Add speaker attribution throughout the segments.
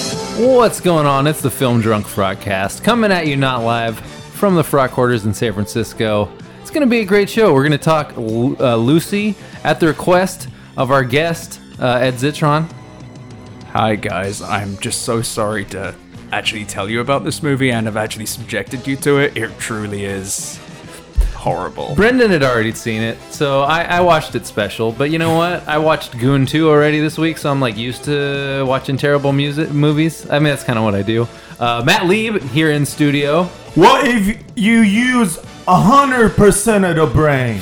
Speaker 1: What's going on? It's the Film Drunk Frogcast coming at you not live from the Frog Quarters in San Francisco. It's going to be a great show. We're going to talk Lu- uh, Lucy at the request of our guest, uh, Ed Zitron.
Speaker 2: Hi guys, I'm just so sorry to actually tell you about this movie and have actually subjected you to it. It truly is horrible.
Speaker 1: Brendan had already seen it, so I, I watched it special. But you know what? I watched Goon 2 already this week, so I'm like used to watching terrible music movies. I mean, that's kind of what I do. Uh, Matt Lieb here in studio.
Speaker 3: What if you use hundred percent of the brain?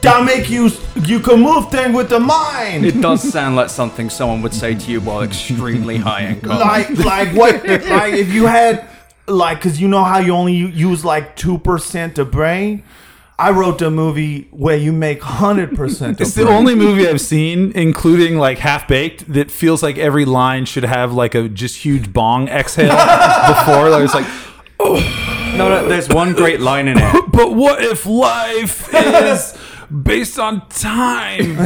Speaker 3: That make you you can move things with the mind.
Speaker 2: It does sound like something someone would say to you while extremely high in coffee.
Speaker 3: Like like what like if you had like because you know how you only u- use like two percent of brain. I wrote the movie where you make hundred percent.
Speaker 4: It's the only movie I've seen, including like Half Baked, that feels like every line should have like a just huge bong exhale before. Like it's like,
Speaker 2: no, no, there's one great line in it.
Speaker 4: but what if life is based on time?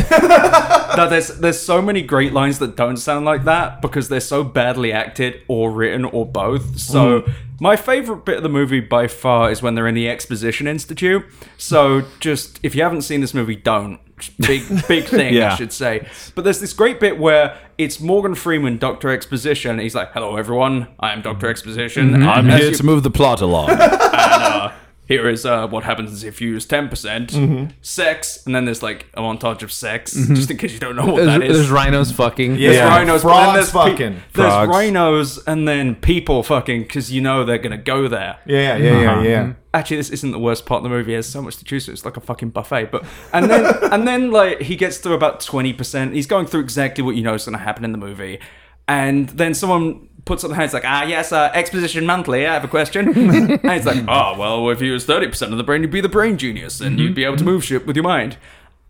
Speaker 2: No, there's there's so many great lines that don't sound like that because they're so badly acted or written or both. So
Speaker 4: Hmm.
Speaker 2: my favorite bit of the movie by far is when they're in the exposition institute. So just if you haven't seen this movie, don't. Big big thing I
Speaker 4: Yeah.
Speaker 2: should say. But there's this great bit where it's Morgan Freeman, Doctor Exposition. and He's like, "Hello everyone, I am Doctor Exposition. and
Speaker 4: Mm-hmm. I'm
Speaker 2: as
Speaker 4: here
Speaker 2: you-
Speaker 4: to move the plot along.
Speaker 2: here is uh, what happens if you use ten percent
Speaker 4: Mm-hmm.
Speaker 2: sex, and then there's like a montage of sex, just in case you don't know what
Speaker 1: There's,
Speaker 2: that is.
Speaker 1: there's rhinos fucking.
Speaker 2: There's
Speaker 3: Yeah.
Speaker 2: rhinos, but then there's
Speaker 3: Frogs
Speaker 2: pe-
Speaker 3: fucking.
Speaker 2: there's
Speaker 4: Frogs.
Speaker 2: rhinos, and then people fucking because you know they're gonna go there.
Speaker 3: Yeah, yeah,
Speaker 4: Uh-huh.
Speaker 3: yeah, yeah.
Speaker 2: Actually, this isn't the worst part of the movie. There's so much to choose. from. It's like a fucking buffet. But and then and then like he gets to about twenty percent. He's going through exactly what you know is gonna happen in the movie, and then someone puts up their hands like, ah, yes, uh, exposition monthly. I have a question. and he's like, oh, well, if you use thirty percent of the brain, you'd be the brain genius, and you'd be able to move shit with your mind.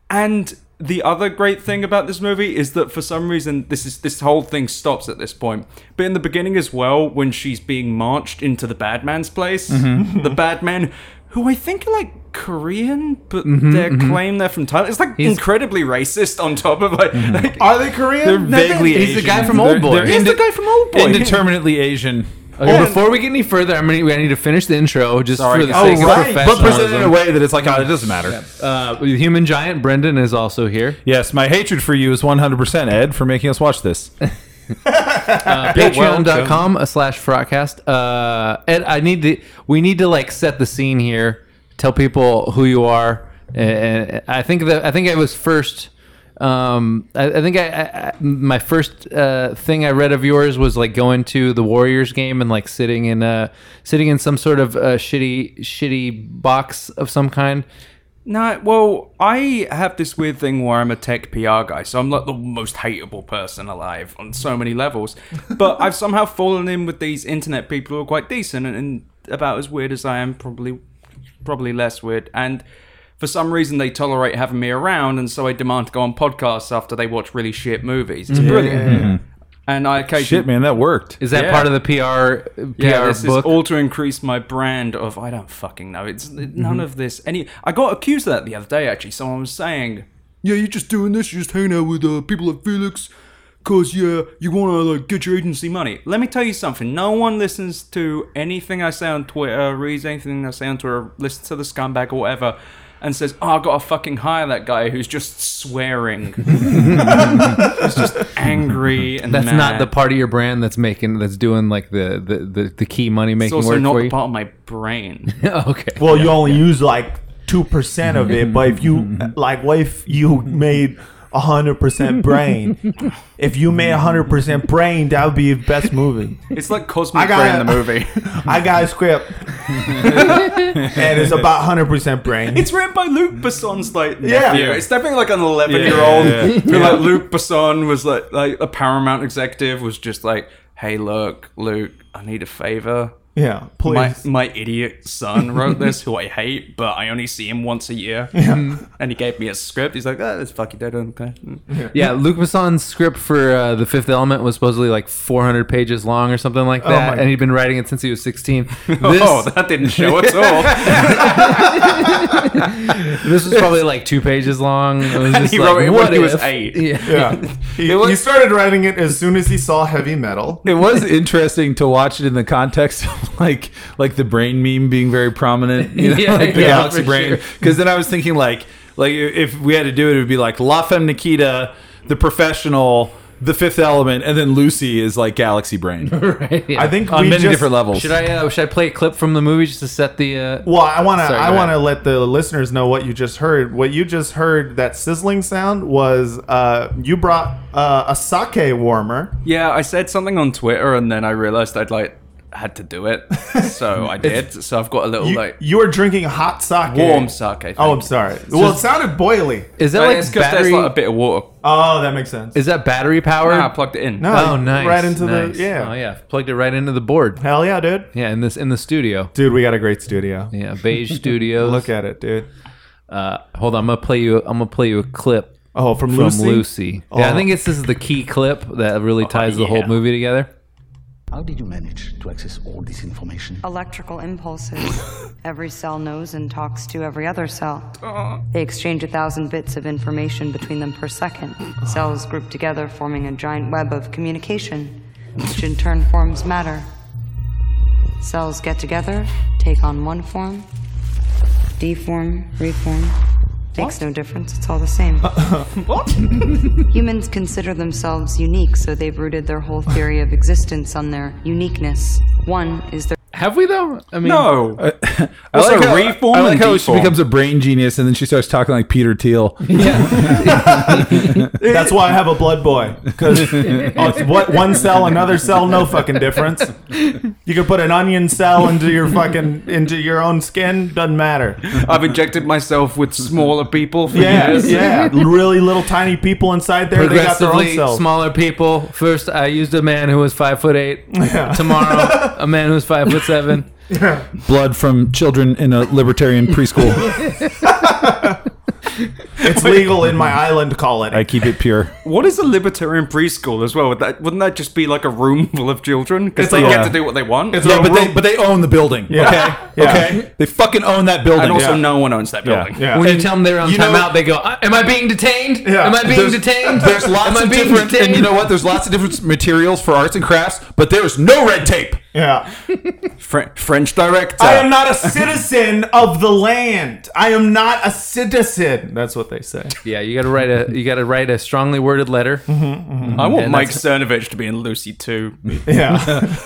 Speaker 2: And the other great thing about this movie is that for some reason this is this whole thing stops at this point. But in the beginning as well, when she's being marched into the bad man's place,
Speaker 4: Mm-hmm.
Speaker 2: the bad men, who I think are like Korean, but
Speaker 4: Mm-hmm,
Speaker 2: they claim they're from Thailand. It's like incredibly racist on top of like, like
Speaker 3: Are they Korean?
Speaker 4: Mm-hmm. They're
Speaker 3: No,
Speaker 4: vaguely
Speaker 1: he's the
Speaker 4: Asian.
Speaker 1: guy from Old
Speaker 4: They're-
Speaker 1: Boy.
Speaker 4: they're
Speaker 2: he's the
Speaker 4: inde-
Speaker 2: guy from Old Boy.
Speaker 4: Indeterminately Asian.
Speaker 3: Oh,
Speaker 1: Okay, before we get any further, I'm gonna, I need to finish the intro just for the
Speaker 2: guys.
Speaker 1: sake
Speaker 3: Oh, right.
Speaker 4: But
Speaker 1: of
Speaker 4: presented in a
Speaker 1: professionalism.
Speaker 4: way that it's like, oh, it doesn't matter.
Speaker 1: uh, human giant Brendan is also here.
Speaker 4: Yes, my hatred for you is 100%, Ed, for making us watch this.
Speaker 1: Patreon.com slash frogcast. Uh, Ed, I need to. We need to like set the scene here. Tell people who you are. And and I think that I think I was first. Um, I, I think I, I I- my first uh, thing I read of yours was like going to the Warriors game and like sitting in uh sitting in some sort of uh, shitty shitty box of some kind.
Speaker 2: No, well, I have this weird thing where I'm a tech PR guy, so I'm like the most hateable person alive on so many levels. But I've somehow fallen in with these internet people who are quite decent and, and about as weird as I am, probably, probably less weird. And for some reason, they tolerate having me around, and so I demand to go on podcasts after they watch really shit movies. It's brilliant. And I occasionally
Speaker 4: Shit, man, that worked.
Speaker 1: Is that
Speaker 2: Yeah.
Speaker 1: part of the PR PR
Speaker 2: yeah, this
Speaker 1: book?
Speaker 2: is all to increase my brand of I don't fucking know. It's none
Speaker 1: Mm-hmm.
Speaker 2: of this. Any I got accused of that the other day actually. Someone was saying, "Yeah, you're just doing this. You're just hanging out with uh, people like Felix, cause yeah, you want to like get your agency money." Let me tell you something. No one listens to anything I say on Twitter, reads anything I say on Twitter, listens to the scumbag or whatever. And says, "Oh, I gotta fucking hire that guy who's just swearing. He's just angry and
Speaker 1: That's not
Speaker 2: mad."
Speaker 1: the part of your brand that's making that's doing like the the, the, the key money
Speaker 2: It's
Speaker 1: making
Speaker 2: also
Speaker 1: work
Speaker 2: not
Speaker 1: for
Speaker 2: the
Speaker 1: you.
Speaker 2: part of my brain.
Speaker 1: okay.
Speaker 3: Well, you only use like two percent of it, but if you like, what if you made hundred percent brain? If you made hundred percent brain, that would be the best movie.
Speaker 2: It's like Cosmic
Speaker 3: I got
Speaker 2: Brain
Speaker 3: it.
Speaker 2: in the movie.
Speaker 3: I got a script, and it's about hundred percent brain.
Speaker 2: it's written by Luc Besson's like
Speaker 3: Yeah.
Speaker 2: nephew.
Speaker 3: Yeah.
Speaker 2: It's definitely like an eleven
Speaker 4: Yeah,
Speaker 2: year old.
Speaker 4: yeah, yeah.
Speaker 2: Who like Luc Besson was like like a Paramount executive was just like, hey look, Luke, I need a favor.
Speaker 3: Yeah, please.
Speaker 2: My, my idiot son wrote this, who I hate, but I only see him once a year. And he gave me a script. He's like, oh, it's fucking dead. Okay.
Speaker 1: Yeah, Luc Besson's script for uh, The Fifth Element was supposedly like 400 pages long or something like that,
Speaker 3: my-
Speaker 1: and he'd been writing it since he was 16. This,
Speaker 2: Oh, that didn't show at all.
Speaker 1: this was probably like two pages long. It was just
Speaker 2: he
Speaker 1: like,
Speaker 2: wrote it when
Speaker 1: what
Speaker 2: he was
Speaker 1: if?
Speaker 2: eight.
Speaker 1: Yeah.
Speaker 3: yeah, he, he started writing it as soon as he saw heavy metal.
Speaker 4: It was interesting to watch it in the context of like like the brain meme being very prominent, you know,
Speaker 1: Yeah,
Speaker 4: like the
Speaker 1: yeah,
Speaker 4: galaxy
Speaker 1: for
Speaker 4: brain.
Speaker 1: sure.
Speaker 4: Because then I was thinking like like if we had to do it, it would be like La Femme Nikita, the professional, the Fifth Element, and then Lucy is like galaxy brain
Speaker 1: Right, yeah.
Speaker 3: I think
Speaker 4: on
Speaker 3: we
Speaker 4: many
Speaker 3: just-
Speaker 4: different levels.
Speaker 1: Should I uh, should I play a clip from the movie just to set the? Uh,
Speaker 3: Well, I want to
Speaker 1: Sorry, go
Speaker 3: I
Speaker 1: ahead.
Speaker 3: want to let the listeners know what you just heard. What you just heard that sizzling sound was uh, you brought uh, a sake warmer.
Speaker 2: Yeah, I said something on Twitter, and then I realized I'd like had to do it, so I did. so I've got a little
Speaker 3: You,
Speaker 2: like
Speaker 3: you were drinking hot sake.
Speaker 2: warm sake. Thing.
Speaker 3: Oh, I'm sorry. well, it sounded boily.
Speaker 1: is that
Speaker 2: But
Speaker 1: like
Speaker 2: it's 'cause there's
Speaker 1: battery?
Speaker 2: like a bit of water.
Speaker 3: Oh, that makes sense.
Speaker 1: is that battery powered?
Speaker 2: Ah, I plugged it in.
Speaker 3: No.
Speaker 1: oh,
Speaker 3: you-
Speaker 1: nice.
Speaker 3: right into the-
Speaker 1: nice.
Speaker 3: yeah.
Speaker 1: Oh yeah, plugged it right into the board.
Speaker 3: Hell yeah, dude.
Speaker 1: Yeah, in this in the studio.
Speaker 3: Dude, we got a great studio.
Speaker 1: Yeah, Beige Studios.
Speaker 3: Look at it, dude.
Speaker 1: Uh, hold on, I'm gonna play you. I'm gonna play you a clip
Speaker 3: Oh, from,
Speaker 1: from
Speaker 3: Lucy.
Speaker 1: Lucy. Yeah,
Speaker 3: Oh.
Speaker 1: I think it's this is the key clip that really
Speaker 4: Oh,
Speaker 1: ties the whole
Speaker 2: yeah.
Speaker 1: movie together.
Speaker 5: How did you manage to access all this information?
Speaker 6: electrical impulses every cell knows and talks to every other cell. They exchange a thousand bits of information between them per second. Cells group together, forming a giant web of communication, which in turn forms matter. Cells get together, take on one form, deform, reform. Makes no difference, it's all the same. Humans consider themselves unique, so they've rooted their whole theory of existence on their uniqueness. One is their
Speaker 1: Have we though? I mean,
Speaker 2: No.
Speaker 4: Uh, I
Speaker 2: Also,
Speaker 4: like how,
Speaker 2: reform
Speaker 4: I like
Speaker 2: and
Speaker 4: how
Speaker 2: deform.
Speaker 4: she becomes a brain genius and then she starts talking like Peter Thiel.
Speaker 3: That's why I have a blood boy. Because what one cell, another cell, no fucking difference. You can put an onion cell into your fucking into your own skin, doesn't matter.
Speaker 2: I've injected myself with smaller people for
Speaker 3: Yeah,
Speaker 2: years.
Speaker 3: yeah. Really little tiny people inside there. They got their own
Speaker 1: progressively
Speaker 3: cells.
Speaker 1: smaller people. First, I used a man who was five foot eight. Tomorrow, a man who's five foot seven.
Speaker 4: Blood from children in a libertarian preschool.
Speaker 3: It's legal in my island colony.
Speaker 4: I keep it pure.
Speaker 2: What is a libertarian preschool as well? Would that, wouldn't that just be like a room full of children? Because they
Speaker 4: like-
Speaker 2: get
Speaker 4: yeah.
Speaker 2: to do what they want.
Speaker 4: Yeah, but they, but they own the building. Okay.
Speaker 3: Yeah.
Speaker 4: Okay. They fucking own that building.
Speaker 2: and also,
Speaker 3: Yeah.
Speaker 2: no one owns that building.
Speaker 3: Yeah.
Speaker 1: When you tell them they're on
Speaker 4: you know-
Speaker 1: timeout, they go, "I- "Am I being detained?
Speaker 3: Yeah.
Speaker 1: Am I being
Speaker 4: There's-
Speaker 1: detained?
Speaker 4: There's lots
Speaker 1: Am I
Speaker 4: of
Speaker 1: being
Speaker 4: different,
Speaker 1: detained?"
Speaker 4: and you know what? There's lots of different materials for arts and crafts, but there's no red tape.
Speaker 3: Yeah.
Speaker 2: Fre- French director.
Speaker 3: I am not a citizen of the land. I am not a citizen. That's what they say.
Speaker 1: Yeah, you gotta write a you gotta write a strongly worded letter.
Speaker 4: Mm-hmm.
Speaker 2: I want
Speaker 1: And
Speaker 2: Mike
Speaker 1: that's-
Speaker 2: Cernovich to be in Lucy too.
Speaker 3: Yeah.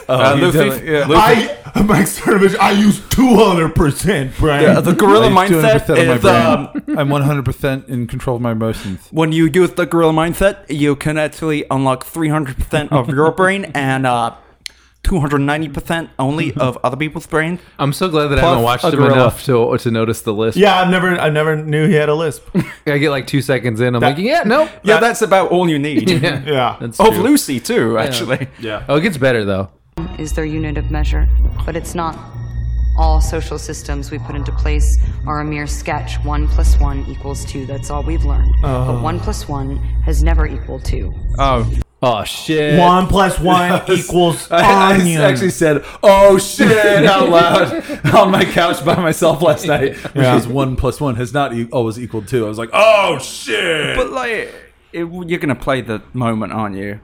Speaker 2: uh, Luffy,
Speaker 4: definitely- yeah.
Speaker 2: Luffy-
Speaker 3: I Mike Cernovich, I use two hundred percent brain.
Speaker 2: the gorilla mindset is um,
Speaker 4: I'm 100 percent in control of my emotions.
Speaker 2: when you use the gorilla mindset, you can actually unlock 300% of your brain and uh, 290% only of other people's brains.
Speaker 1: I'm so glad that I
Speaker 4: Plus
Speaker 1: haven't watched
Speaker 4: a
Speaker 1: him
Speaker 4: gorilla.
Speaker 1: enough to to notice the list.
Speaker 3: Yeah, I've never I never knew he had a lisp.
Speaker 1: I get like two seconds in, I'm
Speaker 3: That-
Speaker 1: like, yeah, no.
Speaker 2: Yeah, that's about all you need.
Speaker 3: Yeah.
Speaker 1: That's
Speaker 2: Of
Speaker 1: true.
Speaker 2: Lucy, too, actually. Yeah.
Speaker 1: Oh, it gets better though.
Speaker 6: is their unit of measure, but it's not. All social systems we put into place are a mere sketch. One plus one equals two. That's all we've learned. But one plus one has never equaled two.
Speaker 2: Oh.
Speaker 1: Oh shit.
Speaker 3: One plus one equals
Speaker 4: I, I
Speaker 3: onion.
Speaker 4: actually said, "Oh shit!" out loud on my couch by myself last night, which is one plus one has not e- always equaled two. I was like, "Oh shit!"
Speaker 2: But, like, it, you're going to play the moment, aren't you?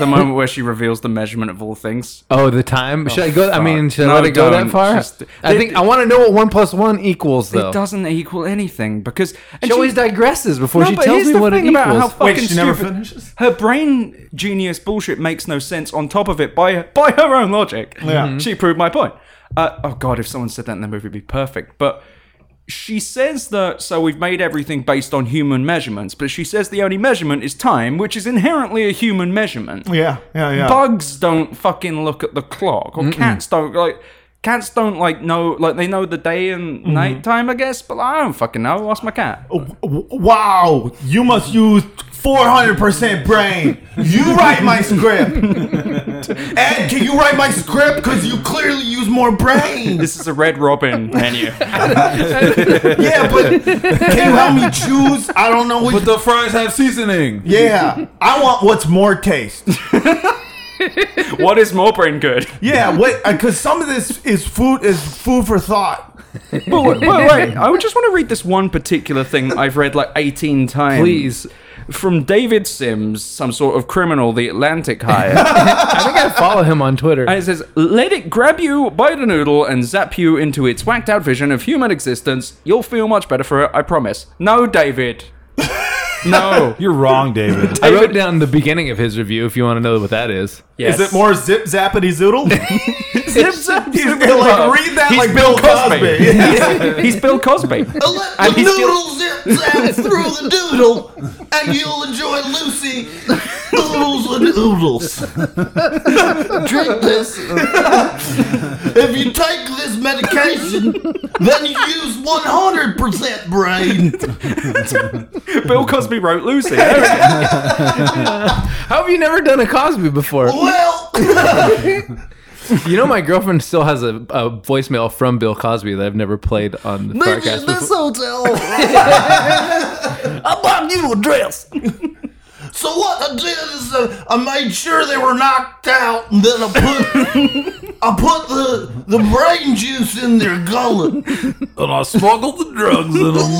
Speaker 2: the moment where she reveals the measurement of all things.
Speaker 1: Oh, the time. Should I go? I mean,
Speaker 2: fuck.
Speaker 1: should I
Speaker 2: No,
Speaker 1: let it go
Speaker 2: don't.
Speaker 1: that far?
Speaker 2: Just-
Speaker 1: I think I want to know what one plus one equals, though.
Speaker 2: It doesn't equal anything because and
Speaker 1: she always digresses before
Speaker 2: No,
Speaker 1: she
Speaker 2: but
Speaker 1: tells
Speaker 2: here's
Speaker 1: me
Speaker 2: the
Speaker 1: what it
Speaker 2: thing
Speaker 1: equals.
Speaker 2: about how fucking
Speaker 3: Wait, she never
Speaker 2: stupid-
Speaker 3: finishes?
Speaker 2: Her brain genius bullshit makes no sense. On top of it, by by her own logic,
Speaker 3: Yeah. Mhm.
Speaker 2: she proved my point. Uh, oh god, if someone said that in the movie, it'd be perfect. But she says that so we've made everything based on human measurements, but she says the only measurement is time, which is inherently a human measurement.
Speaker 3: Yeah, yeah, yeah.
Speaker 2: Bugs don't fucking look at the clock, or cats don't like. Cats don't like know like they know the day and
Speaker 1: Mm-hmm.
Speaker 2: night time, I guess. But I don't fucking know. I lost my cat.
Speaker 3: W- Wow, you must use 400% brain. You write my script. Ed, can you write my script? Because you clearly use more brain.
Speaker 2: This is a Red Robin menu.
Speaker 3: Yeah, but can you help me choose? I don't know which.
Speaker 4: But the fries have seasoning.
Speaker 3: yeah, I want what's more taste.
Speaker 2: what is more brain good?
Speaker 3: Yeah, what? Because some of this is food is food for thought.
Speaker 2: But wait, wait, wait. I would just want to read this one particular thing that I've read like 18 times.
Speaker 1: Please.
Speaker 2: From David Sims, some sort of criminal, the Atlantic hired.
Speaker 1: I think I follow him on Twitter.
Speaker 2: And it says, let it grab you by the noodle and zap you into its whacked out vision of human existence. You'll feel much better for it, I promise. No, David. No.
Speaker 4: You're wrong, David.
Speaker 1: I wrote down the beginning of his review if you want to know what that is.
Speaker 3: Is
Speaker 2: Yes.
Speaker 3: it more zip zappity zoodle?
Speaker 2: Zip, zap,
Speaker 3: He's
Speaker 2: zip,
Speaker 3: gonna,
Speaker 2: zap.
Speaker 3: like read that
Speaker 2: He's
Speaker 3: like
Speaker 2: Bill
Speaker 3: Bill
Speaker 2: Cosby.
Speaker 3: Cosby. Yeah.
Speaker 2: He's Bill Cosby.
Speaker 7: Let the
Speaker 2: he's still-
Speaker 7: noodle zip zap through the doodle, and you'll enjoy Lucy noodles and oodles. Drink this. If you take this medication, then you use 100% brain.
Speaker 2: Bill Cosby wrote Lucy. There it is.
Speaker 1: How have you never done a Cosby before?
Speaker 7: Well,
Speaker 1: You know, my girlfriend still has a, a voicemail from Bill Cosby that I've never played on the
Speaker 7: maybe
Speaker 1: podcast
Speaker 7: in this
Speaker 1: before.
Speaker 7: hotel. I bought you a dress. So what I did is uh, I made sure they were knocked out, and then I put I put the the brain juice in their gullet.
Speaker 4: and I smuggled the drugs in them.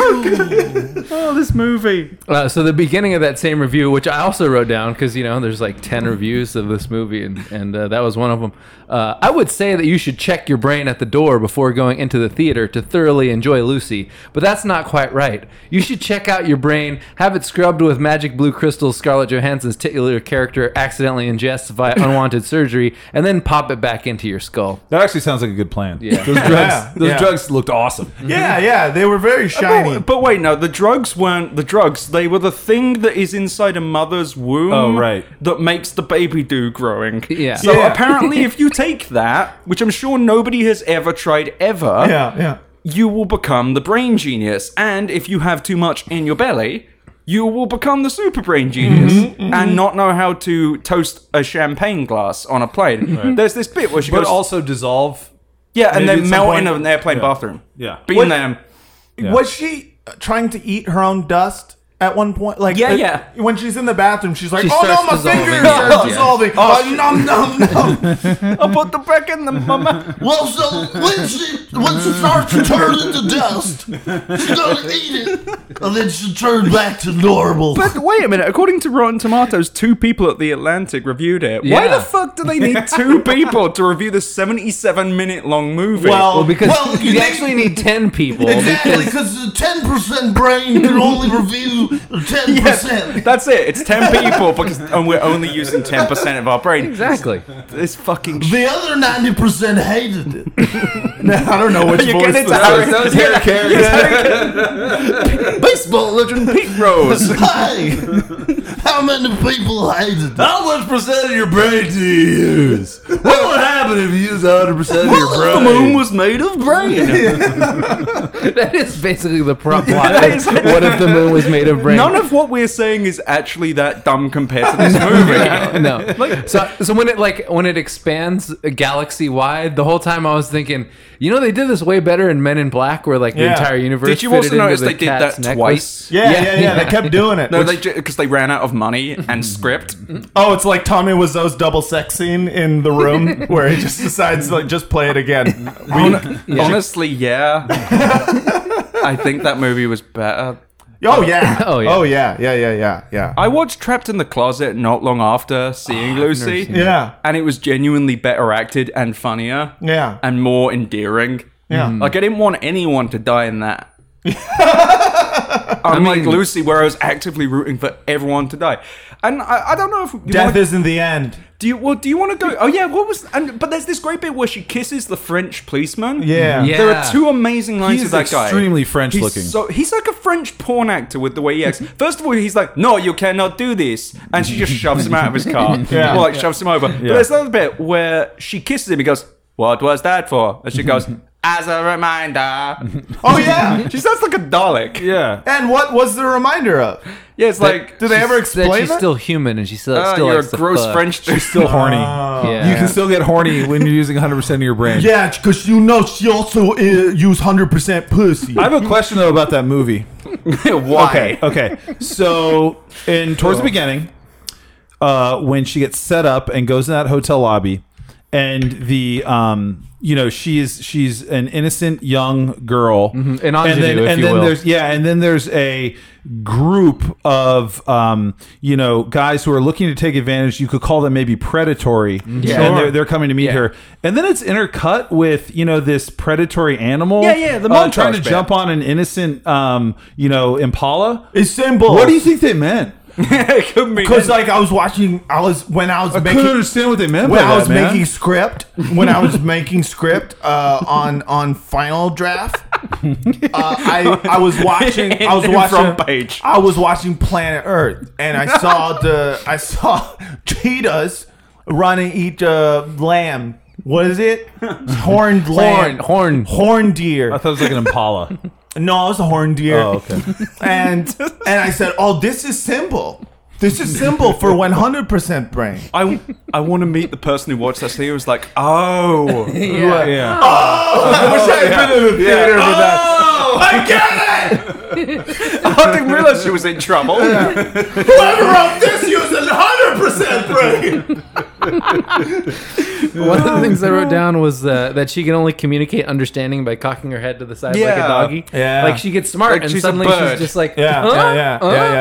Speaker 2: Oh, this movie.
Speaker 1: Uh, so the beginning of that same review, which I also wrote down because you know there's like ten reviews of this movie, and and uh, that was one of them. Uh, I would say that you should check your brain at the door before going into the theater to thoroughly enjoy Lucy, but that's not quite right. You should check out your brain, have it scrubbed with magic blue crystals Scarlett Johansson's titular character accidentally ingests via unwanted surgery, and then pop it back into your skull.
Speaker 4: That actually sounds like a good plan.
Speaker 1: Yeah.
Speaker 4: Those drugs,
Speaker 3: Yeah,
Speaker 4: those
Speaker 3: yeah.
Speaker 4: drugs looked awesome.
Speaker 3: yeah, yeah, they were very shiny.
Speaker 2: But, but wait, no, the drugs weren't the drugs. They were the thing that is inside a mother's womb.
Speaker 4: Oh, right.
Speaker 2: That makes the baby do growing.
Speaker 1: Yeah.
Speaker 2: So
Speaker 3: Yeah.
Speaker 2: apparently, if you take that, which I'm sure nobody has ever tried ever,
Speaker 3: yeah, yeah.
Speaker 2: you will become the brain genius. And if you have too much in your belly, you will become the super brain genius
Speaker 4: Mm-hmm,
Speaker 2: and not know how to toast a champagne glass on a plane. There's this bit where she
Speaker 4: But
Speaker 2: goes,
Speaker 4: also dissolve.
Speaker 2: yeah,
Speaker 4: maybe
Speaker 2: and then
Speaker 4: at some
Speaker 2: melt in
Speaker 4: point-
Speaker 2: an airplane bathroom.
Speaker 4: Yeah.
Speaker 2: being
Speaker 4: What-
Speaker 2: them.
Speaker 4: Yeah.
Speaker 3: Was she uh, trying to eat her own dust at one point? Like,
Speaker 2: Yeah,
Speaker 3: uh,
Speaker 2: yeah.
Speaker 3: When she's in the bathroom, she's like,
Speaker 1: She
Speaker 3: "Oh no,
Speaker 1: starts
Speaker 3: my
Speaker 1: dissolving.
Speaker 3: fingers
Speaker 1: Yeah.
Speaker 3: are dissolving. Oh, nom nom nom."
Speaker 2: I put the back in the mama.
Speaker 7: well, so when she when she starts to turn into dust, she's gonna eat it, and then she'll turn back to normal.
Speaker 2: But wait a minute. According to Rotten Tomatoes, two people at The Atlantic reviewed it. Why
Speaker 1: Yeah.
Speaker 2: the fuck do they need two people to review this 77 minute long movie?
Speaker 1: Well, because
Speaker 7: well,
Speaker 1: you,
Speaker 7: you need-
Speaker 1: actually need ten people.
Speaker 7: Exactly, because the ten percent brain can only review ten percent.
Speaker 2: that's it. It's 10 people because and we're only using 10% of our brain.
Speaker 1: Exactly.
Speaker 2: This fucking
Speaker 7: The other ninety percent hated it.
Speaker 3: I don't know which
Speaker 2: You
Speaker 3: voice.
Speaker 2: get into
Speaker 3: this
Speaker 2: Harry-
Speaker 3: is.
Speaker 2: that was Harry Carey.
Speaker 7: Baseball legend Pete
Speaker 2: Rose.
Speaker 7: Hey, how many people hated it?
Speaker 4: How much percent of your brain do you use? What would happen if you use 100 percent of your
Speaker 7: Well,
Speaker 4: brain?
Speaker 2: was made of brain.
Speaker 1: That is basically the prop plot. of what if the moon was made of brain?
Speaker 2: None of what we're saying is actually that dumb compared to this movie.
Speaker 1: no. so, so when it like when it expands galaxy wide, the whole time I was thinking, you know, they did this way better in Men in Black, where like the
Speaker 3: Yeah.
Speaker 1: entire universe.
Speaker 2: Did you
Speaker 1: fitted
Speaker 2: also
Speaker 1: into
Speaker 2: notice
Speaker 1: the
Speaker 2: they did
Speaker 1: cat's
Speaker 2: that
Speaker 1: necklace.
Speaker 2: twice?
Speaker 3: Yeah, yeah, yeah, They kept doing it.
Speaker 2: No,
Speaker 3: Which-
Speaker 2: they because they ran out of money
Speaker 1: Mm.
Speaker 2: and script.
Speaker 3: oh, it's like Tommy Wiseau's double sex scene in the room where he just decides like just play it again.
Speaker 1: Oh,
Speaker 2: Hon- Honestly, yeah. I think that movie was better.
Speaker 3: Oh yeah.
Speaker 1: Oh, yeah.
Speaker 3: Oh yeah. Yeah yeah yeah yeah.
Speaker 2: I watched Trapped in the Closet not long after seeing Lucy.
Speaker 1: Ah, seen
Speaker 3: yeah.
Speaker 2: And it was genuinely better acted and funnier
Speaker 3: Yeah.
Speaker 2: and more endearing.
Speaker 3: Yeah.
Speaker 2: Like I didn't want anyone to die in that. Unlike
Speaker 1: mean-
Speaker 2: Lucy, where I was actively rooting for everyone to die, and I, I don't know if you
Speaker 3: Death
Speaker 2: wanna,
Speaker 3: isn't the end.
Speaker 2: do you well, do you want to go? Oh yeah, what was? And, but there's this great bit where she kisses the French policeman.
Speaker 3: Yeah.
Speaker 1: Yeah.
Speaker 2: There are two amazing lines
Speaker 4: He's
Speaker 2: of that guy.
Speaker 4: extremely French
Speaker 2: He's
Speaker 4: looking.
Speaker 2: So he's like a French porn actor with the way he acts. First of all, he's like, "No, you cannot do this," and she just shoves him out of his car,
Speaker 3: Yeah.
Speaker 2: or like shoves him over. But
Speaker 4: Yeah.
Speaker 2: there's another bit where she kisses him. He goes, "What was that for?" And she goes, As a reminder.
Speaker 3: Oh yeah.
Speaker 2: she sounds like a Dalek.
Speaker 4: Yeah.
Speaker 3: and what was the reminder of?
Speaker 2: Yeah, it's like.
Speaker 3: Do they ever
Speaker 1: that
Speaker 3: explain
Speaker 1: she's
Speaker 3: it?
Speaker 1: still human and she still,
Speaker 2: "Ah,
Speaker 1: still
Speaker 2: you're a
Speaker 1: likes to
Speaker 2: gross
Speaker 1: fuck.
Speaker 2: French.
Speaker 4: Still horny.
Speaker 1: Yeah.
Speaker 4: You can still get horny when you're using 100% of your brain.
Speaker 3: Yeah, because you know she also uh, used hundred percent pussy.
Speaker 4: I have a question though about that movie.
Speaker 2: Why?
Speaker 4: Okay, okay. So, in towards the beginning, uh, when she gets set up and goes in that hotel lobby, and the um, you know, she's she's an innocent young girl,
Speaker 1: an
Speaker 4: and then,
Speaker 1: ingenue, if
Speaker 4: and
Speaker 1: you
Speaker 4: then
Speaker 1: will.
Speaker 4: there's yeah, and then there's a group of um, you know guys who are looking to take advantage. You could call them maybe predatory, yeah. and they're, they're coming to meet her. And then it's intercut with you know this predatory animal,
Speaker 2: Yeah, yeah, the
Speaker 4: uh, trying
Speaker 2: montage
Speaker 4: to
Speaker 2: bit.
Speaker 4: jump on an innocent um, you know impala.
Speaker 3: it's simple.
Speaker 4: What do you think they meant?
Speaker 2: it could mean.
Speaker 3: Because like I was watching, I was when I was
Speaker 4: I
Speaker 3: making
Speaker 4: couldn't understand what they meant.
Speaker 3: when
Speaker 4: by
Speaker 3: I was
Speaker 4: that, man.
Speaker 3: making script, when I was making script uh, on on Final Draft, uh, I I was watching I was
Speaker 2: In
Speaker 3: watching
Speaker 2: front page.
Speaker 3: I was watching Planet Earth, and I saw the I saw cheetahs run and eat uh, lamb. What is it? Horned lamb.
Speaker 1: horn.
Speaker 3: Horned deer.
Speaker 4: I thought it was like an impala.
Speaker 3: No, it was a horned deer.
Speaker 4: Oh, okay.
Speaker 3: And and I said, "Oh, this is simple. This is simple for 100% brain."
Speaker 2: I, I want to meet the person who watched that. So he was like, oh.
Speaker 4: yeah.
Speaker 3: Oh, I wish I had been in the theater for that. I get it.
Speaker 2: I didn't realize she was in trouble.
Speaker 3: Whoever wrote this using 100% brain.
Speaker 1: One of the things I wrote down was uh, that she can only communicate understanding by cocking her head to the side like a
Speaker 2: Yeah.
Speaker 1: doggy.
Speaker 3: Yeah.
Speaker 1: Like she gets smart
Speaker 2: Like
Speaker 1: and
Speaker 2: she's a
Speaker 1: suddenly
Speaker 2: bird.
Speaker 1: she's just like, huh? Huh?
Speaker 3: yeah,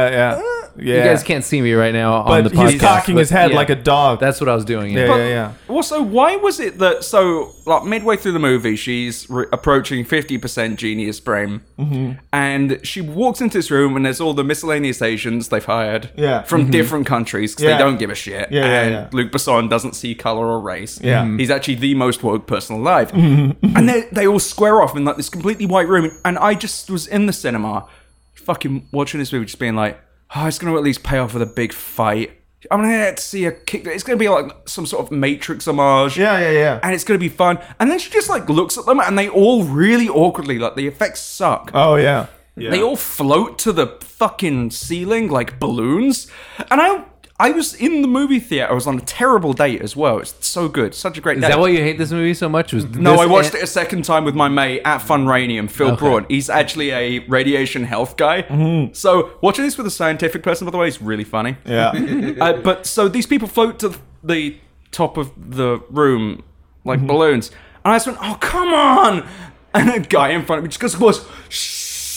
Speaker 3: yeah.
Speaker 1: You guys can't see me right now on the
Speaker 3: But
Speaker 1: podcast.
Speaker 3: he's cocking
Speaker 1: but
Speaker 3: his head
Speaker 1: yeah,
Speaker 3: like a dog.
Speaker 1: That's what I was doing.
Speaker 3: yeah, yeah, yeah.
Speaker 2: Also, why was it that so like midway through the movie, she's re- approaching fifty percent genius brain,
Speaker 3: Mm-hmm.
Speaker 2: and she walks into this room and there's all the miscellaneous Asians they've hired,
Speaker 3: Yeah. Mm-hmm.
Speaker 2: from different countries because
Speaker 3: Yeah.
Speaker 2: they don't give a shit.
Speaker 3: Yeah, yeah,
Speaker 2: and
Speaker 3: yeah.
Speaker 2: Luke Besson doesn't see color or race.
Speaker 3: Yeah. Mm-hmm. Mhm.
Speaker 2: he's actually the most woke person alive, and they they all square off in like this completely white room, and I just was in the cinema, fucking watching this movie, just being like, oh, it's gonna at least pay off with a big fight. I'm gonna get to see a kick. It's gonna be like some sort of Matrix homage.
Speaker 3: Yeah, yeah, yeah.
Speaker 2: And it's gonna be fun. And then she just like looks at them, and they all really awkwardly like the effects suck.
Speaker 3: Oh yeah.
Speaker 2: They all float to the fucking ceiling like balloons. And I, I was in the movie theater. I was on a terrible date as well. It's so good, such a great
Speaker 1: Is
Speaker 2: day.
Speaker 1: that why you hate this movie so much? Was
Speaker 2: No, I watched it a second time with my mate at Funranium, Phil Broad. He's actually a radiation health guy.
Speaker 1: Mm-hmm.
Speaker 2: So watching this with a scientific person, by the way, is really funny.
Speaker 3: Yeah.
Speaker 2: uh, but so these people float to the top of the room like balloons, and I just went, "Oh come on!" And a guy in front of me just goes, "Was."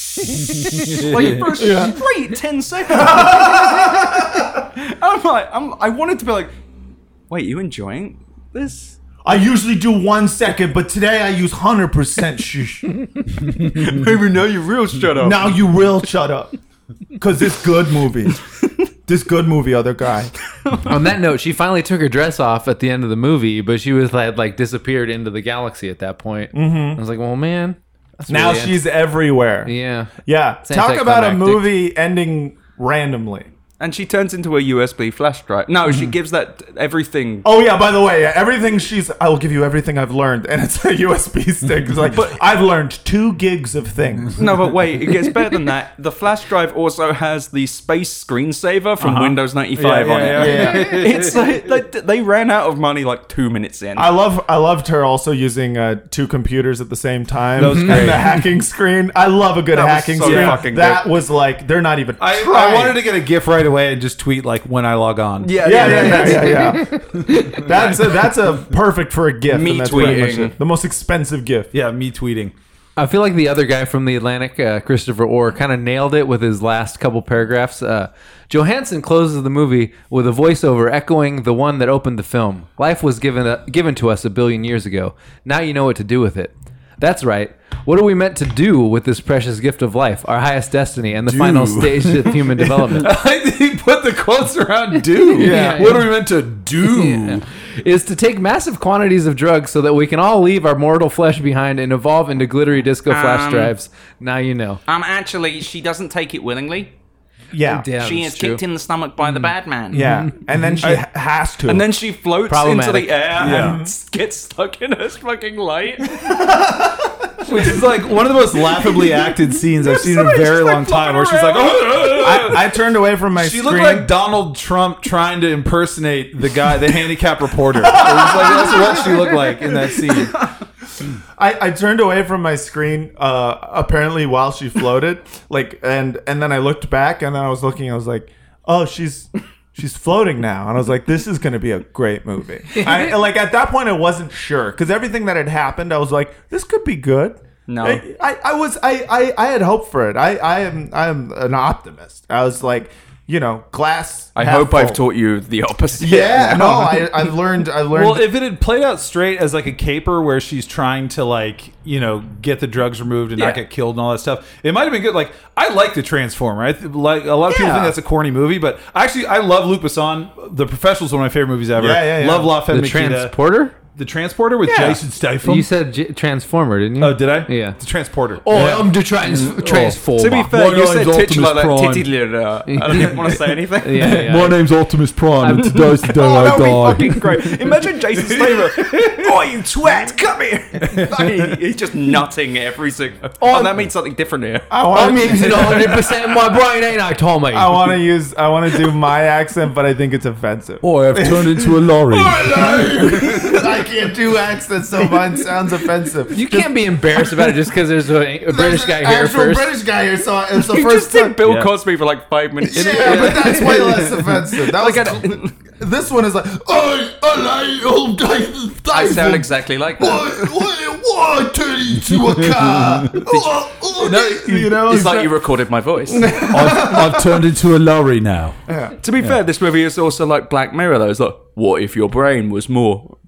Speaker 2: like for a straight ten seconds, I'm like, I'm, I wanted to be like, "Wait, you enjoying this?"
Speaker 3: I usually do one second, but today I use 100% shush.
Speaker 2: Maybe now you real shut up.
Speaker 3: Now you will shut up. Because this good movie. This good movie, other guy.
Speaker 1: On that note, she finally took her dress off at the end of the movie, but she was like, like disappeared into the galaxy at that point.
Speaker 2: Mm-hmm.
Speaker 1: I was like, well, man. that's
Speaker 3: Now
Speaker 1: really-
Speaker 3: she's everywhere.
Speaker 1: Yeah.
Speaker 3: Yeah.
Speaker 1: It's
Speaker 3: Talk about a
Speaker 1: anticlimactic.
Speaker 3: movie ending randomly.
Speaker 2: And she turns into a USB flash drive. No, she gives that everything.
Speaker 3: Oh yeah, by the way, everything she's I will give you everything I've learned and it's a USB stick. It's like I've learned 2 gigs of things.
Speaker 2: No, but wait, it gets better than that. The flash drive also has the space screensaver from Windows 95
Speaker 4: Yeah,
Speaker 2: on
Speaker 4: yeah,
Speaker 2: it.
Speaker 3: yeah, yeah.
Speaker 2: It's like, like, they ran out of money like two minutes in.
Speaker 3: I love I loved her also using uh, two computers at the same time.
Speaker 4: was great.
Speaker 3: And the hacking screen. I love a good
Speaker 2: That was
Speaker 3: hacking
Speaker 2: so
Speaker 3: screen.
Speaker 2: fucking good.
Speaker 3: that was like they're not even
Speaker 4: I,
Speaker 3: trying.
Speaker 4: I wanted to get a GIF right away and just tweet like when I log on.
Speaker 3: yeah, yeah, yeah, yeah, yeah. that's a, that's a perfect for a gift.
Speaker 2: Me
Speaker 3: and that's pretty much
Speaker 2: tweeting.
Speaker 3: it. the most expensive gift.
Speaker 4: yeah, me tweeting.
Speaker 1: I feel like the other guy from the Atlantic, uh, Christopher Orr, kind of nailed it with his last couple paragraphs. Uh, Johansson closes the movie with a voiceover echoing the one that opened the film. Life was given a, given to us a billion years ago. Now you know what to do with it. That's right. What are we meant to do with this precious gift of life, our highest destiny, and the final stage of human development?
Speaker 4: he put the quotes
Speaker 3: Uh,
Speaker 4: around do.
Speaker 1: Yeah.
Speaker 4: What are we meant to do?
Speaker 1: is to take massive quantities of drugs so that we can all leave our mortal flesh behind and evolve into glittery disco flash
Speaker 2: Um,
Speaker 1: drives. Now you know.
Speaker 2: Um, actually, she doesn't take it willingly.
Speaker 3: Yeah,
Speaker 1: Damn, it's true.
Speaker 2: in the stomach by the
Speaker 3: Mm.
Speaker 2: bad man.
Speaker 3: yeah. And then she ha- has to.
Speaker 2: And then she floats into
Speaker 1: Problematic.
Speaker 2: the air
Speaker 4: Yeah.
Speaker 2: and gets stuck in a fucking light.
Speaker 4: which is like one of the most laughably acted scenes I've seen in a
Speaker 2: Somebody's
Speaker 4: very
Speaker 2: just, like,
Speaker 4: long time.
Speaker 2: flopping
Speaker 4: Where she's like, "Oh,
Speaker 3: I, I turned away from my
Speaker 4: she
Speaker 3: screen.
Speaker 4: looked like Donald Trump trying to impersonate the guy, the handicap reporter. It was like that's what she looked like in that scene.
Speaker 3: I, I turned away from my screen uh, apparently while she floated like and and then I looked back and then I was looking I was like oh she's she's floating now and I was like this is gonna be a great movie I, and, like at that point I wasn't sure because everything that had happened I was like this could be good
Speaker 2: No.
Speaker 3: I, I, I was I, I I had hope for it I I am I am an optimist I was like you know glass
Speaker 2: I
Speaker 3: half
Speaker 2: hope I've
Speaker 3: full.
Speaker 2: taught you the opposite.
Speaker 3: yeah no I I've learned I learned
Speaker 4: Well, if it had played out straight as like a caper where she's trying to like you know get the drugs removed and not
Speaker 2: Yeah.
Speaker 4: get killed and all that stuff, it might have been good. Like I like the Transformer. I th- like a lot of people
Speaker 3: Yeah.
Speaker 4: think that's a corny movie, but actually I love Luc Besson. The Professional's one of my favorite movies ever.
Speaker 3: Yeah, yeah, yeah.
Speaker 4: Love La Femme
Speaker 1: the
Speaker 4: Nikita.
Speaker 1: transporter.
Speaker 4: the Transporter with
Speaker 3: Yeah.
Speaker 4: Jason Statham.
Speaker 1: You said J- transformer, didn't you?
Speaker 4: oh, did I?
Speaker 1: Yeah.
Speaker 4: the Transporter.
Speaker 1: Oh, I'm the trans- transformer.
Speaker 2: To be fair,
Speaker 4: My
Speaker 2: you
Speaker 4: name's
Speaker 2: said
Speaker 4: Optimus
Speaker 2: titular, like
Speaker 4: Prime.
Speaker 2: titular. I didn't want to say anything.
Speaker 1: Yeah, yeah, yeah.
Speaker 4: name's Optimus Prime, and today's the day
Speaker 2: Oh, that would be fucking great. Imagine Jason Statham. oh, you twat, come here. Like, he's just nutting every single. Oh, that means something different here.
Speaker 3: I wanna-
Speaker 1: I'm using 100 percent of my brain, ain't I, Tommy?
Speaker 3: I want to use I want to do my accent, but I think it's offensive.
Speaker 4: Boy, I've turned into a lorry.
Speaker 3: I can't do accents, so mine sounds offensive.
Speaker 1: you can't be embarrassed about it just because there's a, a British guy here
Speaker 3: Actual
Speaker 1: first.
Speaker 3: British guy here, so it's the
Speaker 2: You
Speaker 3: first
Speaker 2: just
Speaker 3: time.
Speaker 2: did Bill
Speaker 4: Yeah.
Speaker 2: Cosby for like five minutes.
Speaker 3: Yeah, but that's way less offensive. That was, this one is like,
Speaker 8: I, I, oh, I,
Speaker 2: I sound exactly like that.
Speaker 8: Why, why, why turn into a car? oh, oh,
Speaker 3: you know,
Speaker 2: It's like you recorded my voice. to
Speaker 4: I've, I've turned into a lorry now.
Speaker 2: be fair, this movie is also like Black Mirror, though. It's like, what if your brain was more?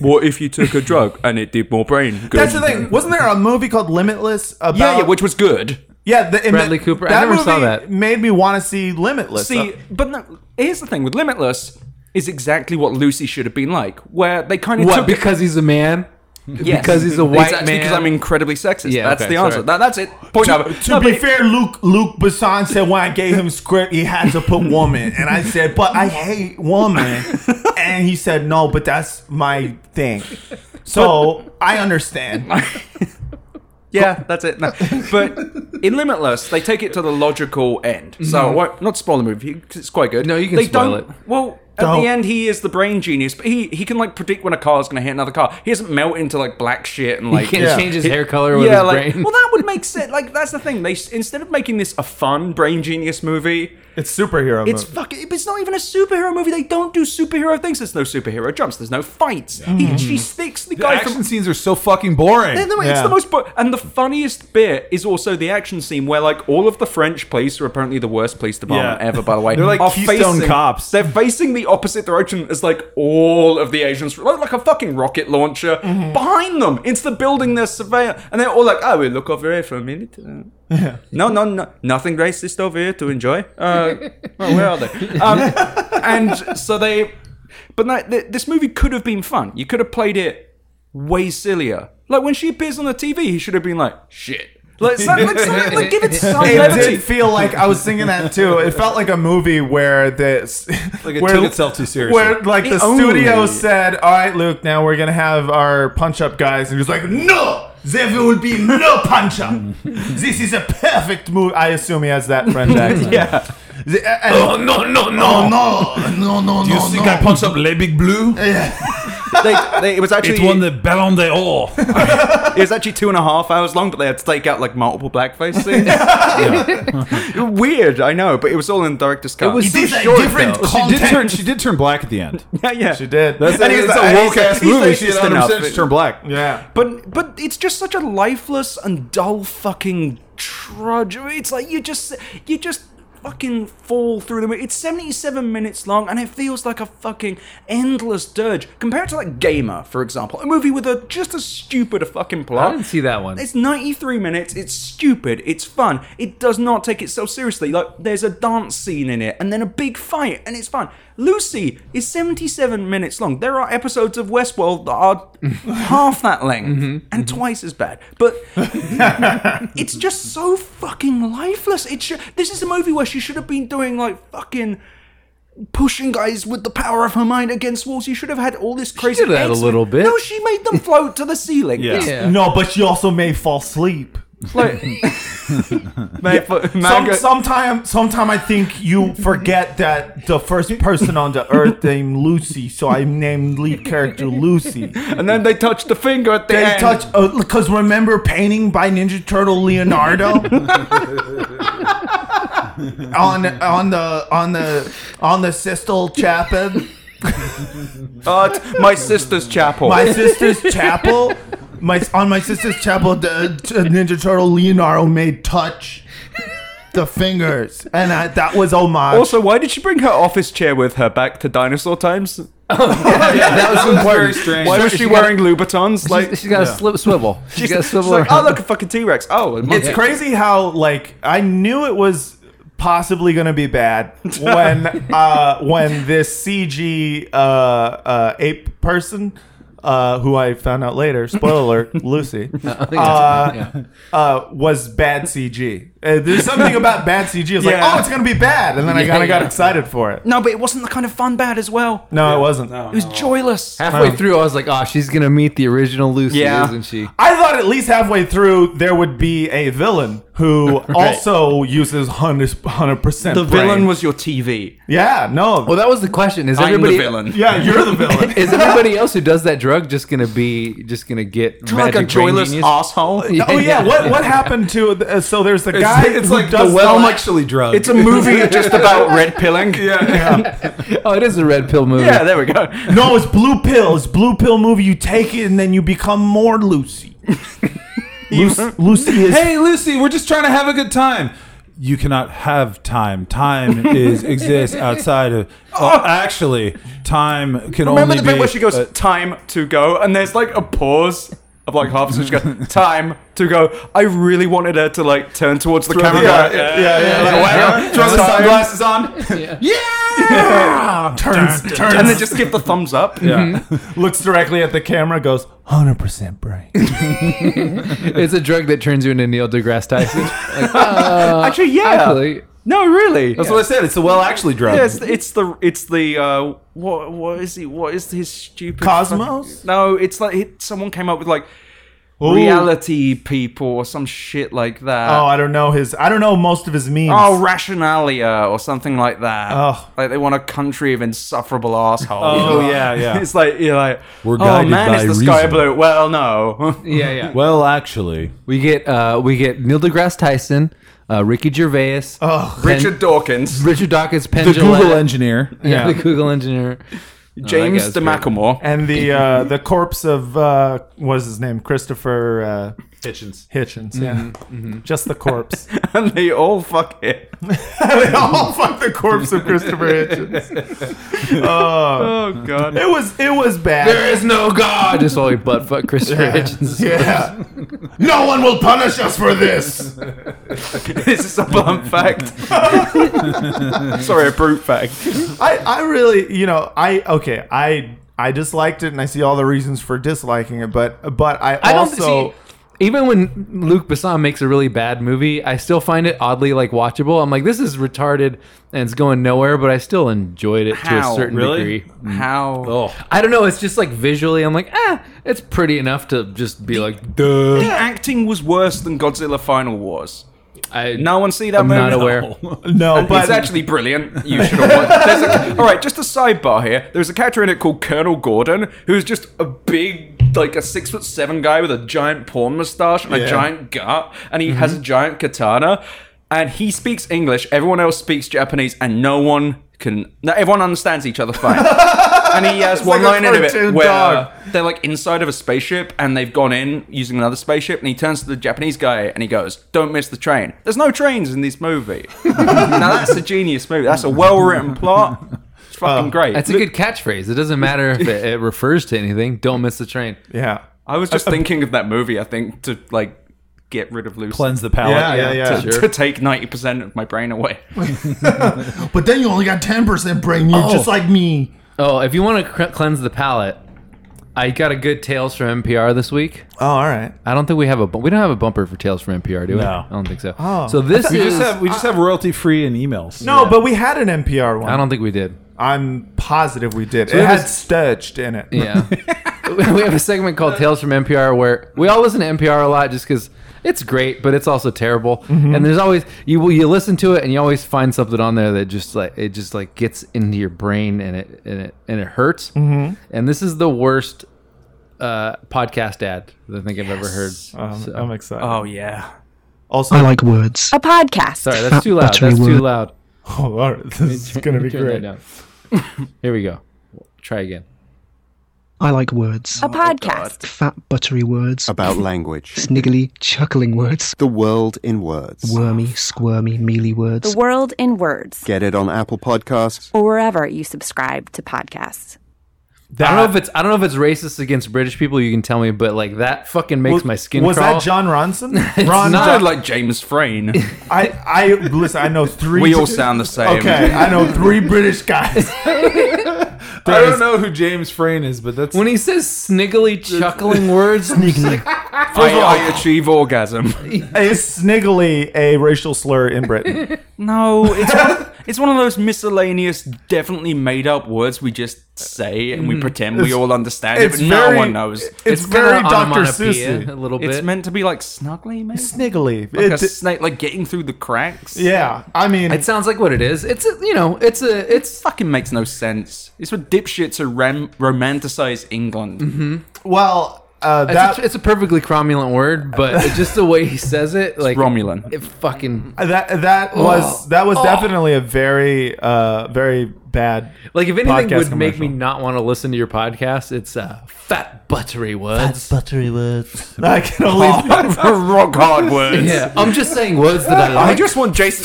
Speaker 2: what if you took a drug and it did more brain? Good.
Speaker 3: that's the thing. Wasn't there a movie called Limitless? About,
Speaker 2: Yeah, yeah, which was good.
Speaker 3: yeah, the, and
Speaker 1: Bradley
Speaker 3: the-
Speaker 1: Cooper. I
Speaker 3: That
Speaker 1: never saw
Speaker 3: movie
Speaker 1: that.
Speaker 3: Made me want to see Limitless.
Speaker 2: See, but no, here's the thing with Limitless is exactly what Lucy should have been like, where they kind of
Speaker 1: What?
Speaker 2: took
Speaker 1: Because he's a man?
Speaker 2: Yes.
Speaker 1: Because he's a white
Speaker 2: Exactly,
Speaker 1: man.
Speaker 2: Because I'm incredibly sexist.
Speaker 1: Yeah,
Speaker 2: that's
Speaker 1: okay,
Speaker 2: the answer.
Speaker 1: sorry.
Speaker 2: That, that's it. Point
Speaker 3: To,
Speaker 2: out.
Speaker 3: to be fair, Luke Luke Besson said when I gave him script, he had to put woman, and I said, but I hate woman, and he said no, but that's my thing. So I understand.
Speaker 2: yeah, that's it. No. But in Limitless, they take it to the logical end. So I won't not spoil the movie because it's quite good.
Speaker 1: Mm-hmm. No, you can
Speaker 2: they
Speaker 1: spoil
Speaker 2: don't,
Speaker 1: it.
Speaker 2: Well, at
Speaker 3: Don't.
Speaker 2: the end, he is the brain genius, but he he can like predict when a car is going to hit another car. He doesn't melt into like black shit and like
Speaker 1: He can't
Speaker 3: Yeah.
Speaker 1: change his hair color with his
Speaker 2: like,
Speaker 1: brain.
Speaker 2: Well, that would make sense. Like, that's the thing. They s- instead of making this a fun brain genius movie,
Speaker 3: It's superhero.
Speaker 2: it's fucking. It's not even a superhero movie. They don't do superhero things. There's no superhero jumps. There's no fights. He, she sticks the,
Speaker 4: Mm-hmm. The
Speaker 2: guy
Speaker 4: action
Speaker 2: from.
Speaker 4: scenes are so fucking boring.
Speaker 2: They're the- It's
Speaker 3: Yeah.
Speaker 2: the most, bo- and the funniest bit is also the action scene where, like, all of the French police are apparently the worst police department
Speaker 4: Yeah.
Speaker 2: ever. By the way,
Speaker 4: They're like
Speaker 2: are
Speaker 4: Keystone
Speaker 2: facing-
Speaker 4: Cops.
Speaker 2: They're facing the opposite direction as like all of the Asians, like, like a fucking rocket launcher
Speaker 4: Mm-hmm.
Speaker 2: behind them. It's the building they're surveilling, and they're all like, "Oh, we look over here for a minute." Uh, No, no, no, nothing racist over here to enjoy. Uh, well, where are they? Um, and so they, but no, th- this movie could have been fun. You could have played it way sillier. Like when she appears on the TV, he should have been like, "Shit." Like, some- like, some- like, give it some
Speaker 3: It
Speaker 2: levity.
Speaker 3: did feel like I was singing that too. It felt like a movie where the
Speaker 4: Like, it took itself too seriously.
Speaker 3: Where like the
Speaker 2: It only-
Speaker 3: studio said, "All right, Luke, now we're gonna have our punch up guys," and he was like, "No, there will be no punch up. this is a perfect move." I assume he has that French accent.
Speaker 2: Yeah.
Speaker 3: The- uh, and-
Speaker 4: no, no,
Speaker 8: no,
Speaker 4: Oh,
Speaker 8: no, no, no,
Speaker 4: You
Speaker 8: no,
Speaker 4: think
Speaker 8: no.
Speaker 4: I punched up Le Big Blue?
Speaker 2: They, they, it was actually
Speaker 4: It won the Ballon d'Or.
Speaker 2: It was actually two and a half hours long, but they had to take out like multiple blackface scenes. Weird, I know, but it was all in director's cut. It
Speaker 1: was-
Speaker 8: This is a
Speaker 1: Short,
Speaker 8: different
Speaker 1: though.
Speaker 4: she did
Speaker 8: content.
Speaker 4: turn. She did turn black at the end.
Speaker 2: yeah, yeah.
Speaker 3: she did.
Speaker 4: That's
Speaker 3: And
Speaker 4: and
Speaker 3: he's
Speaker 4: it's
Speaker 3: like-
Speaker 4: a woke
Speaker 3: and
Speaker 4: ass
Speaker 3: he's-
Speaker 4: movie.
Speaker 2: he's
Speaker 4: She did
Speaker 2: racist
Speaker 4: 100
Speaker 2: enough.
Speaker 4: She turned black.
Speaker 3: Yeah.
Speaker 2: But but it's just such a lifeless and dull fucking trudge. It's like you just you just fucking fall through the movie. It's 77 minutes long and it feels like a fucking endless dirge. Compared to like Gamer, for example, a movie with a just as stupid a fucking plot.
Speaker 1: I didn't see that one.
Speaker 2: It's 93 minutes. It's stupid. It's fun. It does not take itself seriously. Like there's a dance scene in it, and then a big fight, and it's fun. Lucy is 77 minutes long. There are episodes of Westworld that are half that length
Speaker 1: Mm-hmm,
Speaker 2: and twice as bad. But it's just so fucking lifeless. It should. This is a movie where she should have been doing like fucking pushing guys with the power of her mind against walls. You should have had all this crazy.
Speaker 1: did that a
Speaker 2: X-Men-
Speaker 1: little bit.
Speaker 2: No, she made them float to the ceiling.
Speaker 4: Yeah.
Speaker 2: It's
Speaker 1: Yeah.
Speaker 3: No, but she also may fall asleep.
Speaker 2: Like, man, but
Speaker 3: Some,
Speaker 2: manga-
Speaker 3: sometime, sometime I think you forget that the first person on the earth named Lucy, so I named lead character Lucy.
Speaker 2: and then they touch the finger at the
Speaker 3: They
Speaker 2: end.
Speaker 3: touch because remember painting by Ninja Turtle Leonardo on on the on the on the Sistel Chapel,
Speaker 2: Uh, it's my sister's chapel.
Speaker 3: my sister's chapel, my on my sister's chapel. The t- Ninja Turtle Leonardo made touch the fingers, and I, that was homage.
Speaker 2: also, why did she bring her office chair with her back to dinosaur times?
Speaker 4: that was very strange.
Speaker 2: Why was she, wearing Louboutins? Like,
Speaker 1: she's got a slip, swivel. She's got a
Speaker 2: she's
Speaker 1: swivel.
Speaker 2: like, oh
Speaker 1: around.
Speaker 2: look, a fucking T Rex. Oh, a
Speaker 3: it's
Speaker 2: monkey.
Speaker 3: crazy how like I knew it was possibly going to be bad when uh, when this CG uh, uh, ape person. Uh, who I found out later, spoiler alert, Lucy, uh, uh, was bad CG. Uh, there's something about bad CG. It's like,
Speaker 2: Yeah.
Speaker 3: oh, it's gonna be bad, and then I
Speaker 1: Yeah,
Speaker 3: kind of got
Speaker 1: yeah.
Speaker 3: excited for it.
Speaker 2: No, but it wasn't the kind of fun bad as well.
Speaker 3: No, it wasn't.
Speaker 2: It was joyless.
Speaker 1: Halfway through, I was like, oh, she's gonna meet the original Lucy,
Speaker 2: Yeah.
Speaker 1: isn't she?
Speaker 3: I thought at least halfway through there would be a villain who also uses hundred percent.
Speaker 2: The villain was your TV.
Speaker 3: yeah, no,
Speaker 1: Well, that was the question. Is
Speaker 2: I'm the
Speaker 1: everybody
Speaker 2: villain.
Speaker 3: Yeah, you're the villain.
Speaker 1: Is everybody else who does that drug just gonna be just gonna get magic
Speaker 2: Like a
Speaker 1: brain
Speaker 2: joyless
Speaker 1: genius?
Speaker 2: asshole.
Speaker 3: oh yeah, what what happened to? The, uh, so there's the guy.
Speaker 4: it's
Speaker 3: who
Speaker 4: like the
Speaker 3: does
Speaker 4: well
Speaker 3: the-
Speaker 4: actually drug.
Speaker 2: It's a movie just about red pilling. Yeah.
Speaker 1: Oh, it is a red pill movie.
Speaker 2: Yeah, there we go.
Speaker 3: No, it's blue pill. It's blue pill movie. You take it and then you become more Lucy. Lucy, Lucy is.
Speaker 4: hey Lucy, we're just trying to have a good time. You cannot have time. Time is exists outside of. Oh, actually, time can
Speaker 2: Remember
Speaker 4: only
Speaker 2: the bit
Speaker 4: be-
Speaker 2: where she goes,
Speaker 4: uh,
Speaker 2: time to go, and there's like a pause of like half, so she goes, time to go. I really wanted her to like turn towards the camera.
Speaker 3: yeah,
Speaker 2: and go,
Speaker 3: yeah, yeah, yeah,
Speaker 2: like,
Speaker 3: yeah.
Speaker 2: whatever,
Speaker 3: Yeah.
Speaker 2: throw the
Speaker 3: Time.
Speaker 2: sunglasses on,
Speaker 3: turns, turns,
Speaker 2: and then just give the thumbs up. Mm-hmm.
Speaker 4: yeah.
Speaker 3: looks directly at the camera. Goes hundred percent brain.
Speaker 1: It's a drug that turns you into Neil deGrasse Tyson. Like,
Speaker 2: Actually, yeah.
Speaker 1: actually,
Speaker 2: No, really.
Speaker 4: That's what I said. It's the well actually drug.
Speaker 2: Yeah, it's, it's the it's the uh, what what is he? What is his stupid
Speaker 3: Cosmos?
Speaker 2: fuck- no, it's like it, someone came up with like
Speaker 3: Ooh.
Speaker 2: reality people or some shit like that.
Speaker 3: Oh, I don't know his. I don't know most of his memes.
Speaker 2: Oh, Rationalia or something like that.
Speaker 3: Oh.
Speaker 2: Like they want a country of insufferable assholes.
Speaker 4: Oh, yeah, yeah.
Speaker 2: it's like you're like,
Speaker 4: We're
Speaker 2: oh
Speaker 4: guided
Speaker 2: man,
Speaker 4: by
Speaker 2: is the sky
Speaker 4: reason."
Speaker 2: blue? Well, no.
Speaker 1: yeah, yeah.
Speaker 4: well actually.
Speaker 1: We get uh, we get Neil deGrasse Tyson, uh, Ricky Gervais, Pen-
Speaker 2: Richard Dawkins,
Speaker 1: Richard Dawkins, Penn
Speaker 4: The
Speaker 1: Jillette.
Speaker 4: Google engineer.
Speaker 1: yeah,
Speaker 3: Yeah.
Speaker 1: the Google engineer, Oh,
Speaker 2: James
Speaker 1: guy's
Speaker 2: de
Speaker 1: great.
Speaker 2: Macklemore.
Speaker 3: and the uh, the corpse of uh, what is his name? Christopher uh,
Speaker 4: Hitchens.
Speaker 3: Hitchens. Yeah,
Speaker 4: Mm-hmm,
Speaker 3: just the corpse.
Speaker 2: and they all fuck it.
Speaker 3: they all fuck the corpse of Christopher Hitchens. Oh,
Speaker 2: Oh god.
Speaker 3: it was it was bad.
Speaker 1: is no God. Just while we butt fuck Christopher Hitchens.
Speaker 3: yeah. No one will punish us for this.
Speaker 2: this is a blunt fact. Sorry, a brute fact.
Speaker 3: I, I really, you know, I okay, I I disliked it and I see all the reasons for disliking it, but but I,
Speaker 1: I don't
Speaker 3: also
Speaker 1: see. Even when Luke Besson makes a really bad movie, I still find it oddly like watchable. I'm like, this is retarded and it's going nowhere, but I still enjoyed it to
Speaker 2: How?
Speaker 1: a certain
Speaker 4: Really?
Speaker 1: degree.
Speaker 2: How?
Speaker 4: Oh.
Speaker 1: I don't know. It's just like visually, I'm like, ah, it's pretty enough to just be like,
Speaker 2: The
Speaker 4: Duh.
Speaker 2: acting was worse than Godzilla Final Wars.
Speaker 1: I
Speaker 2: No one see that
Speaker 1: I'm
Speaker 2: movie.
Speaker 1: not aware.
Speaker 3: no,
Speaker 2: But
Speaker 3: but
Speaker 2: it's actually brilliant. You should have watched. There's a, all right, just a sidebar here. There's a character in it called Colonel Gordon, who's just a big, like a six foot seven guy with a giant porn mustache and a
Speaker 3: Yeah. Mm-hmm.
Speaker 2: giant gut, and he has a giant katana, and he speaks English. Everyone else speaks Japanese, and no one can. No, everyone understands each other fine. and he has one
Speaker 3: like a
Speaker 2: line in it
Speaker 3: cartoon
Speaker 2: where
Speaker 3: dog.
Speaker 2: they're like inside of a spaceship and they've gone in using another spaceship and he turns to the japanese guy and he goes don't miss the train there's no trains in this movie now that's a genius movie that's a well-written plot it's fucking great
Speaker 1: That's a good catchphrase. It doesn't matter if it, it refers to anything. Don't miss the train.
Speaker 3: yeah.
Speaker 2: i was just thinking of that movie i think to like get rid of lucy
Speaker 4: Cleanse the palate.
Speaker 3: Yeah, yeah, yeah.
Speaker 2: to, to take 90% of my brain away
Speaker 8: But then you only got 10% brain. You're just like me.
Speaker 1: Oh, if you want to cr- cleanse the palate, I got a good Tales from NPR this week.
Speaker 3: Oh, all right.
Speaker 1: I don't think we have a bu- we don't have a bumper for Tales from NPR, do we?
Speaker 4: No.
Speaker 1: I don't think so.
Speaker 3: Oh.
Speaker 1: So this
Speaker 4: We
Speaker 1: is
Speaker 4: just have we just have royalty free and emails.
Speaker 3: No, but we had an NPR one.
Speaker 1: I don't think we did.
Speaker 3: I'm positive we did.
Speaker 1: it
Speaker 3: it had
Speaker 1: was-
Speaker 3: Sturged in it.
Speaker 1: Yeah. we have a segment called Tales from NPR where we all listen to NPR a lot just because it's great, but it's also terrible.
Speaker 3: Mm-hmm.
Speaker 1: And there's always you will you listen to it and you always find something on there that just like it just like gets into your brain and it and it and it hurts. Mm-hmm. And this is the worst uh, podcast ad that I think I've ever heard.
Speaker 3: Um,
Speaker 1: So-
Speaker 3: I'm excited.
Speaker 2: Oh yeah.
Speaker 3: also,
Speaker 9: I like words.
Speaker 10: A podcast.
Speaker 1: Sorry, that's too loud.
Speaker 9: Battery
Speaker 1: That's too
Speaker 9: wood.
Speaker 1: loud.
Speaker 3: oh, all right. this is gonna be great.
Speaker 1: Turn that down. Here we go. Try again.
Speaker 9: I like words.
Speaker 10: A podcast.
Speaker 9: Fat, buttery words.
Speaker 11: About language.
Speaker 9: Sniggly, chuckling words.
Speaker 11: The world in words.
Speaker 9: Wormy, squirmy, mealy words.
Speaker 10: The world in words.
Speaker 11: Get it on Apple Podcasts.
Speaker 10: Or wherever you subscribe to podcasts.
Speaker 1: I don't know if it's I don't know if it's racist against British people. You can tell me, but like that fucking makes
Speaker 3: Was-
Speaker 1: my skin
Speaker 3: was
Speaker 1: crawl.
Speaker 3: that John Ronson? Ron,
Speaker 1: not.
Speaker 2: Sounded like James Frayne.
Speaker 3: I, I listen. I know three.
Speaker 2: we all sound the same.
Speaker 3: okay. I know three British guys.
Speaker 4: I don't know who James Frayne is, but that's
Speaker 1: When he says sniggly chuckling words, I'm just like,
Speaker 2: I, I achieve orgasm.
Speaker 3: Is sniggly a racial slur in Britain?
Speaker 2: No, it's one, it's one of those miscellaneous, definitely made up words we just say and we pretend we all understand it, but no one knows.
Speaker 3: It's,
Speaker 1: it's kinda
Speaker 3: very Dr.
Speaker 1: onomatopoeia a
Speaker 3: Seussy.
Speaker 1: little bit.
Speaker 2: It's meant to be like snuggly, maybe?
Speaker 3: Sniggly.
Speaker 2: Like a
Speaker 3: It-
Speaker 2: snake, like getting through the cracks.
Speaker 3: yeah. I mean,
Speaker 1: it sounds like what it is. It's a, you know, it's a it's
Speaker 2: Fucking makes no sense. It's what dipshits who ram- romanticize England.
Speaker 3: well, uh,
Speaker 1: it's,
Speaker 3: that
Speaker 1: a, it's a perfectly cromulent word, but it's just the way he says it, like
Speaker 2: Romulan.
Speaker 1: It fucking
Speaker 3: that that
Speaker 2: Oh.
Speaker 3: was that was definitely a very uh very bad
Speaker 1: like if anything
Speaker 3: Podcast
Speaker 1: would make me
Speaker 3: commercial.
Speaker 1: not want to listen to your podcast, it's uh, fat buttery words.
Speaker 8: Buttery words.
Speaker 3: I can only
Speaker 2: Rock hard words.
Speaker 1: yeah, I'm just saying words that I
Speaker 2: I
Speaker 1: like.
Speaker 2: just want Jason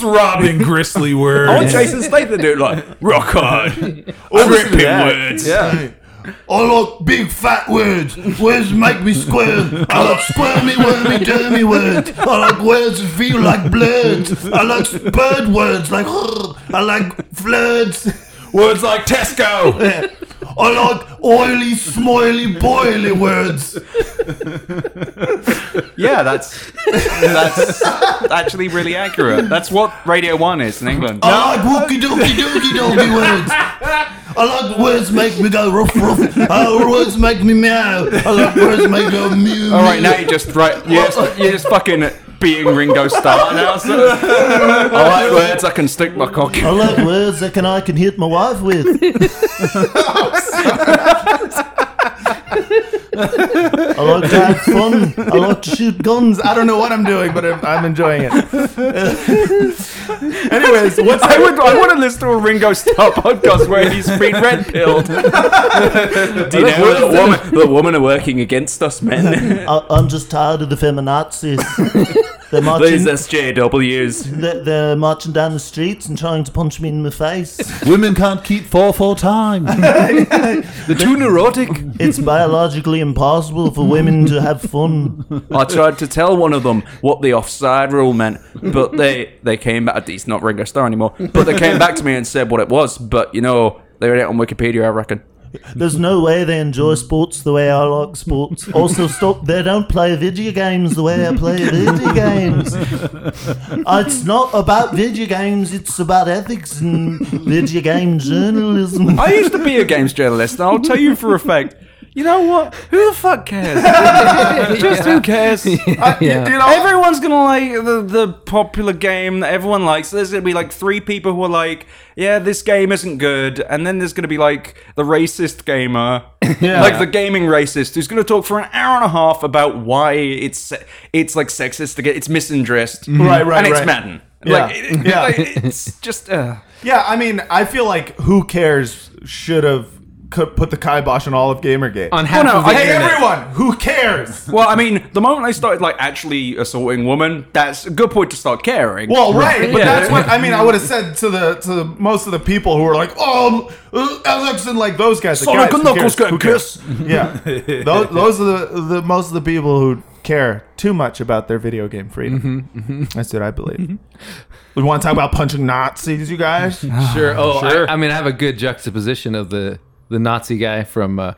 Speaker 4: Robin
Speaker 2: throbbing.
Speaker 4: Grizzly word.
Speaker 2: I want Jason Statham to do it like rock hard,
Speaker 8: listen to
Speaker 2: ripping
Speaker 8: that.
Speaker 2: words.
Speaker 4: Yeah.
Speaker 8: I like Oh, big fat words. Words make me squirm. I like squirmy, wormy, dermy words. I like words that feel like blurs. I like bird words like I like flirts.
Speaker 4: Words like Tesco.
Speaker 8: I like oily, smoily, boily words.
Speaker 2: Yeah, that's that's actually really accurate. That's what Radio One is in England.
Speaker 8: I like wookie dookie dookie dookie words. I like words make me go ruff ruff. I like words make me meow. I like words make me go mew.
Speaker 2: All right, now you just right, you're just, you're just fucking being Ringo Starr now. So. I like words I can stick my cock
Speaker 8: I
Speaker 2: in.
Speaker 8: like words that can I can hit my wife with. I like to have fun. I like to shoot guns. I
Speaker 3: I
Speaker 8: don't.
Speaker 3: don't know what I'm doing, but I'm, I'm enjoying it. Anyways, what's
Speaker 2: I would I want to listen to a Ringo Starr podcast where he's been red pilled. Do you know the woman, the woman are working against us men?
Speaker 8: I, I'm just tired of the feminazis. They're marching.
Speaker 2: SJWs.
Speaker 8: They're, they're marching down the streets and trying to punch me in the face.
Speaker 4: Women can't keep four full time.
Speaker 1: They're too neurotic.
Speaker 8: It's biologically impossible for women to have fun.
Speaker 2: I tried to tell one of them what the offside rule meant, but they they came back. It's not Ringo Starr anymore, but they came back to me and said what it was. But you know, they read it on Wikipedia, I reckon.
Speaker 8: There's no way they enjoy sports the way I like sports. Also, stop. They don't play video games the way I play video games. It's not about video games. It's about ethics and video game journalism.
Speaker 2: I used to be a games journalist, and I'll tell you for a fact. You know what? Who the fuck cares? Just who cares?
Speaker 3: You, you know,
Speaker 2: Everyone's gonna like the, the popular game that everyone likes. There's gonna be like three people who are like, "Yeah, this game isn't good," and then there's gonna be like the racist gamer, like the gaming racist, who's gonna talk for an hour and a half about why it's se- it's like sexist to get it's misandressed,
Speaker 3: Mm-hmm. Right, right,
Speaker 2: and it's
Speaker 3: right.
Speaker 2: Madden.
Speaker 3: Yeah.
Speaker 2: Like, it-
Speaker 3: Yeah.
Speaker 2: like, it's just uh,
Speaker 3: yeah, I mean, I feel like who cares should have could put the kibosh on all of Gamergate.
Speaker 1: On half
Speaker 2: no,
Speaker 1: of the
Speaker 2: I-
Speaker 3: hey,
Speaker 1: internet.
Speaker 3: everyone, who cares?
Speaker 2: Well, I mean, the moment I started like actually assaulting women, that's a good point to start caring.
Speaker 3: Well, right, but
Speaker 2: Yeah.
Speaker 3: that's what I mean. I would have said to the to most of the people who were like, "Oh, uh, Alex and like those guys." Like,
Speaker 2: Sonic
Speaker 3: guys,
Speaker 2: and
Speaker 3: who cares?
Speaker 2: Knuckles get a
Speaker 3: Who cares? Yeah, those, those are the, the most of the people who care too much about their video game freedom.
Speaker 2: Mm-hmm,
Speaker 3: That's what I believe. We want to talk about punching Nazis, you guys.
Speaker 1: Sure. Oh, I, I mean, I have a good juxtaposition of the the Nazi guy from uh,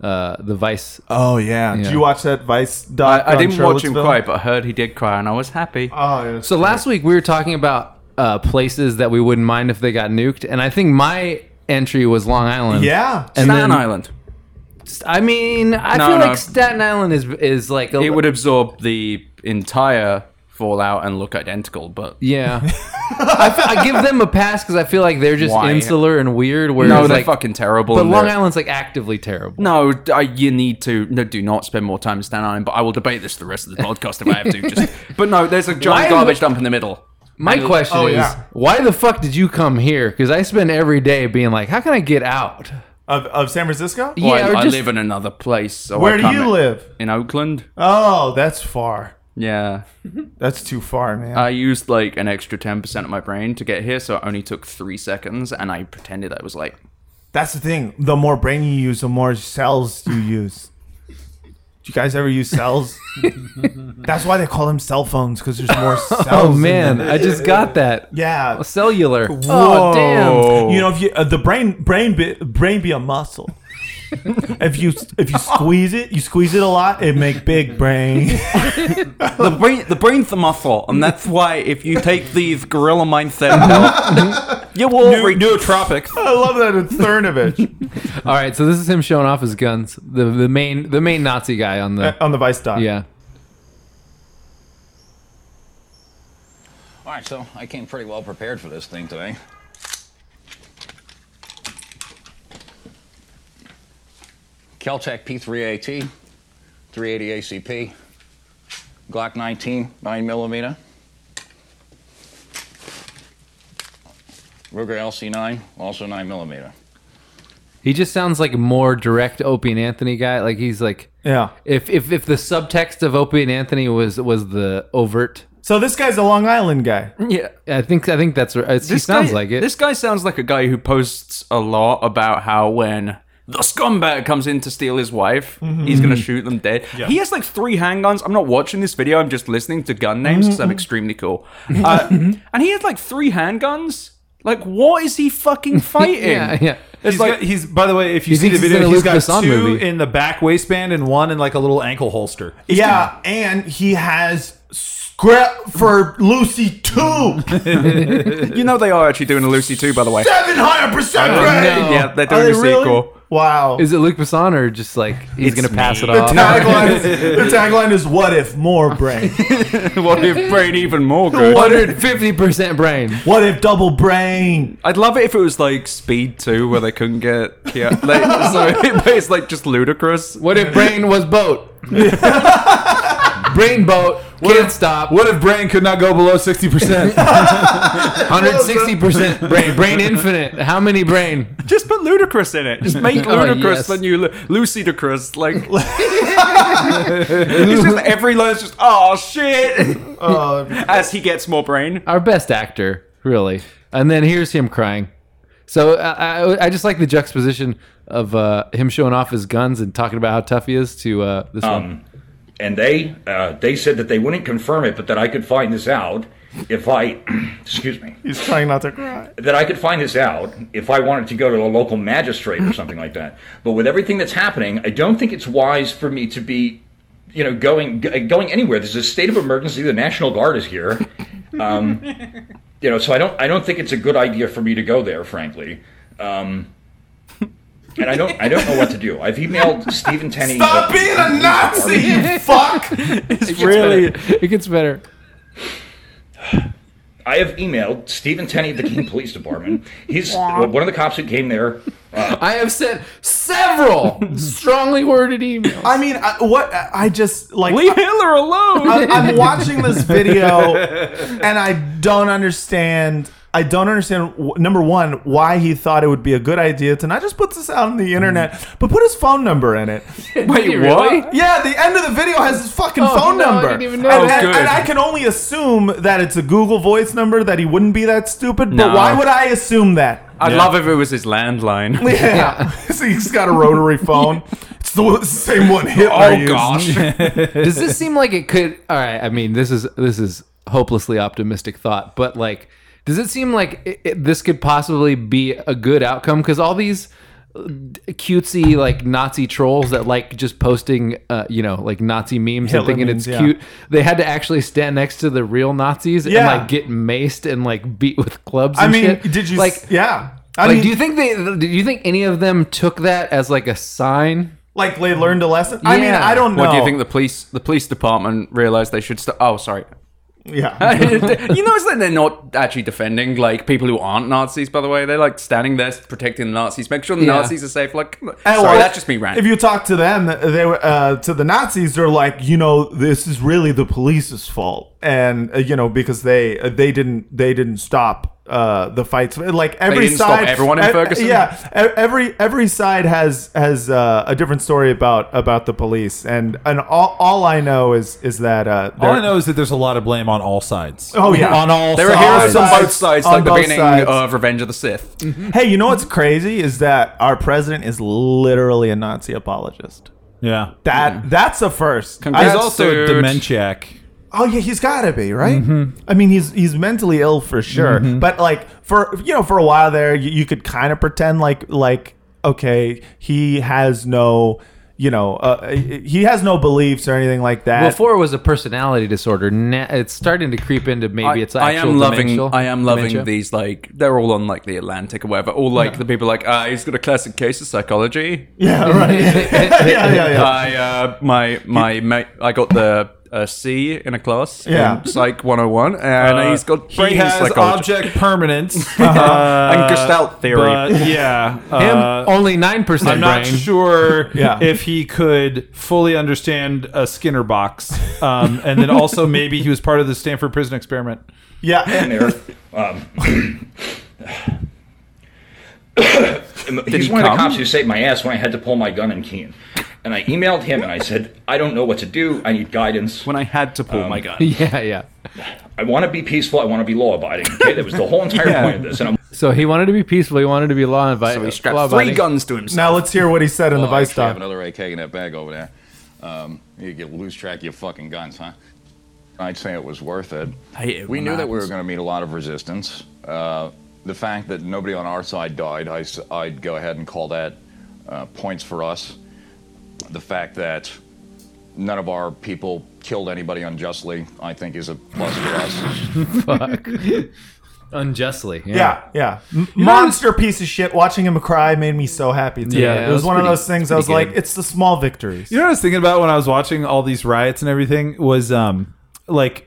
Speaker 1: uh, the Vice.
Speaker 3: Oh yeah. Did
Speaker 1: Yeah.
Speaker 3: you watch that Vice doc?
Speaker 2: I, I
Speaker 3: on
Speaker 2: didn't watch him
Speaker 3: Charlottesville?
Speaker 2: cry, but I heard he did cry, and I was happy.
Speaker 3: Oh, it was-
Speaker 1: So last week we were talking about uh, places that we wouldn't mind if they got nuked, and I think my entry was Long Island.
Speaker 3: yeah.
Speaker 1: And
Speaker 2: Staten
Speaker 1: then-
Speaker 2: Island.
Speaker 1: I mean, I
Speaker 2: No,
Speaker 1: feel
Speaker 2: no.
Speaker 1: like Staten Island is is like a,
Speaker 2: It would absorb the entire fallout and look identical, but
Speaker 1: Yeah, I, fe- I give them a pass because I feel like they're just
Speaker 2: Why?
Speaker 1: insular and weird. Whereas
Speaker 2: no, they're
Speaker 1: like,
Speaker 2: fucking terrible.
Speaker 1: But
Speaker 2: and
Speaker 1: Long
Speaker 2: they're-
Speaker 1: Island's like actively terrible.
Speaker 2: No, d- I, you need to. No, do not spend more time in Staten Island. But I will debate this the rest of the podcast if I have to. Just, but no, there's a
Speaker 1: Why-
Speaker 2: giant garbage dump in the middle.
Speaker 1: My question
Speaker 3: oh,
Speaker 1: is,
Speaker 3: yeah.
Speaker 1: why the fuck did you come here? Because I spend every day being like, how can I get out?
Speaker 3: Of, of San Francisco?
Speaker 2: Well,
Speaker 1: Yeah,
Speaker 2: I,
Speaker 1: or
Speaker 2: I
Speaker 1: just-
Speaker 2: live in another place. So
Speaker 3: Where
Speaker 2: I
Speaker 3: do
Speaker 2: come
Speaker 3: you
Speaker 2: in-
Speaker 3: live?
Speaker 2: In Oakland.
Speaker 3: Oh, that's far.
Speaker 2: Yeah,
Speaker 3: That's too far, man.
Speaker 2: I used like an extra ten percent of my brain to get here, so it only took three seconds, and I pretended I was like,
Speaker 3: That's the thing. The more brain you use, the more cells you use. Do you guys ever use cells? That's why they call them cell phones because there's more cells.
Speaker 1: Oh
Speaker 3: in
Speaker 1: man,
Speaker 3: them.
Speaker 1: I just got that.
Speaker 3: yeah.
Speaker 1: Cellular.
Speaker 3: Whoa.
Speaker 1: Oh damn.
Speaker 3: You know, if you uh, the brain brain be, brain be a muscle. if you if you squeeze it, you squeeze it a lot, it make big brain.
Speaker 2: the brain, the brain's the muscle, and that's why if you take these gorilla mindset, you will
Speaker 3: New-
Speaker 2: reach nootropics.
Speaker 3: I love that it's Cernovich
Speaker 1: All right, so this is him showing off his guns. The the main the main Nazi guy on the
Speaker 3: uh, on the Vice doc.
Speaker 1: yeah.
Speaker 12: All right, so I came pretty well prepared for this thing today. Keltec P3AT, 380 ACP, Glock 19, 9 millimeter, Ruger LC9, also 9 millimeter.
Speaker 1: He just sounds like a more direct Opie and Anthony guy. Like he's like
Speaker 3: Yeah.
Speaker 1: if if if the subtext of Opie and Anthony was was the overt.
Speaker 3: So this guy's a Long Island guy.
Speaker 2: Yeah,
Speaker 1: I think I think that's right. It's- He
Speaker 2: This
Speaker 1: sounds
Speaker 2: guy-
Speaker 1: like it.
Speaker 2: This guy sounds like a guy who posts a lot about how when the scumbag comes in to steal his wife,
Speaker 1: Mm-hmm.
Speaker 2: he's going to shoot them dead. He has like three handguns. I'm not watching this video. I'm just listening to gun names because
Speaker 1: Mm-hmm.
Speaker 2: I'm extremely cool. Uh, and he has like three handguns. Like, what is he fucking fighting?
Speaker 1: yeah, yeah.
Speaker 2: It's
Speaker 4: He's
Speaker 2: like
Speaker 4: got- he's by the way, if you see the
Speaker 1: thinks he's in
Speaker 4: video,
Speaker 1: a
Speaker 4: he's
Speaker 1: Luc
Speaker 4: got
Speaker 1: Besson
Speaker 4: two
Speaker 1: movie.
Speaker 4: in the back waistband and one in like a little ankle holster.
Speaker 3: Yeah, and he has scrap for Lucy too.
Speaker 2: you know they are actually doing a Lucy too, by the way.
Speaker 3: Seven hundred percent grade.
Speaker 1: no.
Speaker 2: Yeah, they're
Speaker 3: Are
Speaker 2: doing
Speaker 3: they
Speaker 2: a
Speaker 3: really?
Speaker 2: sequel.
Speaker 3: Wow.
Speaker 1: Is it Luke Besson or just like he's gonna pass it
Speaker 3: the
Speaker 1: off?
Speaker 3: tagline? is, the tagline is "What if more brain?
Speaker 2: what if brain even more good?
Speaker 1: 150 percent brain.
Speaker 3: What if double brain?"
Speaker 2: I'd love it if it was like Speed 2 where they couldn't get Kia. Like, sorry, but it's like just ludicrous.
Speaker 1: What if brain was boat? brain boat can't stop.
Speaker 4: What if brain could not go below sixty percent?
Speaker 1: 160 percent brain. Brain infinite. How many brain?
Speaker 2: Just put ludicrous in it. Just make
Speaker 1: Oh,
Speaker 2: ludicrous
Speaker 1: yes.
Speaker 2: the new Lu- Lucidicrous. Like, it's just every line's just, oh shit. As he gets more brain.
Speaker 1: Our best actor, really. And then here's him crying. So I, I, I just like the juxtaposition of uh, him showing off his guns and talking about how tough he is to uh, this one.
Speaker 12: and they uh, they said that they wouldn't confirm it, but that I could find this out if I excuse me
Speaker 3: He's trying not to cry.
Speaker 12: that I could find this out if I wanted to go to a local magistrate or something like that. But with everything that's happening, I don't think it's wise for me to be you know going g- going anywhere. There's a state of emergency. The National Guard is here. Um, you know, so I don't I don't think it's a good idea for me to go there, frankly. Um, and I don't I don't know what to do. I've emailed Stephen Tenney.
Speaker 3: Stop being a Nazi, you fuck.
Speaker 1: It's really it gets better.
Speaker 12: I have emailed Stephen Tenney of the King Police Department. He's well, one of the cops who came there. Uh,
Speaker 1: I have sent several strongly worded emails.
Speaker 3: I mean, I, what? I I just like
Speaker 2: Leave Hitler alone.
Speaker 3: I, I'm watching this video and I don't understand. I don't understand w- number one why he thought it would be a good idea to not just put this out on the
Speaker 1: Mm.
Speaker 3: internet, but put his phone number in it.
Speaker 2: Wait,
Speaker 1: really?
Speaker 2: what?
Speaker 3: Yeah, the end of the video has his fucking
Speaker 1: Oh,
Speaker 3: phone
Speaker 1: no, I
Speaker 3: number.
Speaker 1: didn't even know.
Speaker 3: And,
Speaker 2: Oh,
Speaker 3: and-
Speaker 2: good.
Speaker 3: and I can only assume that it's a Google Voice number. That he wouldn't be that stupid. But
Speaker 2: No.
Speaker 3: why would I assume that?
Speaker 2: I'd love if it was his landline.
Speaker 3: Yeah, so he's got a rotary phone. It's the one- same one Hitler
Speaker 2: Oh
Speaker 3: used.
Speaker 2: gosh.
Speaker 1: Does this seem like it could? All right, I mean, this is this is hopelessly optimistic thought, but like, does it seem like it, it- this could possibly be a good outcome? Because all these uh, cutesy like Nazi trolls that like just posting, uh, you know, like Nazi memes
Speaker 3: Hitler
Speaker 1: and thinking
Speaker 3: memes,
Speaker 1: it's
Speaker 3: yeah.
Speaker 1: cute. They had to actually stand next to the real Nazis
Speaker 3: Yeah.
Speaker 1: and like get maced and like beat with clubs.
Speaker 3: I
Speaker 1: and
Speaker 3: mean,
Speaker 1: shit.
Speaker 3: did you
Speaker 1: like?
Speaker 3: like? Yeah, I
Speaker 1: like,
Speaker 3: mean,
Speaker 1: do you think they? Do you think any of them took that as like a sign?
Speaker 3: like they learned a lesson? I mean,
Speaker 1: Yeah.
Speaker 3: I don't know.
Speaker 2: What do you think the police the police department realized they should stop? Oh, sorry.
Speaker 3: yeah,
Speaker 2: you notice that they're not actually defending like people who aren't Nazis. By the way, they're like standing there protecting the Nazis, make sure the
Speaker 1: Yeah.
Speaker 2: Nazis are safe. Like, sorry,
Speaker 3: And, well,
Speaker 2: that just me rant.
Speaker 3: If you talk to them, they were uh, to the Nazis. They're like, you know, this is really the police's fault, and uh, you know because they uh, they didn't they didn't stop uh, the fights. Like every
Speaker 2: didn't stop
Speaker 3: side,
Speaker 2: everyone in
Speaker 3: e-
Speaker 2: Ferguson?
Speaker 3: Yeah, e- every every side has has uh, a different story about about the police, and and all, all I know is is that uh,
Speaker 4: All I
Speaker 3: they're-
Speaker 4: know is that there's a lot of blame on all sides.
Speaker 3: Oh, yeah.
Speaker 4: on all.
Speaker 2: there are
Speaker 4: sides.
Speaker 2: heroes on both
Speaker 3: sides,
Speaker 2: sides,
Speaker 3: on
Speaker 2: like the
Speaker 3: both
Speaker 2: beginning
Speaker 3: sides.
Speaker 2: of Revenge of the Sith.
Speaker 3: Hey, you know what's crazy is that our president is literally a Nazi apologist.
Speaker 4: Yeah,
Speaker 3: That that's a first.
Speaker 2: Congrats.
Speaker 4: he's
Speaker 3: I-
Speaker 2: That's
Speaker 4: also
Speaker 2: dude.
Speaker 4: a dementiac.
Speaker 3: oh yeah, he's got to be right.
Speaker 1: Mm-hmm.
Speaker 3: I mean, he's he's mentally ill for sure. But like for you know for a while there, you, you could kind of pretend like like okay, he has no you know uh, he has no beliefs or anything like that.
Speaker 1: Before it was a personality disorder. Now it's starting to creep into maybe it's
Speaker 2: I
Speaker 1: actual
Speaker 2: am loving.
Speaker 1: demential-
Speaker 2: I am loving
Speaker 1: dementia.
Speaker 2: these. Like they're all on like the Atlantic or whatever. All like the people like ah, he's got a classic case of psychology.
Speaker 3: yeah, right. yeah, yeah, yeah.
Speaker 2: I uh, my my mate, I got the uh, C in a class.
Speaker 3: Yeah.
Speaker 2: in Psych 101, and Uh, he's got brain
Speaker 4: Uh, he has
Speaker 2: psychology Uh,
Speaker 4: object permanence Uh,
Speaker 2: and Gestalt theory.
Speaker 4: but yeah,
Speaker 1: Him,
Speaker 4: uh,
Speaker 1: only nine percent
Speaker 4: I'm
Speaker 1: brain.
Speaker 4: not sure
Speaker 3: Yeah.
Speaker 4: if he could fully understand a Skinner box, um, and then also maybe he was part of the Stanford prison experiment.
Speaker 3: yeah.
Speaker 12: there. Um, he's
Speaker 2: he
Speaker 12: one of the
Speaker 2: come?
Speaker 12: cops who saved my ass when I had to pull my gun in Keene. And I emailed him and I said, I don't know what to do. I need guidance.
Speaker 2: when I had to pull my gun,
Speaker 1: Yeah, yeah.
Speaker 12: I want to be peaceful. I want to be law abiding. Okay, that was the whole entire point of this. And I'm
Speaker 1: So he wanted to be peaceful. He wanted to be law invi-
Speaker 13: So he strapped
Speaker 1: law
Speaker 2: three
Speaker 1: abiding.
Speaker 2: guns to himself.
Speaker 3: Now let's hear what he said in the
Speaker 13: Oh, I
Speaker 3: Vice
Speaker 13: actually have
Speaker 3: Doc.
Speaker 13: another AK in that bag over there. Um, you get lose track of your fucking guns, huh? I'd say it was worth it.
Speaker 2: I hate it
Speaker 13: we
Speaker 2: when
Speaker 13: knew
Speaker 2: that
Speaker 13: that we were
Speaker 2: happens.
Speaker 13: going to meet a lot of resistance. Uh, the fact that nobody on our side died, I, would go ahead and call that uh, points for us. The fact that none of our people killed anybody unjustly, I think, is a plus for us.
Speaker 1: unjustly.
Speaker 3: Yeah, yeah. M- Monster piece of shit. Watching him cry made me so happy. Today.
Speaker 1: Yeah,
Speaker 3: it
Speaker 1: that
Speaker 3: was,
Speaker 1: was
Speaker 3: one
Speaker 1: pretty-
Speaker 3: of those things. I was
Speaker 1: pretty
Speaker 3: like,
Speaker 1: good.
Speaker 3: it's the small victories.
Speaker 4: You know what I was thinking about when I was watching all these riots and everything was um like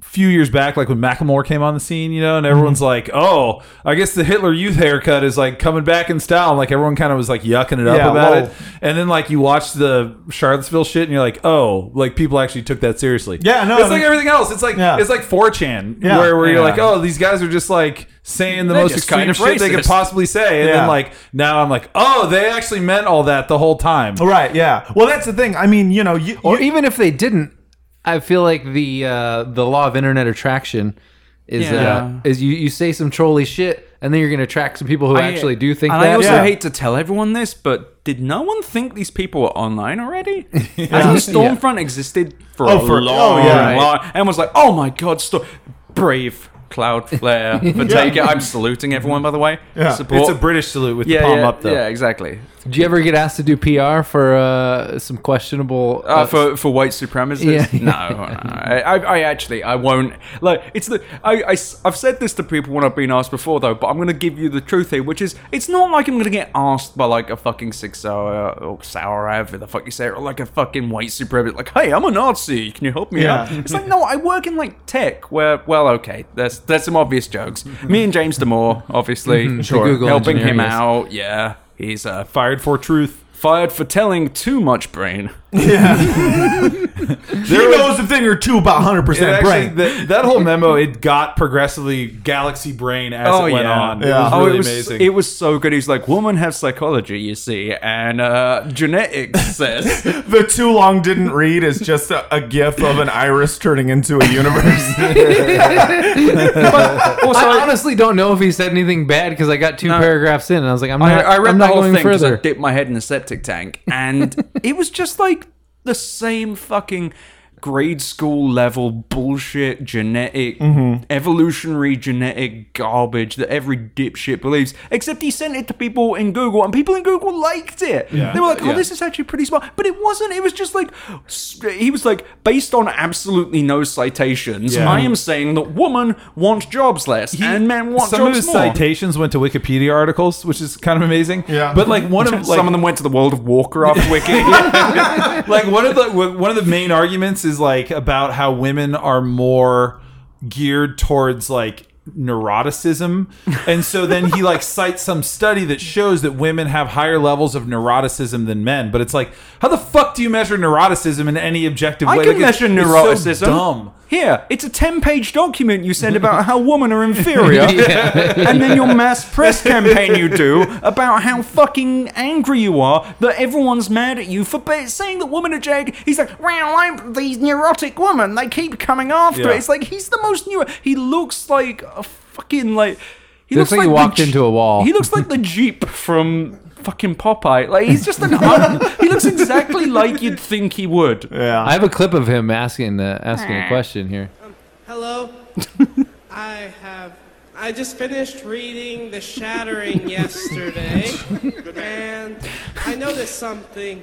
Speaker 4: few years back like when Macklemore came on the scene, you know, and everyone's
Speaker 3: Mm-hmm.
Speaker 4: like, "Oh, I guess the Hitler Youth haircut is like coming back in style." And like everyone kind of was like yucking it up
Speaker 3: Yeah,
Speaker 4: about
Speaker 3: lol.
Speaker 4: it. And then like you watch the Charlottesville shit and you're like, "Oh, like people actually took that seriously."
Speaker 3: Yeah, no,
Speaker 4: It's
Speaker 3: I
Speaker 4: like
Speaker 3: mean-
Speaker 4: everything else. It's like
Speaker 3: Yeah.
Speaker 4: it's like 4chan
Speaker 3: Yeah.
Speaker 4: where where you're
Speaker 2: Yeah.
Speaker 4: like, "Oh, these guys are just like saying the
Speaker 2: They're
Speaker 4: most
Speaker 2: just
Speaker 4: extreme
Speaker 2: kind of
Speaker 4: shit they could
Speaker 2: racist.
Speaker 4: possibly say." And
Speaker 3: Yeah.
Speaker 4: then like now I'm like, "Oh, they actually meant all that the whole time."
Speaker 3: Right. Yeah. Well, that's the thing. I mean, you know, you,
Speaker 1: Or
Speaker 3: you-
Speaker 1: even if they didn't, I feel like the uh, the law of internet attraction is
Speaker 2: Yeah.
Speaker 1: uh, is you, you say some trolly shit and then you're gonna attract some people who actually do think
Speaker 2: and
Speaker 1: that.
Speaker 2: I also
Speaker 3: Yeah.
Speaker 2: hate to tell everyone this, but did no one think these people were online already? Has the Stormfront existed for
Speaker 3: Oh,
Speaker 2: a
Speaker 3: for- oh,
Speaker 2: long,
Speaker 3: yeah.
Speaker 1: Right.
Speaker 2: long? And was like, oh my god, Storm, brave Cloudflare for taking it. I'm saluting everyone, by the way.
Speaker 3: Yeah.
Speaker 2: Support.
Speaker 4: It's a British salute with
Speaker 2: yeah,
Speaker 4: the palm
Speaker 2: yeah,
Speaker 4: up, though.
Speaker 2: yeah, exactly.
Speaker 1: Do you ever get asked to do PR for uh, some questionable?
Speaker 2: Uh, for for white supremacists?
Speaker 1: Yeah.
Speaker 2: No, no. I, I, I actually I won't. Like it's the I, have said this to people when I've been asked before though, but I'm gonna give you the truth here, which is it's not like I'm gonna get asked by like a fucking six hour uh, or sour however the fuck you say it, or like a fucking white supremacist like, hey, I'm a Nazi, can you help me
Speaker 3: Yeah.
Speaker 2: out? It's like no, I work in like tech. Where well, okay, there's there's some obvious jokes. me and James Damore, obviously,
Speaker 1: Sure. Google
Speaker 2: helping him
Speaker 1: engineer, yes.
Speaker 2: out. Yeah, he's uh,
Speaker 4: Fired for truth.
Speaker 2: fired for telling too much brain.
Speaker 3: he knows a thing or two about hundred
Speaker 4: It
Speaker 3: percent
Speaker 4: actually,
Speaker 3: brain.
Speaker 4: that, that whole memo, it got progressively galaxy brain as it went on.
Speaker 3: Yeah.
Speaker 4: It was
Speaker 2: Oh,
Speaker 4: really
Speaker 2: it was
Speaker 4: amazing.
Speaker 2: it was so good. He's like, women have psychology, you see, and uh, genetics says.
Speaker 3: The too long didn't read is just a, a gif of an iris turning into a universe.
Speaker 2: also,
Speaker 1: I
Speaker 2: I,
Speaker 1: honestly don't know if he said anything bad because I got two paragraphs in and I was like, I'm
Speaker 2: I,
Speaker 1: not.
Speaker 2: I read
Speaker 1: am
Speaker 2: the
Speaker 1: not
Speaker 2: whole
Speaker 1: going
Speaker 2: thing 'cause I
Speaker 1: further.
Speaker 2: dipped my head in a septic tank, and it was just like the same fucking grade school level bullshit genetic
Speaker 3: Mhm.
Speaker 2: evolutionary genetic garbage that every dipshit believes except he sent it to people in google and people in google liked it
Speaker 7: Yeah.
Speaker 2: they were like oh
Speaker 7: Yeah.
Speaker 2: this is actually pretty smart but it wasn't it was just like s- he was like based on absolutely no citations
Speaker 4: Yeah.
Speaker 2: i am saying that women want jobs less and men want
Speaker 4: Some of
Speaker 2: jobs
Speaker 4: his
Speaker 2: more
Speaker 4: citations went to Wikipedia articles, which is kind of amazing. Yeah. But like one of like
Speaker 2: some of them went to the world of warcraft wiki
Speaker 4: like one of the one of the main arguments is like about how women are more geared towards like neuroticism and so then he like cites some study that shows that women have higher levels of neuroticism than men but it's like how the fuck do you measure neuroticism in any objective
Speaker 2: I
Speaker 4: way
Speaker 2: can
Speaker 4: Like, it's-
Speaker 2: measure
Speaker 4: it's so
Speaker 2: neuroticism.
Speaker 4: dumb
Speaker 2: Here, it's a ten-page document you send about how women are inferior,
Speaker 4: Yeah.
Speaker 2: and then your mass press campaign you do about how fucking angry you are that everyone's mad at you for ba- saying that women are jag. He's like, well, I'm these neurotic women. They keep coming after
Speaker 1: Yeah.
Speaker 2: it. It's like he's the most new. He looks like a fucking like. He
Speaker 1: Looks like he
Speaker 2: the
Speaker 1: walked
Speaker 2: G-
Speaker 1: into a wall.
Speaker 2: He looks like the jeep from fucking Popeye. Like he's just an. un- he looks exactly like you'd think he would.
Speaker 3: Yeah.
Speaker 1: I have a clip of him asking the asking a question here.
Speaker 14: Hello. I have. I just finished reading The Shattering yesterday, and I noticed something.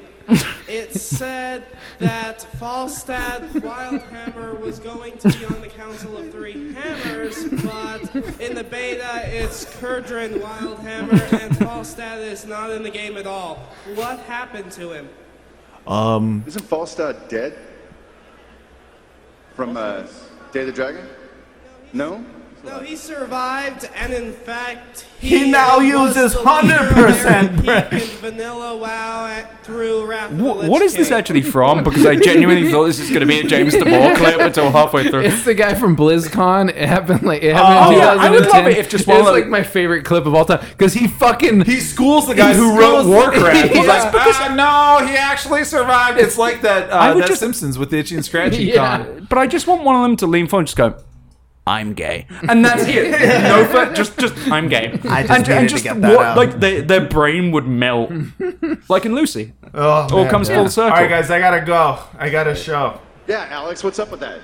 Speaker 14: It said that Falstad Wildhammer was going to be on the Council of Three Hammers, but in the beta it's Kurdran Wildhammer, and Falstad is not in the game at all. What happened to him?
Speaker 3: Um,
Speaker 15: Isn't Falstad dead? From uh, Day of the Dragon? No?
Speaker 14: No, he survived, and in fact,
Speaker 3: He now
Speaker 14: was
Speaker 3: uses
Speaker 14: the leader
Speaker 3: 100%
Speaker 14: of American
Speaker 3: British.
Speaker 14: Vanilla WoW at- through Wrath of the
Speaker 2: Wh-
Speaker 14: Lich
Speaker 2: what is this
Speaker 14: King.
Speaker 2: actually from? Because I genuinely thought this was going to be a James DeMore clip until halfway through.
Speaker 1: It's the guy from BlizzCon. It happened like it happened in
Speaker 2: Oh, yeah, I
Speaker 1: 2010.
Speaker 2: would love it if just one
Speaker 1: It's
Speaker 2: of-
Speaker 1: like my favorite clip of all time because he fucking he
Speaker 4: schools the
Speaker 1: guy
Speaker 4: who wrote Warcraft. He's like, "Ah, no, he actually survived. It's like that. Uh,
Speaker 2: I would
Speaker 4: that
Speaker 2: just-
Speaker 4: Simpsons with the itchy and scratchy con.
Speaker 2: But I just want one of them to lean forward and just go, I'm gay. And that's it. No, fa- just, just, I'm gay.
Speaker 7: I just
Speaker 2: and,
Speaker 7: needed
Speaker 2: and
Speaker 7: to get that out.
Speaker 2: Like, they, their brain would melt. like in Lucy.
Speaker 3: Oh,
Speaker 2: All
Speaker 3: man.
Speaker 2: comes
Speaker 3: Yeah.
Speaker 2: full circle.
Speaker 3: All right, guys, I gotta go. I got a show.
Speaker 15: Yeah, Alex, what's up with that?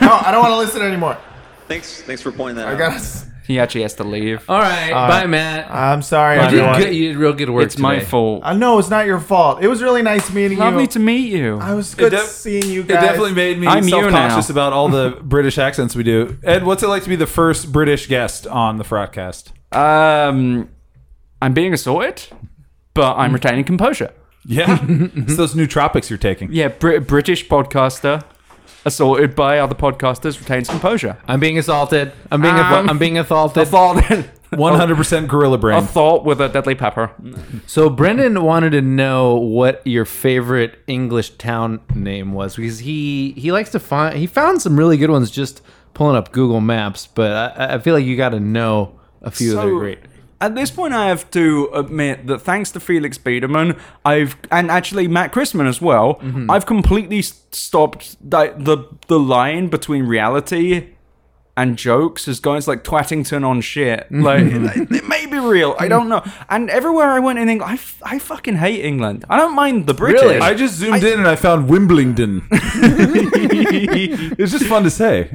Speaker 3: No, I don't want to listen anymore.
Speaker 15: Thanks, thanks for pointing that
Speaker 3: I
Speaker 15: out.
Speaker 3: gotta.
Speaker 2: He actually has to leave.
Speaker 1: All right,
Speaker 3: Uh,
Speaker 1: bye, Matt.
Speaker 3: I'm sorry.
Speaker 1: You did,
Speaker 3: everyone.
Speaker 1: good, you did real good work.
Speaker 2: It's my
Speaker 1: today.
Speaker 2: fault.
Speaker 3: I know it's not your fault. It was really nice meeting you.
Speaker 2: Lovely to meet you.
Speaker 3: I was good
Speaker 4: It def-
Speaker 3: seeing you
Speaker 4: It
Speaker 3: guys.
Speaker 4: definitely made me
Speaker 2: I'm you
Speaker 4: self-conscious
Speaker 2: now.
Speaker 4: about all the British accents we do. Ed, what's it like to be the first British guest on the Frotcast?
Speaker 2: Um, I'm being assaulted, but I'm retaining composure.
Speaker 4: Yeah, it's those new tropics you're taking.
Speaker 2: Yeah, Br- British podcaster assaulted by other podcasters retains composure.
Speaker 1: I'm being assaulted. I'm being
Speaker 2: Um,
Speaker 1: um, I'm being assaulted.
Speaker 2: Assaulted.
Speaker 4: One hundred percent gorilla brain.
Speaker 2: Assault with a deadly pepper.
Speaker 1: So Brendan wanted to know what your favorite English town name was because he he likes to find he found some really good ones just pulling up Google Maps, but I, I feel like you got to know a few that are great.
Speaker 2: At this point, I have to admit that thanks to Felix Biederman, I've and actually Matt Chrisman as well,
Speaker 1: Mm-hmm.
Speaker 2: I've completely s- stopped the, the the line between reality and jokes as going to like Twattington on shit. Like it, it may be real, I don't know. And everywhere I went in England, I, f- I fucking hate England. I don't mind the British.
Speaker 4: I just zoomed in and I found Wimbledon. it's just fun to say.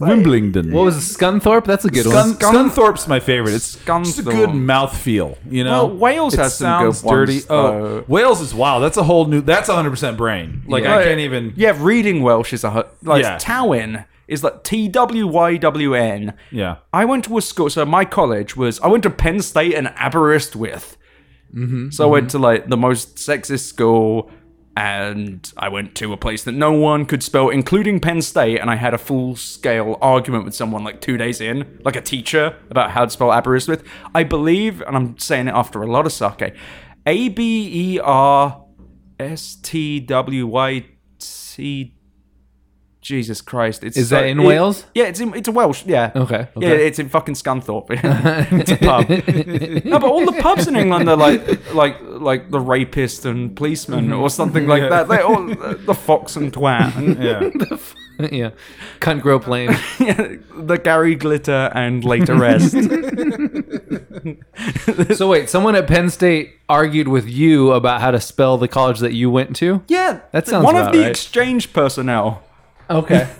Speaker 4: Wimbledon.
Speaker 1: What was it, Scunthorpe? That's a good one.
Speaker 4: Scun- Scunthorpe's my favorite. It's, it's a good
Speaker 1: Scunthorpe.
Speaker 4: mouthfeel, you know.
Speaker 2: Well, Wales
Speaker 4: it
Speaker 2: has some good
Speaker 4: sounds
Speaker 2: ones,
Speaker 4: dirty.
Speaker 2: though.
Speaker 4: oh, Wales is wow. That's a whole new. That's 100 percent brain. Like I can't even.
Speaker 2: Yeah, reading Welsh is a hu- like
Speaker 4: Yeah.
Speaker 2: Tawin is like T W Y W N.
Speaker 4: Yeah.
Speaker 2: I went to a school. So my college was I went to Penn State and Aberystwyth.
Speaker 1: Mm-hmm,
Speaker 2: So I went to like the most sexist school, and I went to a place that no one could spell, including Penn State. And I had a full scale argument with someone like two days in, like a teacher, about how to spell Aberystwyth. I believe, and I'm saying it after a lot of sake, A B E R S T W Y T. Jesus Christ! It's
Speaker 1: Is that in
Speaker 2: it-
Speaker 1: Wales?
Speaker 2: Yeah, it's in, it's a Welsh. Yeah.
Speaker 1: Okay,
Speaker 2: Yeah,
Speaker 1: okay.
Speaker 2: it's in fucking Scunthorpe. it's a pub. no, but all the pubs in England are like like like the rapist and policeman or something like
Speaker 1: Mm-hmm. Yeah.
Speaker 2: that. They're all the fox and twat. And
Speaker 1: yeah, Cunt Grove Lane.
Speaker 2: the Gary Glitter and later rest.
Speaker 1: so wait, someone at Penn State argued with you about how to spell the college that you went to.
Speaker 2: Yeah,
Speaker 1: that sounds
Speaker 2: one
Speaker 1: about
Speaker 2: of the
Speaker 1: right.
Speaker 2: exchange personnel.
Speaker 1: Okay.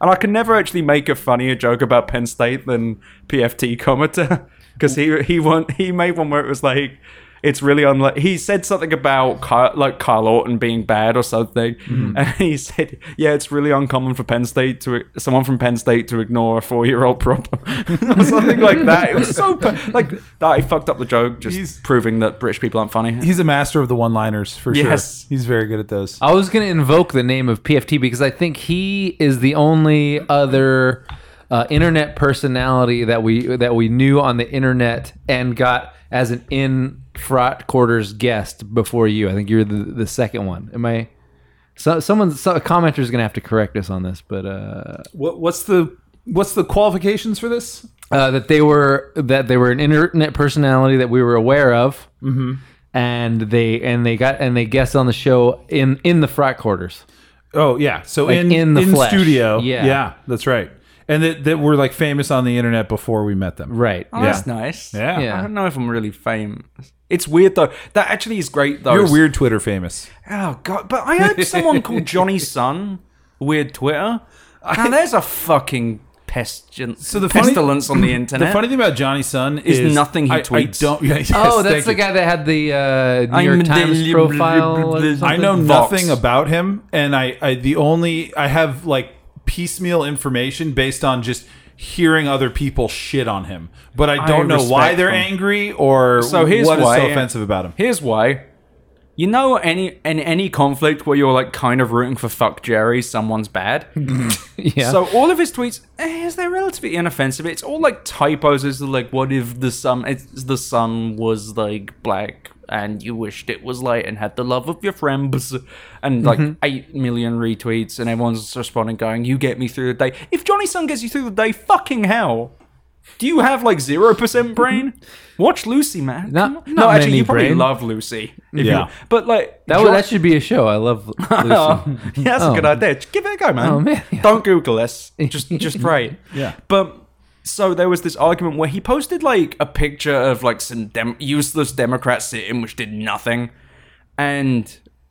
Speaker 2: and I can never actually make a funnier joke about Penn State than PFT Cometa because he he won, he made one where it was like. It's really unlike. He said something about Kyle, like Kyle Orton being bad or something,
Speaker 4: Mm-hmm.
Speaker 7: Mhm.
Speaker 2: and he said, "Yeah, it's really uncommon for Penn State to someone from Penn State to ignore a four-year-old problem or something like that." It was so pa- like that. He fucked up the joke, just proving that British people aren't funny.
Speaker 4: He's a master of the one-liners for
Speaker 2: Yes.
Speaker 4: sure. He's very good at those.
Speaker 1: I was going to invoke the name of PFT because I think he is the only other uh, internet personality that we that we knew on the internet and got as an in fraught quarters guest before you. I think you're the, the second one. Am I? So, someone, so, a commenter is going to have to correct us on this, but uh,
Speaker 4: What, what's the what's the qualifications for this?
Speaker 1: uh, that they were that they were an internet personality that we were aware of,
Speaker 4: Mhm.
Speaker 1: and they and they got and they guessed on the show in in the frat quarters.
Speaker 4: Oh yeah, so
Speaker 1: Like,
Speaker 4: in
Speaker 1: in the flesh.
Speaker 4: studio,
Speaker 1: Yeah.
Speaker 4: yeah, that's right. And that, that were like famous on the internet before we met them,
Speaker 1: right?
Speaker 2: Oh,
Speaker 4: yeah.
Speaker 2: that's nice.
Speaker 4: Yeah.
Speaker 2: I don't know if I'm really famous. It's weird though. That actually is great though.
Speaker 4: You're weird Twitter famous.
Speaker 2: Oh god, but I heard someone called Johnny Sun weird Twitter. Now there's a fucking pestilence.
Speaker 4: So the funny-
Speaker 2: pestilence on the internet.
Speaker 4: The funny thing about Johnny Sun
Speaker 2: Is
Speaker 4: is,
Speaker 2: nothing he
Speaker 4: I,
Speaker 2: tweets.
Speaker 4: I don't. Yeah, yes,
Speaker 1: oh,
Speaker 4: thank
Speaker 1: that's the
Speaker 4: you.
Speaker 1: guy that had the uh, New
Speaker 4: I'm
Speaker 1: York
Speaker 4: the
Speaker 1: Times
Speaker 4: lib-
Speaker 1: profile. or
Speaker 4: I
Speaker 1: something?
Speaker 4: know nothing about him, and I, I the only I have like piecemeal information based on just hearing other people shit on him, but I don't know why
Speaker 2: respect
Speaker 4: they're
Speaker 2: them.
Speaker 4: angry or
Speaker 2: so here's
Speaker 4: what is
Speaker 2: why,
Speaker 4: so offensive about him.
Speaker 2: Here's why. You know, any in any conflict where you're like kind of rooting for fuck Jerry, someone's bad.
Speaker 1: yeah.
Speaker 2: So all of his tweets, eh, is they're relatively inoffensive. It's all like typos. It's like, what if the sun, it's, the sun was like black and you wished it was light and had the love of your friends, and like
Speaker 1: Mhm.
Speaker 2: eight million retweets, and everyone's responding, going, "You get me through the day." If Johnny Sun gets you through the day, fucking hell. Do you have like zero percent brain? Watch Lucy, man. Come on. no,
Speaker 1: Mm-hmm. not
Speaker 2: actually,
Speaker 1: many
Speaker 2: you probably
Speaker 1: brain.
Speaker 2: love Lucy. if
Speaker 1: Yeah.
Speaker 2: you- but like
Speaker 1: That,
Speaker 2: Johnny-
Speaker 1: would, that should be a show. I love Lucy.
Speaker 2: Oh, yeah, that's
Speaker 1: Oh.
Speaker 2: a good idea. Just Give it a go, man.
Speaker 1: Oh, man,
Speaker 2: Don't Google this. Just just write.
Speaker 1: Yeah.
Speaker 2: But so there was this argument where he posted like a picture of like some dem- useless Democrat sitting which did nothing. And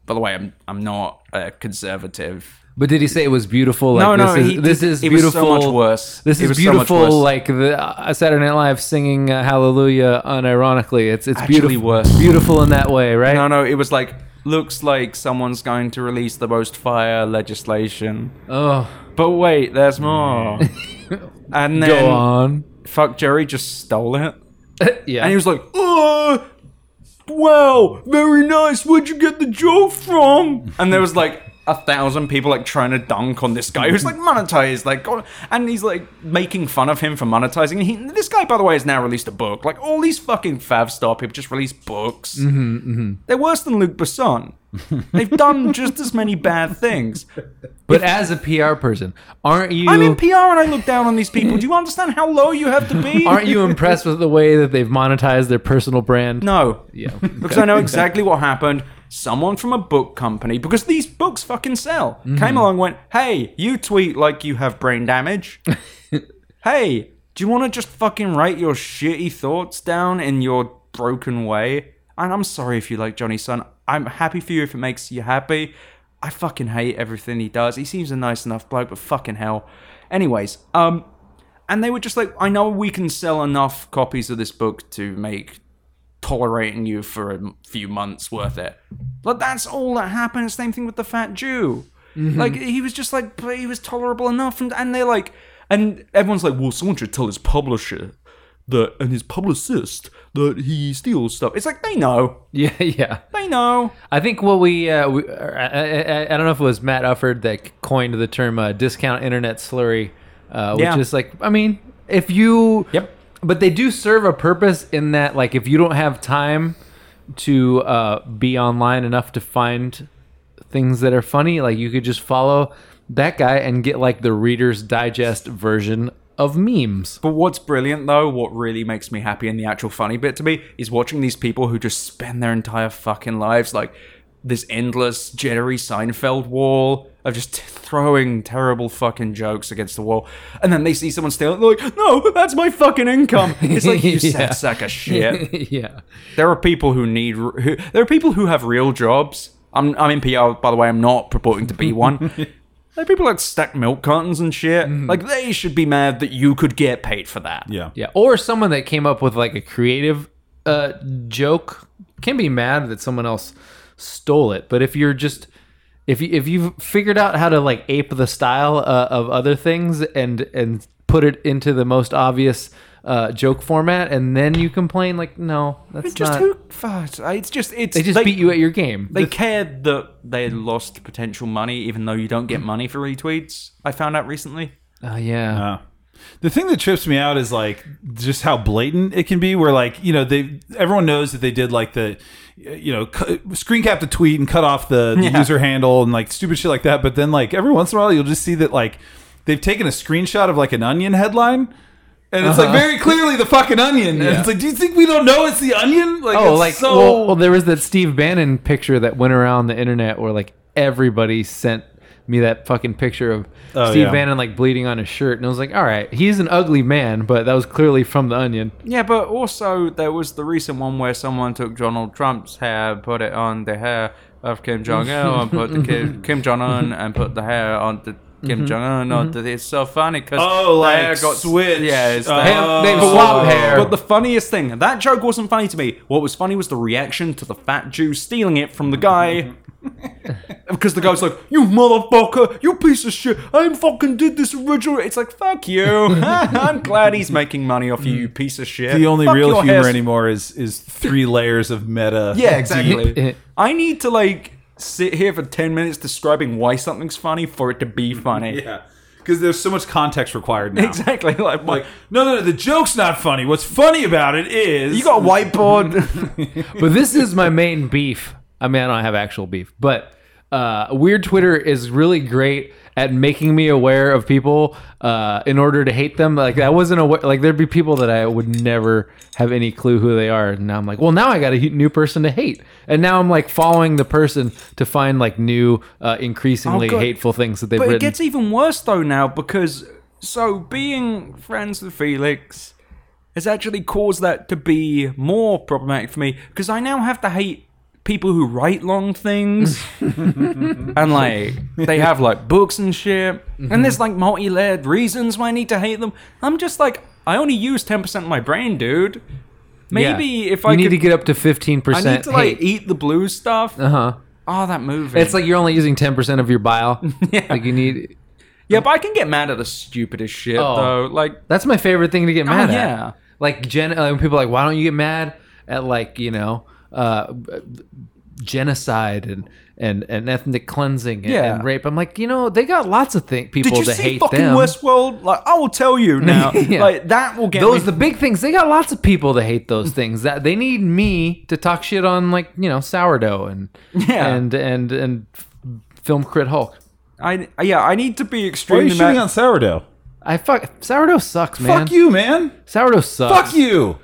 Speaker 2: by the way, I'm I'm not a conservative.
Speaker 1: But did he say it was beautiful? Like,
Speaker 2: No, no,
Speaker 1: This is,
Speaker 2: he
Speaker 1: this
Speaker 2: did-
Speaker 1: is
Speaker 2: it was so
Speaker 1: beautiful.
Speaker 2: much worse.
Speaker 1: This
Speaker 2: It
Speaker 1: is
Speaker 2: was so much
Speaker 1: beautiful.
Speaker 2: worse.
Speaker 1: Like the uh, Saturday Night Live singing uh, "Hallelujah" unironically. It's it's
Speaker 2: Actually
Speaker 1: beautiful.
Speaker 2: worse.
Speaker 1: Beautiful in that way, right?
Speaker 2: No, no, it was like looks like someone's going to release the most fire legislation.
Speaker 1: Oh.
Speaker 2: But wait, there's more. and then
Speaker 1: Go on.
Speaker 2: Fuck Jerry just stole it.
Speaker 1: yeah.
Speaker 2: And he was like, "Oh, wow, very nice. Where'd you get the joke from?" And there was like a thousand people like trying to dunk on this guy who's like monetized, like, God- and he's like making fun of him for monetizing. And he, this guy, by the way, has now released a book. Like all these fucking fav star people just release books.
Speaker 1: Mm-hmm, mm-hmm.
Speaker 2: They're worse than Luke Besson. They've done just as many bad things.
Speaker 1: But as a PR person, aren't you?
Speaker 2: I'm in PR and I look down on these people. Do you understand how low you have to be?
Speaker 1: aren't you impressed with the way that they've monetized their personal brand?
Speaker 2: No.
Speaker 1: Yeah.
Speaker 2: because I know exactly what happened. Someone from a book company, because these books fucking sell, came
Speaker 1: Mhm.
Speaker 2: along and went, hey, you tweet like you have brain damage. hey, do you want to just fucking write your shitty thoughts down in your broken way? And I'm sorry if you like Johnny Sun. I'm happy for you if it makes you happy. I fucking hate everything he does. He seems a nice enough bloke, but fucking hell. Anyways, um, and they were just like, I know we can sell enough copies of this book to make tolerating you for a m- few months worth it. But that's all that happened. Same thing with the fat Jew.
Speaker 7: Mhm.
Speaker 2: Like he was just like but he was tolerable enough, and and they like, and everyone's like, well, someone should tell his publisher that and his publicist that he steals stuff. It's like they know,
Speaker 1: Yeah, yeah.
Speaker 2: they know.
Speaker 1: I think what we, uh, we I, I, I don't know if it was Matt Ufford that coined the term uh, discount internet slurry, uh, which
Speaker 2: Yeah.
Speaker 1: is like, I mean, if you. Yep. But they do serve a purpose in that, like, if you don't have time to uh, be online enough to find things that are funny, like, you could just follow that guy and get, like, the Reader's Digest version of memes.
Speaker 2: But what's brilliant though, what really makes me happy and the actual funny bit to me is watching these people who just spend their entire fucking lives like this endless Jerry Seinfeld wall of just throwing terrible fucking jokes against the wall, and then they see someone stealing. They're like, "No, that's my fucking income." It's like you
Speaker 1: Yeah.
Speaker 2: sad sack of shit.
Speaker 1: Yeah.
Speaker 2: there are people who need. Who, there are people who have real jobs. I'm I'm in PR by the way. I'm not purporting to be one. There are people that stack milk cartons and shit. Like they should be mad that you could get paid for that.
Speaker 4: Yeah.
Speaker 1: Yeah, or someone that came up with like a creative uh, joke can be mad that someone else stole it. But if you're just if you, if you've figured out how to like ape the style uh, of other things and and put it into the most obvious uh, joke format, and then you complain like, no, that's
Speaker 2: just
Speaker 1: not.
Speaker 2: who fuck, it's just it's
Speaker 1: They just beat you at your game.
Speaker 2: They
Speaker 1: The-
Speaker 2: cared that they lost potential money, even though you don't get money for retweets. I found out recently.
Speaker 1: Oh yeah.
Speaker 4: The thing that trips me out is like just how blatant it can be. Where like you know they everyone knows that they did like the you know cu- screen cap the tweet and cut off the, the
Speaker 2: Yeah.
Speaker 4: user handle and like stupid shit like that. But then like every once in a while you'll just see that like they've taken a screenshot of like an onion headline. And it's
Speaker 1: Uh-huh.
Speaker 4: like very clearly the fucking onion. And
Speaker 1: Yeah.
Speaker 4: it's like, do you think we don't know it's the onion? Like,
Speaker 1: oh,
Speaker 4: it's
Speaker 1: like
Speaker 4: so
Speaker 1: well, well, there was that Steve Bannon picture that went around the internet where like everybody sent me that fucking picture of
Speaker 4: Oh,
Speaker 1: Steve
Speaker 4: yeah.
Speaker 1: Bannon like bleeding on his shirt, and I was like, all right, he's an ugly man, but that was clearly from The Onion.
Speaker 2: Yeah, but also there was the recent one where someone took Donald Trump's hair, put it on the hair of Kim Jong Il, and put the Kim, Kim Jong Un, and put the hair on the Kim
Speaker 1: Mm-hmm.
Speaker 4: Mhm.
Speaker 2: Jong Un. On the, it's so funny because
Speaker 4: Oh, like switch.
Speaker 2: Yeah, it's the
Speaker 4: Oh.
Speaker 2: hair.
Speaker 4: They
Speaker 2: but,
Speaker 4: swapped
Speaker 2: what-
Speaker 4: hair.
Speaker 2: But the funniest thing that joke wasn't funny to me. What was funny was the reaction to the fat Jew stealing it from the guy. Because the guy's like, "You motherfucker, you piece of shit! I fucking did this originally." It's like, "Fuck you! I'm glad he's making money off you, you piece of shit."
Speaker 4: Mm. the only
Speaker 2: Fuck
Speaker 4: real
Speaker 2: your
Speaker 4: humor
Speaker 2: hair-
Speaker 4: anymore is is three layers of meta.
Speaker 2: Yeah, exactly. I need to like sit here for ten minutes describing why something's funny for it to be funny.
Speaker 4: yeah, because there's so much context required now.
Speaker 2: Exactly. Like,
Speaker 4: like no, no, no, the joke's not funny. What's funny about it is you
Speaker 2: got a whiteboard.
Speaker 1: but this is my main beef. I mean, I don't have actual beef, but uh, weird Twitter is really great at making me aware of people uh, in order to hate them. Like I wasn't aware. Like there'd be people that I would never have any clue who they are. And now I'm like, well, now I got a he- new person to hate, and now I'm like following the person to find like new, uh, increasingly
Speaker 2: Oh, God.
Speaker 1: hateful things that they've
Speaker 2: but
Speaker 1: written.
Speaker 2: it gets even worse though now because so being friends with Felix has actually caused that to be more problematic for me because I now have to hate people who write long things and like they have like books and shit and there's like multi-layered reasons why I need to hate them. I'm just like I only use 10% of my brain, dude.
Speaker 1: Yeah.
Speaker 2: Maybe if I
Speaker 1: you need
Speaker 2: could
Speaker 1: to get up to fifteen
Speaker 2: I need
Speaker 1: percent
Speaker 2: to
Speaker 1: hate.
Speaker 2: like eat the blue stuff.
Speaker 1: uh huh.
Speaker 2: Oh, that movie.
Speaker 1: It's like you're only using ten percent of your bile. Like you need.
Speaker 2: Yeah, but I can get mad at the stupidest shit
Speaker 1: Oh.
Speaker 2: though. Like
Speaker 1: That's my favorite thing to get
Speaker 2: Oh,
Speaker 1: mad at.
Speaker 2: yeah.
Speaker 1: Like gen uh, people are like, why don't you get mad at like, you know, uh genocide and and, and ethnic cleansing and,
Speaker 2: Yeah.
Speaker 1: and rape. I'm like, you know, they got lots of thing people
Speaker 2: Did you
Speaker 1: to
Speaker 2: see
Speaker 1: hate
Speaker 2: fucking
Speaker 1: them.
Speaker 2: Westworld? Like, I will tell you now.
Speaker 1: Yeah.
Speaker 2: Like that will get
Speaker 1: those
Speaker 2: me-
Speaker 1: the big things. They got lots of people to hate those things. That they need me to talk shit on like, you know, sourdough and
Speaker 2: Yeah.
Speaker 1: and and and film crit Hulk.
Speaker 2: I yeah, I need to be
Speaker 4: Why are you
Speaker 2: extremely
Speaker 4: shooting
Speaker 2: mad.
Speaker 4: on sourdough?
Speaker 1: I fuck sourdough sucks, man.
Speaker 4: Fuck you, man.
Speaker 1: Sourdough sucks.
Speaker 4: Fuck you.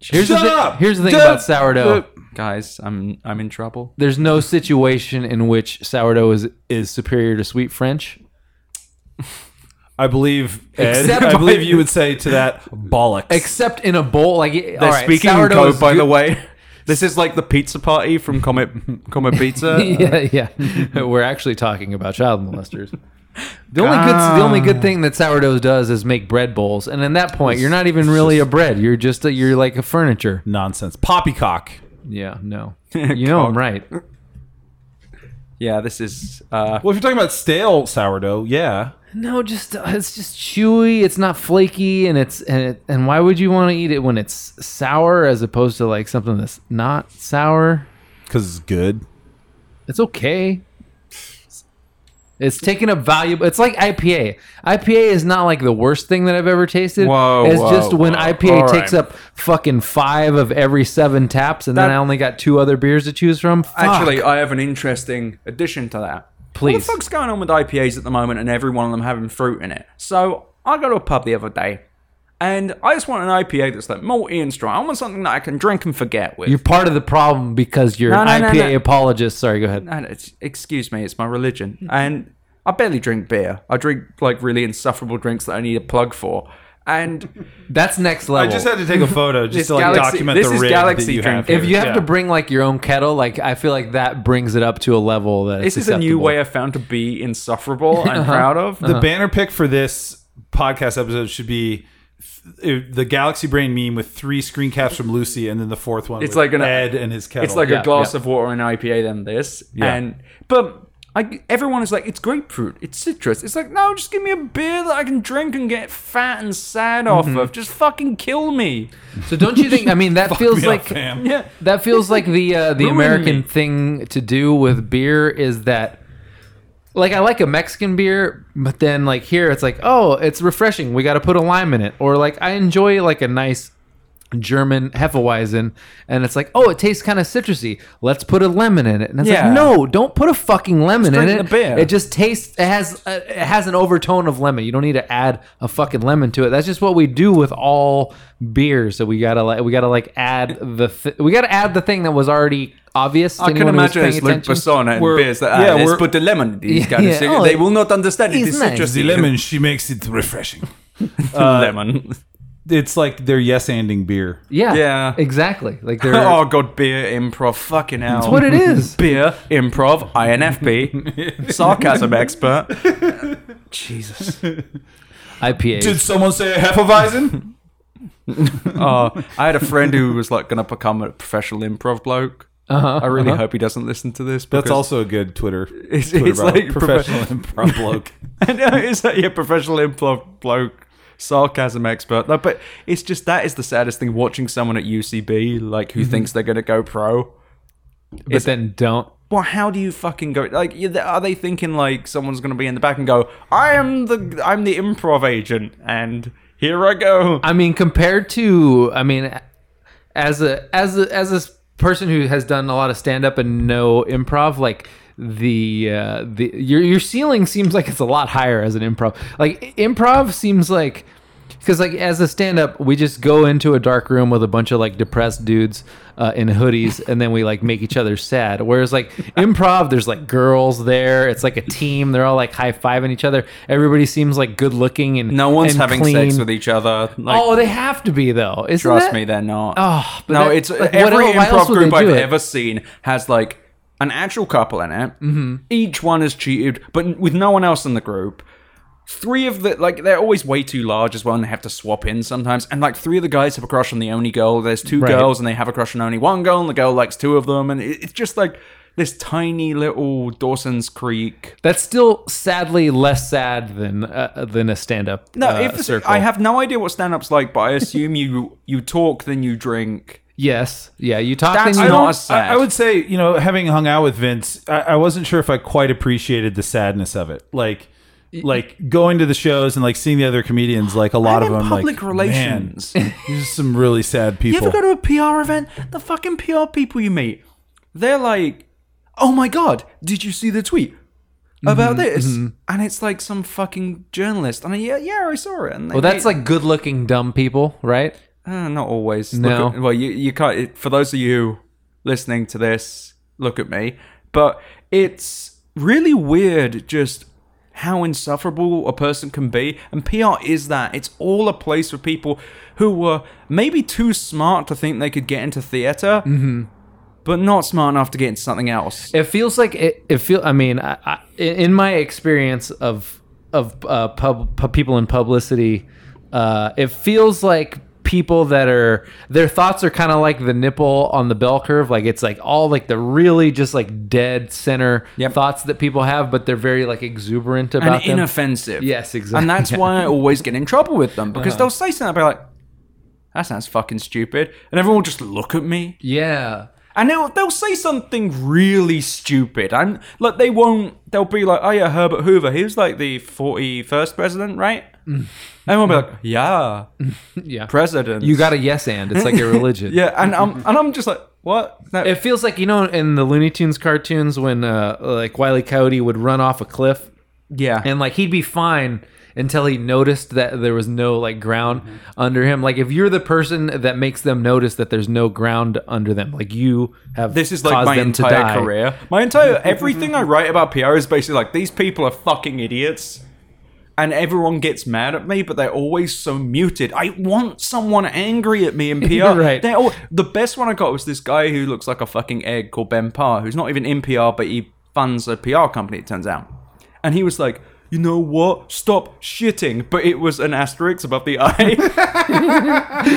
Speaker 1: Here's
Speaker 4: Shut
Speaker 1: the thi-
Speaker 4: up.
Speaker 1: Here's the thing
Speaker 4: Shut
Speaker 1: about sourdough.
Speaker 4: up.
Speaker 2: Guys, I'm I'm in trouble.
Speaker 1: there's no situation in which sourdough is is superior to sweet French.
Speaker 4: I believe Ed,
Speaker 1: Except
Speaker 4: I
Speaker 1: by-
Speaker 4: believe you would say to that bollocks.
Speaker 1: Except in a bowl, like it- all
Speaker 2: They're
Speaker 1: right,
Speaker 2: speaking in
Speaker 1: sourdough
Speaker 2: code,
Speaker 1: is
Speaker 2: by the
Speaker 1: good-
Speaker 2: way. This is like the pizza party from Comet Comet Pizza.
Speaker 1: yeah, yeah. We're actually talking about child molesters. The only good, the only
Speaker 2: Ah.
Speaker 1: good thing that sourdough does is make bread bowls, and at that point, you're not even really a bread. You're just a, you're like a furniture.
Speaker 4: Nonsense. Poppycock.
Speaker 1: Yeah, no, you know I'm right.
Speaker 2: Yeah, this is uh
Speaker 4: Well, if you're talking about stale sourdough, yeah.
Speaker 1: No, just uh, it's just chewy. It's not flaky, and it's and it, and why would you want to eat it when it's sour as opposed to like something that's not sour?
Speaker 4: Because it's good.
Speaker 1: It's okay. It's taking up valuable. It's like IPA. IPA is not like the worst thing that I've ever tasted.
Speaker 2: Whoa,
Speaker 1: it's
Speaker 2: whoa,
Speaker 1: just when
Speaker 2: whoa.
Speaker 1: IPA
Speaker 2: All
Speaker 1: takes
Speaker 2: right.
Speaker 1: up fucking five of every seven taps, and
Speaker 2: That-
Speaker 1: then I only got two other beers to choose from. Fuck.
Speaker 2: Actually,
Speaker 4: uh,
Speaker 2: I have an interesting addition to that.
Speaker 1: Please.
Speaker 2: What the fuck's going on with IPAs at the moment and every one of them having fruit in it? So, I go to a pub the other day and I just want an IPA that's like malty and strong. I want something that I can drink and forget with.
Speaker 1: you're part of the problem because you're
Speaker 2: No,
Speaker 1: an
Speaker 2: no, no,
Speaker 1: IPA
Speaker 2: no.
Speaker 1: apologist. Sorry, go ahead.
Speaker 2: And it's, excuse me, it's my religion. And I barely drink beer. I drink like really insufferable drinks that I need a plug for. And
Speaker 1: that's next level.
Speaker 4: I just had to take a photo just
Speaker 2: This
Speaker 4: to like
Speaker 2: Galaxy-
Speaker 4: document
Speaker 2: this
Speaker 4: the
Speaker 2: is
Speaker 4: rig
Speaker 2: Galaxy
Speaker 4: that you
Speaker 2: drink.
Speaker 4: have.
Speaker 1: If
Speaker 4: here.
Speaker 1: you have
Speaker 4: Yeah.
Speaker 1: to bring like your own kettle, like I feel like that brings it up to a level that
Speaker 2: this
Speaker 1: it's
Speaker 2: is a new
Speaker 1: acceptable.
Speaker 2: way I found to be insufferable. I'm
Speaker 1: Uh-huh.
Speaker 2: proud of
Speaker 4: The banner pick for this podcast episode should be f- the Galaxy Brain meme with three screen caps from Lucy, and then the fourth one.
Speaker 2: It's
Speaker 4: with
Speaker 2: like an
Speaker 4: Ed and his kettle.
Speaker 2: It's like a glass of water and IPA than this.
Speaker 4: Yeah.
Speaker 2: And but I, everyone is like, it's grapefruit, it's citrus. It's like, no, just give me a beer that I can drink and get fat and sad off
Speaker 1: Mhm.
Speaker 2: of. Just fucking kill me.
Speaker 1: So don't you think? I mean, that feels like
Speaker 2: yeah.
Speaker 1: that feels like the uh, the
Speaker 2: Ruin
Speaker 1: American
Speaker 2: me.
Speaker 1: thing to do with beer is that like I like a Mexican beer, but then like here it's like oh it's refreshing. We got to put a lime in it, or like I enjoy like a nice German Hefeweizen, and it's like oh it tastes kind of citrusy. Let's put a lemon in it, and it's
Speaker 2: Yeah.
Speaker 1: like no, don't put a fucking lemon
Speaker 2: Let's
Speaker 1: in
Speaker 2: drink
Speaker 1: it.
Speaker 2: the beer.
Speaker 1: It just tastes it has uh, it has an overtone of lemon. You don't need to add a fucking lemon to it. That's just what we do with all beers. So we gotta like we gotta like add the th- we gotta add the thing that was already obvious. to
Speaker 2: I can
Speaker 1: anyone who was
Speaker 2: imagine
Speaker 1: paying
Speaker 2: it's Luke
Speaker 1: attention.
Speaker 2: Persona and
Speaker 1: We're-
Speaker 2: beers that yeah, let's put the lemon in these kind of
Speaker 1: yeah.
Speaker 2: things.
Speaker 1: Oh,
Speaker 2: they will not understand it.
Speaker 1: he's
Speaker 2: It's
Speaker 1: nice.
Speaker 2: citrus.
Speaker 4: The lemon, she makes it refreshing.
Speaker 2: Uh, lemon.
Speaker 4: It's like their yes anding beer.
Speaker 1: Yeah,
Speaker 2: Yeah.
Speaker 1: exactly. Like they're
Speaker 2: oh god, beer improv, fucking hell.
Speaker 1: That's what it is.
Speaker 2: beer improv, INFP, sarcasm expert. Jesus.
Speaker 1: IPA.
Speaker 4: Did someone say a Hefeweizen?
Speaker 2: Oh, I had a friend who was like going to become a professional improv bloke.
Speaker 4: Uh-huh,
Speaker 2: I really
Speaker 4: uh-huh.
Speaker 2: hope he doesn't listen to this.
Speaker 4: That's
Speaker 2: because-
Speaker 4: also a good Twitter.
Speaker 2: It's,
Speaker 4: Twitter
Speaker 2: it's
Speaker 4: bio.
Speaker 2: like
Speaker 4: professional improv bloke.
Speaker 2: I know, it's like yeah, professional improv bloke, sarcasm expert. No, but it's just that is the saddest thing watching someone at UCB like
Speaker 4: Mm-hmm.
Speaker 2: who thinks they're going to go pro.
Speaker 1: but then don't.
Speaker 2: Well, how do you fucking go? Like, you- are they thinking like someone's going to be in the back and go, "I am the I'm the improv agent," and here I go.
Speaker 1: I mean, compared to, I mean, as a as a as a person who has done a lot of stand up and no improv, like the uh, the your your ceiling seems like it's a lot higher as an improv. Like improv seems like because like as a stand up, we just go into a dark room with a bunch of like depressed dudes uh, in hoodies, and then we like make each other sad. Whereas like improv, there's like girls there. It's like a team. They're all like high fiving each other. Everybody seems like good looking and
Speaker 2: No one's
Speaker 1: and
Speaker 2: having
Speaker 1: clean
Speaker 2: sex with each other. Like,
Speaker 1: oh, they have to be though. Isn't
Speaker 2: Trust
Speaker 1: it?
Speaker 2: me, they're not.
Speaker 1: Oh, but
Speaker 2: no,
Speaker 1: that-
Speaker 2: it's
Speaker 1: like, what
Speaker 2: every
Speaker 1: el- why
Speaker 2: improv
Speaker 1: else would
Speaker 2: group
Speaker 1: they
Speaker 2: I've
Speaker 1: do it?
Speaker 2: ever seen has like an actual couple in it.
Speaker 1: Mhm.
Speaker 2: Each one has cheated, but with no one else in the group. Three of the like they're always way too large as well, and they have to swap in sometimes. And like three of the guys have a crush on the only girl. There's two
Speaker 1: Right.
Speaker 2: girls, and they have a crush on only one girl, and the girl likes two of them, and it- it's just like this tiny little Dawson's Creek.
Speaker 1: That's still sadly less sad than uh, than a stand up.
Speaker 2: No,
Speaker 1: uh,
Speaker 2: if this-
Speaker 1: circle.
Speaker 2: I have no idea what stand-up's like, but I assume you you talk, then you drink.
Speaker 1: Yes, yeah, you talk.
Speaker 2: That's
Speaker 1: then you
Speaker 2: not
Speaker 1: don't-
Speaker 2: as sad.
Speaker 4: I, I would say, you know, having hung out with Vince, I, I wasn't sure if I quite appreciated the sadness of it. Like, like going to the shows and like seeing the other comedians, like a lot of
Speaker 2: in
Speaker 4: them,
Speaker 2: public
Speaker 4: like,
Speaker 2: relations.
Speaker 4: Man, these are some really sad people.
Speaker 2: You ever go to a PR event? The fucking PR people you meet, they're like, "Oh my god, did you see the tweet about
Speaker 1: Mhm,
Speaker 2: this?"
Speaker 1: mhm.
Speaker 2: And it's like some fucking journalist. And I, yeah, yeah, I saw it. And they-
Speaker 1: Well, that's like good looking dumb people, right?
Speaker 2: Uh, not always.
Speaker 1: No.
Speaker 2: Look at- well, you you can't. It, for those of you listening to this, look at me. But it's really weird just how insufferable a person can be. And PR is that. It's all a place for people who were maybe too smart to think they could get into theater,
Speaker 1: Mhm.
Speaker 2: but not smart enough to get into something else.
Speaker 1: It feels like it. It feel. I mean, I, I, in my experience of of uh, pub, pub people in publicity, uh, it feels like people that are their thoughts are kind of like the nipple on the bell curve. Like it's like all like the really just like dead center thoughts that people have, but they're very like exuberant about
Speaker 2: and
Speaker 1: them.
Speaker 2: inoffensive.
Speaker 1: Yes, exactly.
Speaker 2: And that's why I always get in trouble with them because
Speaker 1: Uh-huh.
Speaker 2: they'll say something. I'll be like, "That sounds fucking stupid," and everyone will just look at me.
Speaker 1: Yeah.
Speaker 2: And they'll, they'll say something really stupid. And like they won't. They'll be like, "Oh yeah, Herbert Hoover. He was like the forty-first president, right?" and we'll be like, "Yeah,
Speaker 1: yeah,
Speaker 2: president."
Speaker 1: You got a yes and. It's like a religion.
Speaker 2: yeah, and I'm and I'm just like, "What?"
Speaker 1: It feels like you know in the Looney Tunes E. cartoons when uh, like Wiley Coyote would run off a cliff.
Speaker 2: Yeah.
Speaker 1: And like he'd be fine until he noticed that there was no like ground under him. Like if you're the person that makes them notice that there's no ground under them, like you have
Speaker 2: This is like
Speaker 1: caused
Speaker 2: my
Speaker 1: them to die.
Speaker 2: entire career. My entire everything I write about PR is basically like these people are fucking idiots, and everyone gets mad at me, but they're always so muted. I want someone angry at me in PR.
Speaker 1: Right.
Speaker 2: They're all, the best one I got was this guy who looks like a fucking egg called Ben Parr, who's not even in PR, but he funds a PR company. It turns out, and he was like. You know what? Stop shitting. But it was an asterisk above the eye.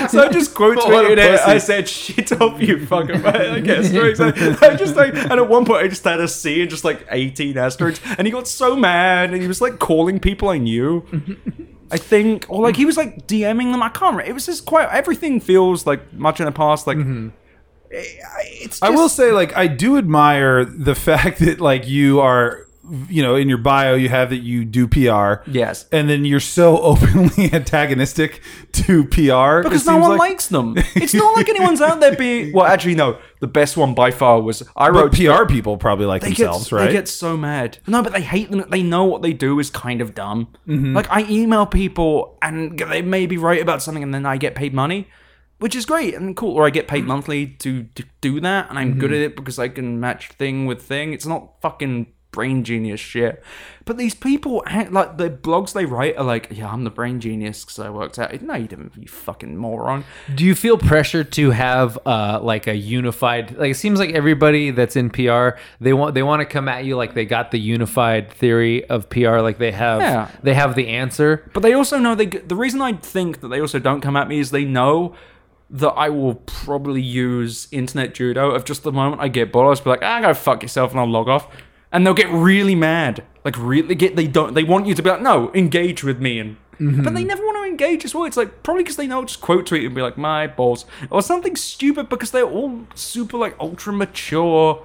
Speaker 2: so I just quote
Speaker 8: What a
Speaker 2: tweeted it. I
Speaker 8: pussy.
Speaker 2: said, "Shit up, you fucking." I guess. Right? So I just like, and at one point, I just had a C and just like eighteen asterisks, and he got so mad, and he was like calling people I knew. I think, or like he was like DMing them. I can't. remember. It was just quite. Everything feels like much in the past. Like eh, it's.
Speaker 4: Mm-hmm. I will say, like, I do admire the fact that, like, you are, you know, in your bio, you have that you do PR.
Speaker 2: Yes.
Speaker 4: And then you're so openly antagonistic to PR.
Speaker 2: because no one likes them. It's not like anyone's out there being. Well, actually, no. The best one by far was I
Speaker 4: But
Speaker 2: wrote
Speaker 4: PR people probably like
Speaker 2: They get-
Speaker 4: themselves, right?
Speaker 2: They get so mad. No, but they hate them. They know what they do is kind of dumb.
Speaker 4: Mhm.
Speaker 2: Like I email people and they may be right about something, and then I get paid money, which is great and cool. Or I get
Speaker 4: Mm-hmm.
Speaker 2: paid monthly to, to do that, and I'm good
Speaker 1: Mhm.
Speaker 2: at it because I can match thing with thing. It's not fucking brain genius shit. But these people, act like the blogs they write, are like, yeah, I'm the brain genius because I worked out. it." No, you didn't. You fucking moron.
Speaker 1: Do you feel pressure to have uh, like a unified? Like it seems like everybody that's in PR, they want they want to come at you like they got the unified theory of PR, like they have
Speaker 2: Yeah.
Speaker 1: they have the answer.
Speaker 2: But they also know they. The reason I think that they also don't come at me is they know that I will probably use internet judo. Of just the moment I get bored, I'll just be like, "Ah, go fuck yourself," and I'll log off. And they'll get really mad. Like really get. They don't. They want you to be like, "No, engage with me." And but they never want to engage as well. It's like probably because they know I'll just quote tweet and be like, "My balls," or something stupid because they're all super like ultra mature.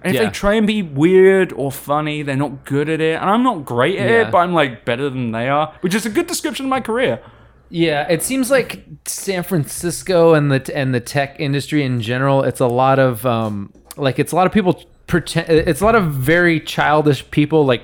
Speaker 2: And if
Speaker 1: Yeah.
Speaker 2: they try and be weird or funny, they're not good at it. And I'm not great at
Speaker 1: Yeah.
Speaker 2: it, but I'm like better than they are, which is a good description of my career.
Speaker 1: Yeah, it seems like San Francisco and the and the tech industry in general, it's a lot of um, like it's a lot of people pretend. It's a lot of very childish people like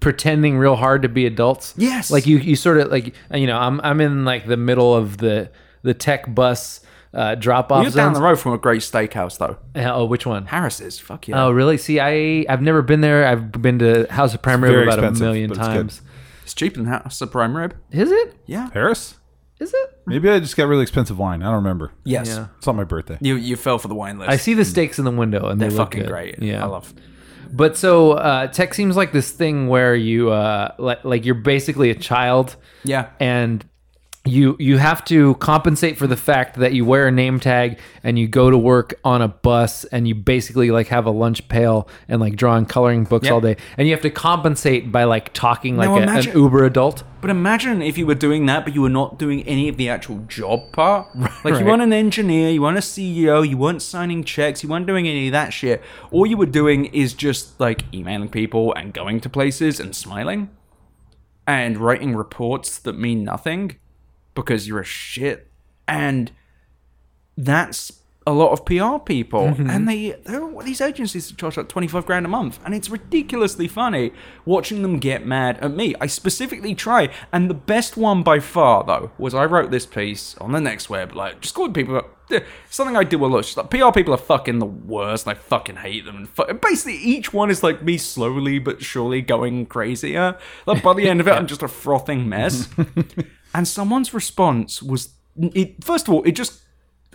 Speaker 1: pretending real hard to be adults.
Speaker 2: Yes.
Speaker 1: like you you sort of like you know I'm I'm in like the middle of the the tech bus uh, drop off.
Speaker 2: You're down the road from a great steakhouse, though.
Speaker 1: Oh, which one?
Speaker 2: Harris's. Fuck yeah.
Speaker 1: Oh, really? See, I I've never been there. I've been to House of Prime Rib
Speaker 2: very
Speaker 1: about a
Speaker 2: expensive,
Speaker 1: million
Speaker 2: but it's good.
Speaker 1: times.
Speaker 2: It's cheaper than House of Prime Rib.
Speaker 1: Is it?
Speaker 2: Yeah.
Speaker 4: Paris?
Speaker 1: Is it?
Speaker 4: Maybe I just got really expensive wine. I don't remember.
Speaker 2: Yes. Yeah.
Speaker 4: It's on my birthday.
Speaker 2: You you fell for the wine list.
Speaker 1: I see the stakes in the window, and they
Speaker 2: Mm. They're
Speaker 1: look
Speaker 2: fucking
Speaker 1: good.
Speaker 2: great.
Speaker 1: Yeah,
Speaker 2: I love.
Speaker 1: But so uh, tech seems like this thing where you uh, like like you're basically a child.
Speaker 2: Yeah.
Speaker 1: and you you have to compensate for the fact that you wear a name tag and you go to work on a bus and you basically like have a lunch pail and like drawing coloring books
Speaker 2: Yeah.
Speaker 1: all day and you have to compensate by like talking like
Speaker 2: Now
Speaker 1: a, an
Speaker 2: imagine-
Speaker 1: uber adult
Speaker 2: But imagine if you were doing that, but you were not doing any of the actual job part. Like
Speaker 1: Right.
Speaker 2: you weren't an engineer, you weren't a CEO, you weren't signing checks, you weren't doing any of that shit. All you were doing is just like emailing people and going to places and smiling and writing reports that mean nothing because you're a shit. And that's a lot of PR people,
Speaker 1: Mhm.
Speaker 2: and they they're, all- these agencies that charge like twenty five grand a month, and it's ridiculously funny watching them get mad at me. I specifically try, and the best one by far though was I wrote this piece on the next web, like just calling people. up. Yeah, Something I do a lot. It's just like PR people are fucking the worst, and I fucking hate them. And fu- and basically, each one is like me slowly but surely going crazier. Like by the end of it, I'm just a frothing mess. and someone's response was, it first of all, it just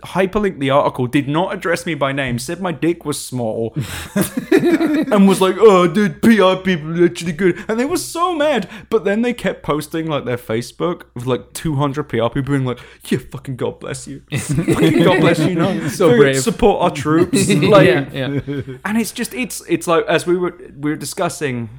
Speaker 2: hyperlinked the article, did not address me by name, said my dick was small, and was like, oh, dude, PR people are actually good. And they were so mad. But then they kept posting like their Facebook with like 200 PR people being like, yeah, fucking God bless you. fucking God bless you. No.
Speaker 1: So
Speaker 2: Dude,
Speaker 1: brave.
Speaker 2: Support our troops.
Speaker 1: Yeah,
Speaker 2: Like,
Speaker 1: yeah.
Speaker 2: And it's just, it's, it's like, as we were, we were discussing,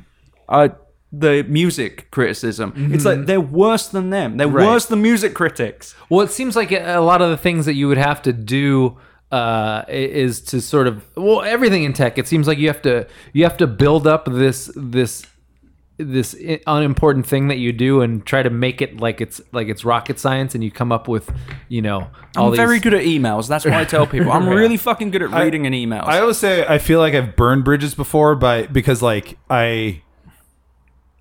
Speaker 2: uh, the music criticism. It's like they're worse than them. They're
Speaker 1: Mm-hmm. Right.
Speaker 2: worse than music critics.
Speaker 1: Well, it seems like a a lot of the things that you would have to do uh, i- is to sort of well everything in tech. It seems like you have to you have to build up this this this i- unimportant thing that you do and try to make it like it's like it's rocket science, and you come up with you know all
Speaker 2: I'm
Speaker 1: these.
Speaker 2: very good at emails. That's what I tell people. I'm
Speaker 1: Yeah.
Speaker 2: really fucking good at reading an email.
Speaker 4: I always say I feel like I've burned bridges before by because like I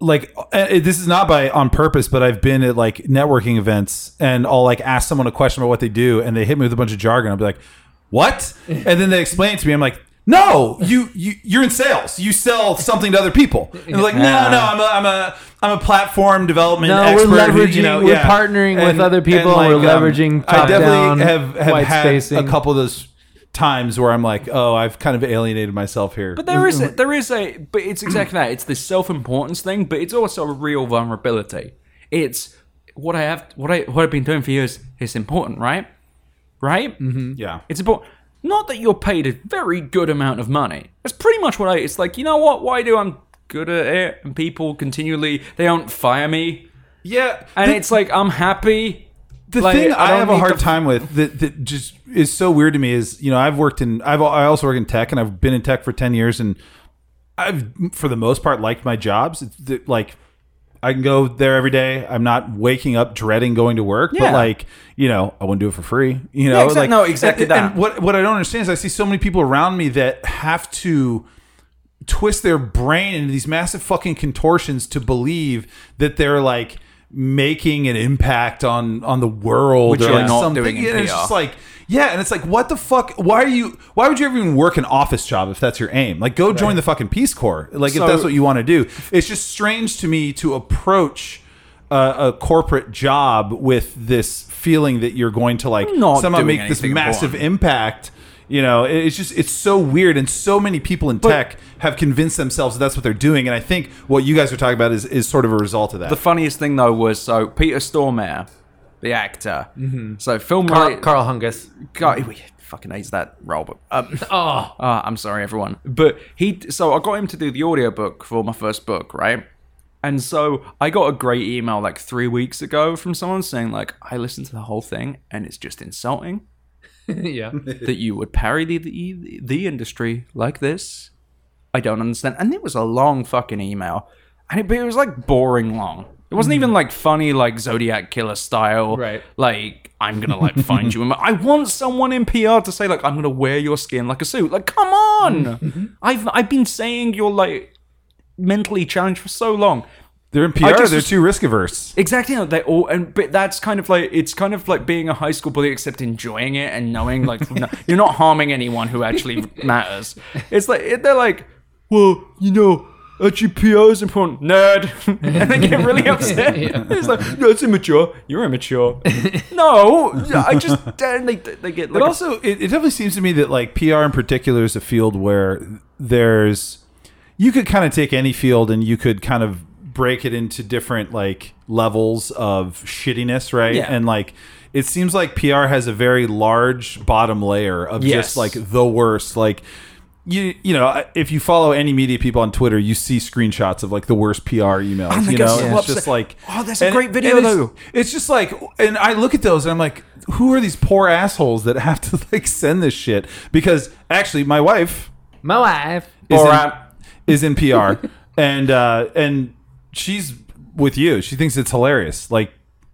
Speaker 4: like uh, it- this is not by on purpose, but I've been at like networking events and I'll like ask someone a question about what they do, and they hit me with a bunch of jargon. I'll be like, "What?" and then they explain it to me. I'm like. No, you you you're in sales. You sell something to other people. And they're like, no,
Speaker 1: Yeah.
Speaker 4: no, I'm a I'm a I'm a platform development
Speaker 1: No,
Speaker 4: expert.
Speaker 1: we're
Speaker 4: who,
Speaker 1: leveraging- we're partnering with other people, we're leveraging
Speaker 4: um, I
Speaker 1: top-down
Speaker 4: definitely have, have
Speaker 1: white
Speaker 4: had
Speaker 1: spacing.
Speaker 4: a couple of those times where I'm like, oh, I've kind of alienated myself here.
Speaker 2: But there
Speaker 1: Mm-hmm.
Speaker 2: is a, there is a but it's exactly that. It's this self importance thing, but it's also a real vulnerability. It's what I have what I what I've been doing for years is important, right? Right? Mm-hmm.
Speaker 4: Yeah.
Speaker 2: It's important. Not that you're paid a very good amount of money. That's pretty much what I. It's like you know what? Why do I'm good at it? And people continually they don't fire me.
Speaker 4: Yeah,
Speaker 2: and
Speaker 4: the-
Speaker 2: it's like I'm happy.
Speaker 4: the
Speaker 2: Like,
Speaker 4: thing I,
Speaker 2: don't
Speaker 4: have a
Speaker 2: need
Speaker 4: hard
Speaker 2: to-
Speaker 4: time with that, that just is so weird to me is you know I've worked in I've I also work in tech and I've been in tech for ten years and I've for the most part liked my jobs It's the- like I can go there every day I'm not waking up dreading going to work
Speaker 2: Yeah.
Speaker 4: but like you know I wouldn't do it for free you know
Speaker 2: Yeah, exac-
Speaker 4: like
Speaker 2: no, exactly
Speaker 4: and- and
Speaker 2: that.
Speaker 4: what what I don't understand is I see so many people around me that have to twist their brain into these massive fucking contortions to believe that they're like making an impact on on the world
Speaker 2: Which
Speaker 4: or
Speaker 2: you're
Speaker 4: like
Speaker 2: not
Speaker 4: something.
Speaker 2: doing in
Speaker 4: and it's
Speaker 2: PR.
Speaker 4: just like yeah and it's like what the fuck why are you why would you ever even work an office job if that's your aim like go join the fucking peace corps like
Speaker 2: So-
Speaker 4: if that's what you want to do it's just strange to me to approach uh, a corporate job with this feeling that you're going to like
Speaker 2: not
Speaker 4: somehow
Speaker 2: doing
Speaker 4: make this
Speaker 2: anything
Speaker 4: massive
Speaker 2: important.
Speaker 4: impact. You know, it- it's just it's so weird, and so many people in tech have convinced themselves that that's what they're doing, and I think what you guys are talking about is is sort of a result of that.
Speaker 2: The funniest thing though was so Peter Stormare, the actor.
Speaker 1: Mhm.
Speaker 2: So film
Speaker 1: Carl-
Speaker 2: rela-
Speaker 1: Carl Hungus.
Speaker 2: God, he fucking hates that role. But um,
Speaker 1: oh,
Speaker 2: I'm sorry, everyone. But he. So I got him to do the audiobook for my first book, right? And so I got a great email like three weeks ago from someone saying like, I listened to the whole thing and it's just insulting
Speaker 1: yeah.
Speaker 2: that you would parody the, the industry like this. I don't understand. And it was a long fucking email, and it, but it was like boring long. It wasn't even like funny, like Zodiac killer style. Right. Like I'm gonna like find you. in my- I want someone in PR to say like I'm gonna wear your skin like a suit. Like come on. I've I've been saying you're like mentally challenged for so long.
Speaker 4: they're in
Speaker 2: I
Speaker 4: PR,
Speaker 2: just
Speaker 4: they're
Speaker 2: was-
Speaker 4: too risk averse.
Speaker 2: Exactly. No, they all and but that's kind of like it's kind of like being a high school bully, except enjoying it and knowing like no, you're not harming anyone who actually matters. It's like it- they're like, well, you know, actually PR is important, nerd, and they get really upset. It's like no, it's immature. You're immature. no, I just and they they get like
Speaker 4: But also, it, it definitely seems to me that like PR in particular is a field where there's you could kind of take any field and you could kind of break it into different like levels of shittiness, right?
Speaker 2: Yeah.
Speaker 4: And like it seems like PR has a very large bottom layer of
Speaker 2: Yes.
Speaker 4: just like the worst, like. You, you know if you follow any media people on Twitter, you see screenshots of like the worst PR emails.
Speaker 2: Oh my
Speaker 4: you
Speaker 2: God,
Speaker 4: know,
Speaker 2: so
Speaker 4: And it's
Speaker 2: upset.
Speaker 4: just like
Speaker 2: Oh, that's a
Speaker 4: and-
Speaker 2: great video,
Speaker 4: and it's-
Speaker 2: though.
Speaker 4: It's just like, and I look at those and I'm like, who are these poor assholes that have to like send this shit? Because actually, my wife,
Speaker 1: my wife,
Speaker 4: is,
Speaker 1: Or,
Speaker 4: in,
Speaker 1: uh,
Speaker 4: is in PR, and uh, and she's with you. She thinks it's hilarious, like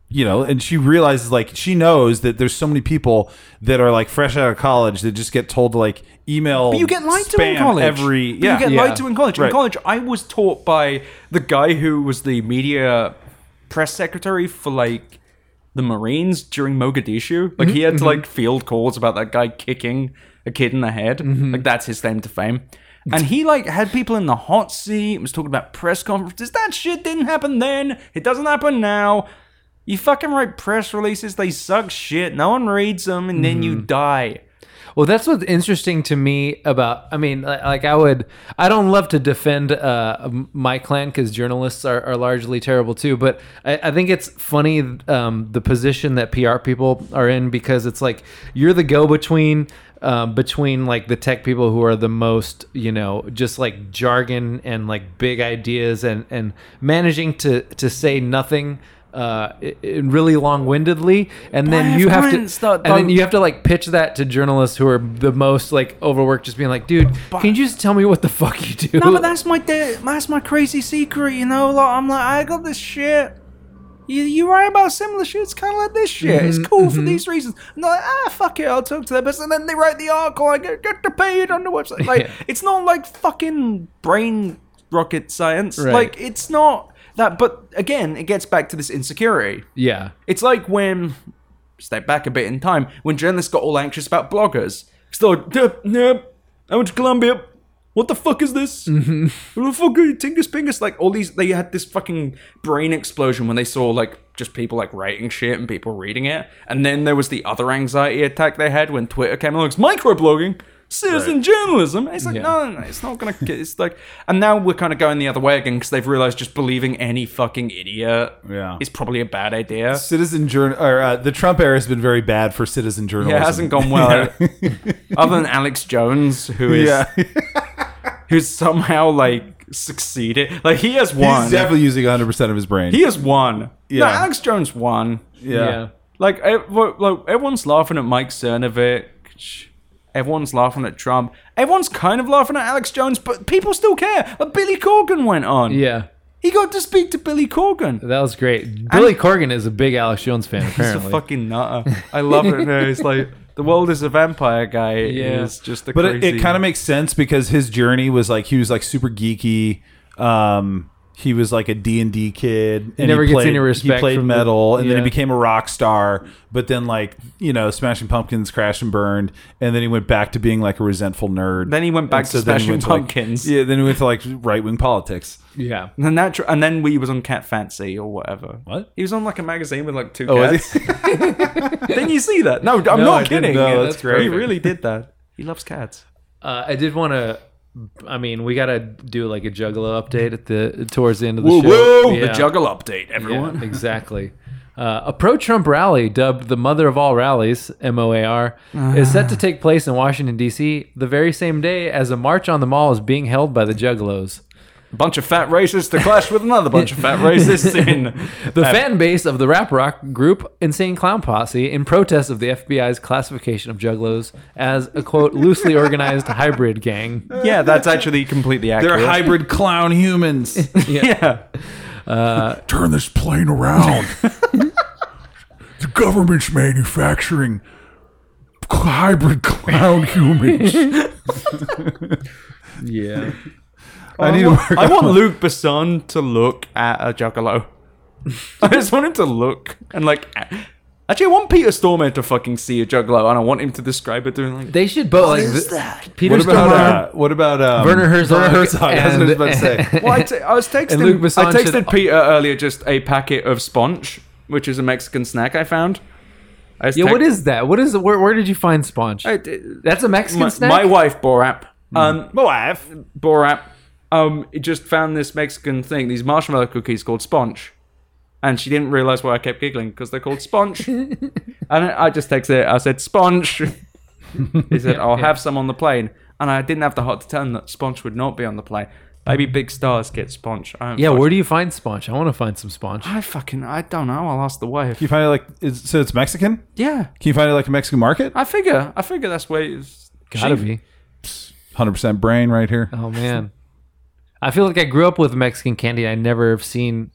Speaker 4: you know, and she realizes like she knows that there's so many people that are like fresh out of college that just get told to like email.
Speaker 2: But you get lied to in
Speaker 4: spam
Speaker 2: college.
Speaker 4: Every
Speaker 2: But
Speaker 4: yeah,
Speaker 2: you get
Speaker 4: yeah.
Speaker 2: lied to in college. In
Speaker 4: Right.
Speaker 2: college, I was taught by the guy who was the media press secretary for like the Marines during Mogadishu. Like he had
Speaker 4: Mm-hmm.
Speaker 2: to like field calls about that guy kicking a kid in the head.
Speaker 4: Mm-hmm.
Speaker 2: Like that's his claim to fame. And he like had people in the hot seat. Was talking about press conferences. That shit didn't happen then. It doesn't happen now. You fucking write press releases. They suck shit. No one reads them, and then
Speaker 4: Mm-hmm.
Speaker 2: you die.
Speaker 1: Well, that's what's interesting to me about. I mean, li- like I would, I don't love to defend uh, m- my clan because journalists are, are largely terrible too. But I, I think it's funny um, the position that PR people are in because it's like you're the go between. Um, between like the tech people who are the most you know just like jargon and like big ideas and and managing to to say nothing uh i- i- really long-windedly and then
Speaker 2: I've
Speaker 1: you have
Speaker 2: clients
Speaker 1: to
Speaker 2: that
Speaker 1: and then
Speaker 2: don't-
Speaker 1: you have to like pitch that to journalists who are the most like overworked, just being like, dude, can you just tell me what the fuck you do?
Speaker 2: No, but that's my da- that's my crazy secret, you know. Like I'm like, I got this shit. You you write about similar shit. It's kind of like this shit.
Speaker 1: Mhm,
Speaker 2: it's cool for
Speaker 1: mhm.
Speaker 2: these reasons. And they're like, ah, fuck it, I'll talk to that person. And then they write the article. I get get the page on the website. Like
Speaker 1: Yeah.
Speaker 2: it's not like fucking brain rocket science.
Speaker 1: Right.
Speaker 2: Like it's not. That, but again, it gets back to this insecurity.
Speaker 1: Yeah.
Speaker 2: It's like when, step back a bit in time, when journalists got all anxious about bloggers. Still, nope, nope, I went to Columbia. What the fuck is this? Mm-hmm. What the fuck are you, Tingus Pingus? Like, all these, they had this fucking brain explosion when they saw, like, just people, like, writing shit and people reading it. And then there was the other anxiety attack they had when Twitter came along. It's microblogging, citizen journalism. It's like,
Speaker 1: Yeah.
Speaker 2: no, no, no, it's not gonna, it's like, and now we're kind of going the other way again because they've realized just believing any fucking idiot
Speaker 4: Yeah.
Speaker 2: is probably a bad idea.
Speaker 4: Citizen journal or uh, the Trump era has been very bad for citizen journalism.
Speaker 2: Yeah, it hasn't gone well.
Speaker 4: Yeah.
Speaker 2: Other than Alex Jones, who is
Speaker 4: Yeah.
Speaker 2: who's somehow like succeeded. Like he has won.
Speaker 4: He's definitely using 100 percent of his brain.
Speaker 2: he has won. Yeah,
Speaker 4: Yeah.
Speaker 2: Alex Jones won.
Speaker 4: Yeah. Yeah.
Speaker 2: Like, ev- like everyone's laughing at Mike Cernovich. Everyone's laughing at Trump. Everyone's kind of laughing at Alex Jones, but people still care. But Billy Corgan went on.
Speaker 1: Yeah.
Speaker 2: He got to speak to Billy Corgan.
Speaker 1: That was great. Billy Corgan is a big Alex Jones fan, apparently.
Speaker 2: He's a fucking nutter. I love it. man. It's like the world is a vampire guy. Yeah. Is just a
Speaker 4: but
Speaker 2: crazy.
Speaker 4: it, it kind of makes sense because his journey was like he was like super geeky. Um, he was like a D and D kid. And
Speaker 1: never
Speaker 4: he
Speaker 1: gets
Speaker 4: played,
Speaker 1: any respect
Speaker 4: He played
Speaker 1: from the-
Speaker 4: metal, and then
Speaker 1: yeah.
Speaker 4: he became a rock star. But then like you know, Smashing Pumpkins crashed and burned, and then he went back to being like a resentful nerd.
Speaker 2: Then he went back to
Speaker 4: then he
Speaker 2: Smashing
Speaker 4: went to, like-
Speaker 2: Pumpkins.
Speaker 4: yeah, then he went to like right wing politics.
Speaker 1: Yeah.
Speaker 2: And then that, tr- and then we was on Cat Fancy or whatever.
Speaker 4: What?
Speaker 2: He was on like a magazine with like two
Speaker 4: Oh, was
Speaker 2: cats. Didn't you see that? No, I'm
Speaker 1: No, I
Speaker 2: not
Speaker 1: didn't.
Speaker 2: kidding.
Speaker 1: No, that's
Speaker 2: He
Speaker 1: great.
Speaker 2: really did that. He loves cats.
Speaker 1: Uh, I did want to. I mean, we gotta do like a Juggalo update at the towards the end of the
Speaker 2: Woo,
Speaker 1: show.
Speaker 2: woo! The Juggalo update, everyone.
Speaker 1: Yeah, exactly. Uh, a pro-Trump rally dubbed the mother of all rallies (MOAR) is set
Speaker 2: Ah.
Speaker 1: to take place in Washington D.C. the very same day as a march on the mall is being held by the Juggalos.
Speaker 2: Bunch of fat racists to clash with another bunch of fat racists in
Speaker 1: The fan base of the rap rock group Insane Clown Posse in protest of the FBI's classification of Juggalos as a quote loosely organized hybrid gang.
Speaker 2: Yeah, that's actually completely accurate.
Speaker 4: They're hybrid clown humans.
Speaker 2: Yeah.
Speaker 1: Uh,
Speaker 4: Turn this plane around. the government's manufacturing hybrid clown humans.
Speaker 1: yeah.
Speaker 2: I,
Speaker 4: I need to
Speaker 2: want,
Speaker 4: work
Speaker 2: I
Speaker 4: on
Speaker 2: want
Speaker 4: my-
Speaker 2: Luke Besson to look at a juggalo. I just want him to look and like. a- Actually, I want Peter Stormare to fucking see a juggalo, and I want him to describe it doing like.
Speaker 1: They should both. like, th- Peter
Speaker 4: what about
Speaker 1: Stormare-
Speaker 4: uh, what about um,
Speaker 1: Werner Herzog
Speaker 4: Werner Herzog. That's what I was about to say.
Speaker 2: Well, I, t- I was texting.
Speaker 1: And Luke Besson
Speaker 2: I texted
Speaker 1: should-
Speaker 2: Peter earlier just a packet of sponge, which is a Mexican snack I found. I was
Speaker 1: Yeah,
Speaker 2: tec-
Speaker 1: what is that? What is where, where did you find sponge?
Speaker 2: I did-
Speaker 1: That's a Mexican
Speaker 2: my,
Speaker 1: snack.
Speaker 2: My wife Borap.
Speaker 1: Hmm.
Speaker 2: Um, my wife Borap. Um, just found this Mexican thing, these marshmallow cookies called sponge, and she didn't realize why I kept giggling because they're called sponge. and I I just texted it. I said sponge. he said, "I'll have some on the plane," and I didn't have the heart to tell him that sponge would not be on the plane. Maybe big stars get sponge. I don't
Speaker 1: yeah,
Speaker 2: fucking-
Speaker 1: where do you find sponge? I want to find some sponge.
Speaker 2: I fucking I don't know. I'll ask the wife.
Speaker 4: Can you find it like is, so? It's Mexican.
Speaker 2: Yeah,
Speaker 4: Can you find it like a Mexican market?
Speaker 2: I figure. I figure that's where. It's
Speaker 1: Gotta
Speaker 2: cheap.
Speaker 1: be.
Speaker 4: Hundred percent brain right here.
Speaker 1: Oh man, I feel like I grew up with Mexican candy. I never have seen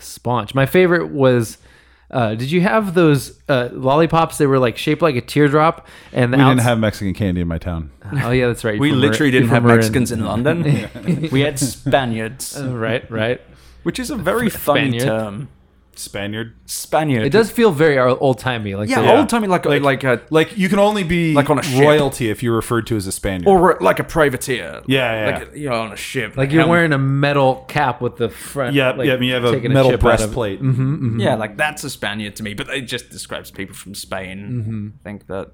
Speaker 1: sponge. My favorite was. Uh, did you have those uh, lollipops? that were like shaped like a teardrop, and the
Speaker 4: We didn't
Speaker 1: outs-
Speaker 4: have Mexican candy in my town.
Speaker 1: Oh yeah, that's right. You're
Speaker 2: We
Speaker 1: from Mer-
Speaker 2: literally
Speaker 1: you're
Speaker 2: didn't
Speaker 1: from
Speaker 2: have
Speaker 1: Marin.
Speaker 2: Mexicans in London. we had Spaniards,
Speaker 1: Uh, right, right.
Speaker 2: which is a very funny
Speaker 1: Spaniard.
Speaker 2: term.
Speaker 4: Spaniard.
Speaker 2: Spaniard.
Speaker 1: It does feel very old timey. Like
Speaker 2: Yeah,
Speaker 4: Oh.
Speaker 1: the-
Speaker 2: old timey, like like, like a
Speaker 4: Like you can only be
Speaker 2: Like on a ship.
Speaker 4: royalty if you're referred to as a Spaniard.
Speaker 2: or like a privateer.
Speaker 4: Yeah, yeah,
Speaker 2: Like you know, on a ship.
Speaker 1: like you're
Speaker 2: Helm-
Speaker 1: wearing a metal cap with the front.
Speaker 4: yeah,
Speaker 1: like,
Speaker 4: yeah. I mean, you have a
Speaker 1: taking
Speaker 4: metal
Speaker 1: chip out of it.
Speaker 4: breastplate.
Speaker 2: Yeah, like that's a Spaniard to me, but it just describes people from Spain.
Speaker 1: Mm-hmm.
Speaker 2: I think that.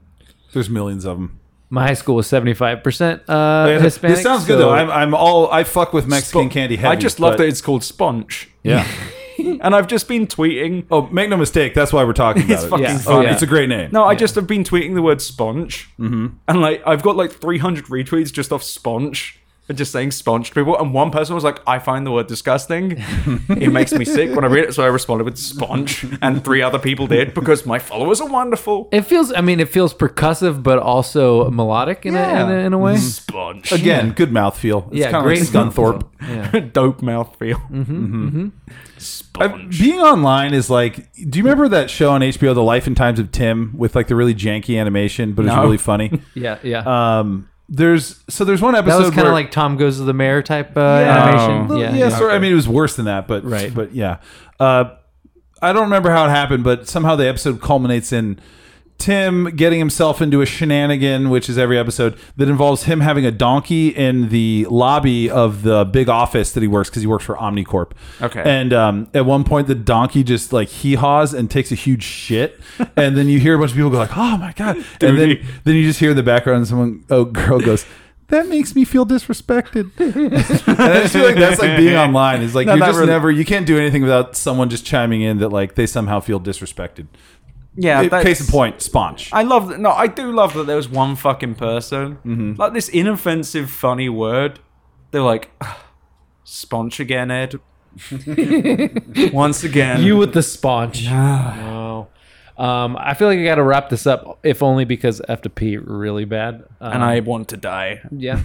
Speaker 4: There's millions of them.
Speaker 1: My high school was seventy five percent uh Hispanic.
Speaker 4: Oh, this sounds good
Speaker 1: so-
Speaker 4: though. I'm, I'm all I fuck with Mexican
Speaker 2: Spo-
Speaker 4: candy heavy.
Speaker 2: I just love
Speaker 4: but-
Speaker 2: that it's called sponge,
Speaker 4: Yeah.
Speaker 2: and I've just been tweeting.
Speaker 4: oh, make no mistake. That's why we're talking about
Speaker 2: It's
Speaker 4: it.
Speaker 2: fucking
Speaker 4: Yeah.
Speaker 2: funny.
Speaker 4: Oh, it's a great name.
Speaker 2: No, I just have been tweeting the word sponge, mm-hmm. and like I've got like 300 retweets just off sponge and just saying sponge to people. And one person was like, "I find the word disgusting. it makes me sick when I read it." So I responded with sponge, and three other people did because my followers are wonderful.
Speaker 1: It feels. I mean, it feels percussive, but also melodic in, a,
Speaker 2: Yeah.
Speaker 1: in, a, in a way.
Speaker 4: Mm-hmm.
Speaker 2: Sponge
Speaker 4: Again, good mouthfeel. It's
Speaker 1: Yeah,
Speaker 4: kind of like
Speaker 1: great
Speaker 4: Scunthorpe.
Speaker 1: Yeah.
Speaker 2: dope mouthfeel.
Speaker 4: I-
Speaker 2: Mm-hmm.
Speaker 3: Um,
Speaker 2: Sponge.
Speaker 4: being online is like do you remember that show on hbo the life and times of tim with like the really janky animation but it's
Speaker 2: No.
Speaker 4: really funny
Speaker 1: Yeah. Yeah.
Speaker 4: um there's so there's one episode
Speaker 1: that was kind
Speaker 4: where-
Speaker 1: of like Tom Goes to the Mayor type uh, animation.
Speaker 4: Little-
Speaker 1: yeah,
Speaker 4: yeah, sort- I mean, it was worse than that, but right. but yeah. Uh, I don't remember how it happened, but somehow the episode culminates in Tim getting himself into a shenanigan, which is every episode that involves him having a donkey in the lobby of the big office that he works because he works for OmniCorp.
Speaker 2: Okay.
Speaker 4: and um, at one point the donkey just like hee haws and takes a huge shit, and then you hear a bunch of people go like, "Oh my god!" and then then you just hear in the background someone, "Oh, girl," goes. That makes me feel disrespected. and I just feel like that's like being online. Is like
Speaker 3: No,
Speaker 4: you're
Speaker 3: not
Speaker 4: just
Speaker 3: really.
Speaker 4: never you can't do anything without someone just chiming in that like they somehow feel disrespected.
Speaker 2: Yeah,
Speaker 3: uh,
Speaker 4: It-
Speaker 2: that's-
Speaker 4: case in point, Sponge.
Speaker 2: I love that. No, I do love that there was one fucking person
Speaker 1: Mm-hmm.
Speaker 2: like this inoffensive, funny word. They're like, "Ugh, "Sponge again, Ed." Once again,
Speaker 1: you with the sponge. no. Um, I feel like I got to wrap this up, if only because I have to pee really bad. Um,
Speaker 2: and I want to die.
Speaker 1: Yeah.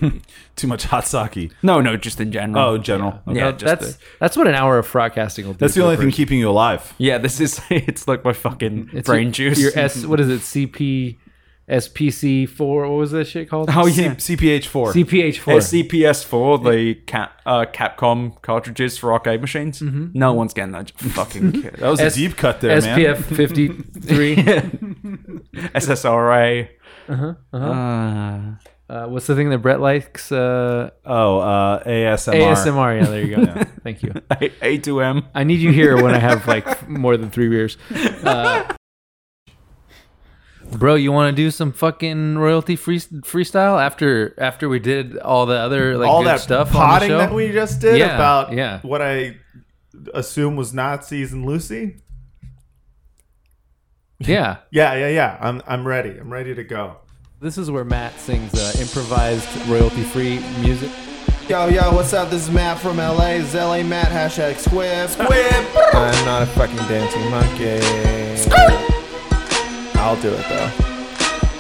Speaker 4: Too much hot sake.
Speaker 2: No, no, just in general.
Speaker 4: Oh, in general.
Speaker 2: Yeah,
Speaker 4: Okay.
Speaker 2: Yeah,
Speaker 4: That-
Speaker 2: just
Speaker 1: that's that's what an hour of broadcasting will do.
Speaker 4: That's the
Speaker 1: for a
Speaker 4: only thing
Speaker 1: person.
Speaker 4: keeping you alive.
Speaker 2: Yeah, this is it's like my fucking
Speaker 1: It's
Speaker 2: brain
Speaker 1: your,
Speaker 2: juice.
Speaker 1: Your S, what is it? CP, SPC four. What was that shit called?
Speaker 2: Oh yeah,
Speaker 4: CPH four,
Speaker 1: CPH four.
Speaker 2: CPS four, the Cap, uh, Capcom cartridges for arcade machines.
Speaker 1: Mm-hmm.
Speaker 2: No one's getting that fucking kid.
Speaker 4: That was a deep cut there, man.
Speaker 1: SPF fifty three.
Speaker 2: SSRA.
Speaker 1: Uh-huh, uh-huh. Uh, what's the thing that Brett likes? Uh,
Speaker 4: oh, uh, ASMR.
Speaker 1: ASMR. Yeah, there you go. Thank you.
Speaker 2: A two M.
Speaker 1: I need you here when I have like more than three beers. Uh, bro, you want to do some fucking royalty free freestyle after after we did all the other like
Speaker 3: all
Speaker 1: good
Speaker 3: that
Speaker 1: stuff
Speaker 3: potting
Speaker 1: on the show?
Speaker 3: that we just did
Speaker 1: Yeah,
Speaker 3: about
Speaker 1: yeah.
Speaker 3: what I assume was Nazis and Lucy.
Speaker 1: Yeah.
Speaker 3: Yeah, yeah, yeah. I'm I'm ready. I'm ready to go.
Speaker 1: This is where Matt sings uh, improvised royalty free music.
Speaker 7: Yo, yo, what's up? This is Matt from LA. This is LA Matt, hashtag squib. Squib!
Speaker 16: I'm not a fucking dancing monkey. I'll do it though.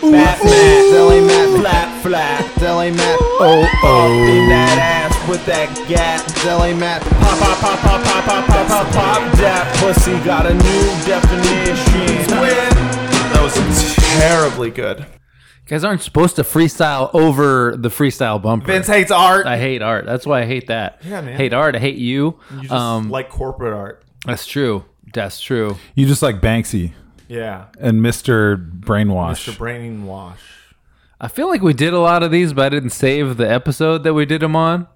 Speaker 7: Matt, Matt, LA Matt, flap, flap. LA Matt, oh, oh. In that ass with that gap. LA Matt, pop, pop, pop, pop, pop, pop, pop, pop, pop. That pussy got a new definition. Squib!
Speaker 3: That was terribly good.
Speaker 1: You guys aren't supposed to freestyle over the freestyle bumper.
Speaker 3: Vince hates art.
Speaker 1: I hate art. That's why I hate that.
Speaker 3: Yeah, man.
Speaker 1: Hate art. I hate you.
Speaker 3: You just
Speaker 1: um,
Speaker 3: like corporate art.
Speaker 1: that's true. That's true.
Speaker 4: You just like Banksy.
Speaker 3: Yeah.
Speaker 4: And Mr. Brainwash.
Speaker 3: Mr. Braining Wash.
Speaker 1: I feel like we did a lot of these, but I didn't save the episode that we did them on.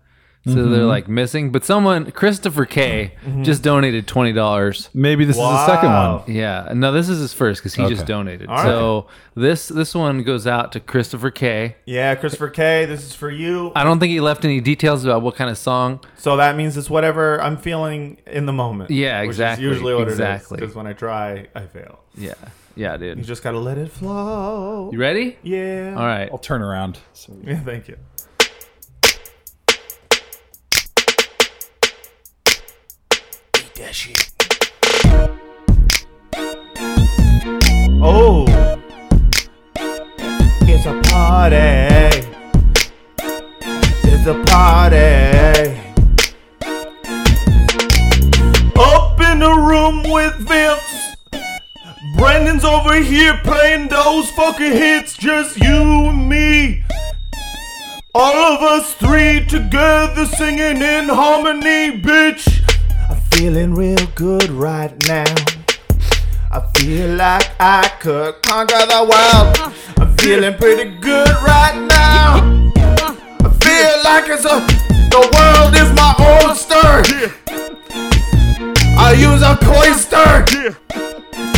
Speaker 1: So they're
Speaker 3: Mm-hmm.
Speaker 4: Mhm.
Speaker 1: like missing. But someone, Christopher K,
Speaker 4: Mhm.
Speaker 1: just donated twenty dollars.
Speaker 4: Maybe this is the second Wow.
Speaker 1: one. Yeah, no, this is his first because he
Speaker 4: Okay.
Speaker 1: just donated.
Speaker 3: All right.
Speaker 1: So this this one goes out to Christopher K.
Speaker 3: Yeah, Christopher K, this is for you.
Speaker 1: I don't think he left any details about what kind of song.
Speaker 3: So that means it's whatever I'm feeling in the moment.
Speaker 1: Yeah,
Speaker 3: which is
Speaker 1: exactly,
Speaker 3: usually what
Speaker 1: exactly.
Speaker 3: Because when I try, I fail.
Speaker 1: Yeah, yeah, dude.
Speaker 3: You just gotta let it flow.
Speaker 1: You ready?
Speaker 3: Yeah.
Speaker 1: All right.
Speaker 4: I'll turn around.
Speaker 3: Yeah, thank you.
Speaker 7: Eat that shit.
Speaker 3: Oh. It's a party. It's a party. Up in the room with Vince. Brandon's over here playing those fucking hits. Just you and me. All of us three together singing in harmony, bitch. I'm feeling real good right now. I feel like I could conquer the world. I'm feeling pretty good right now. I feel like it's a the world is my oyster. I use a coister.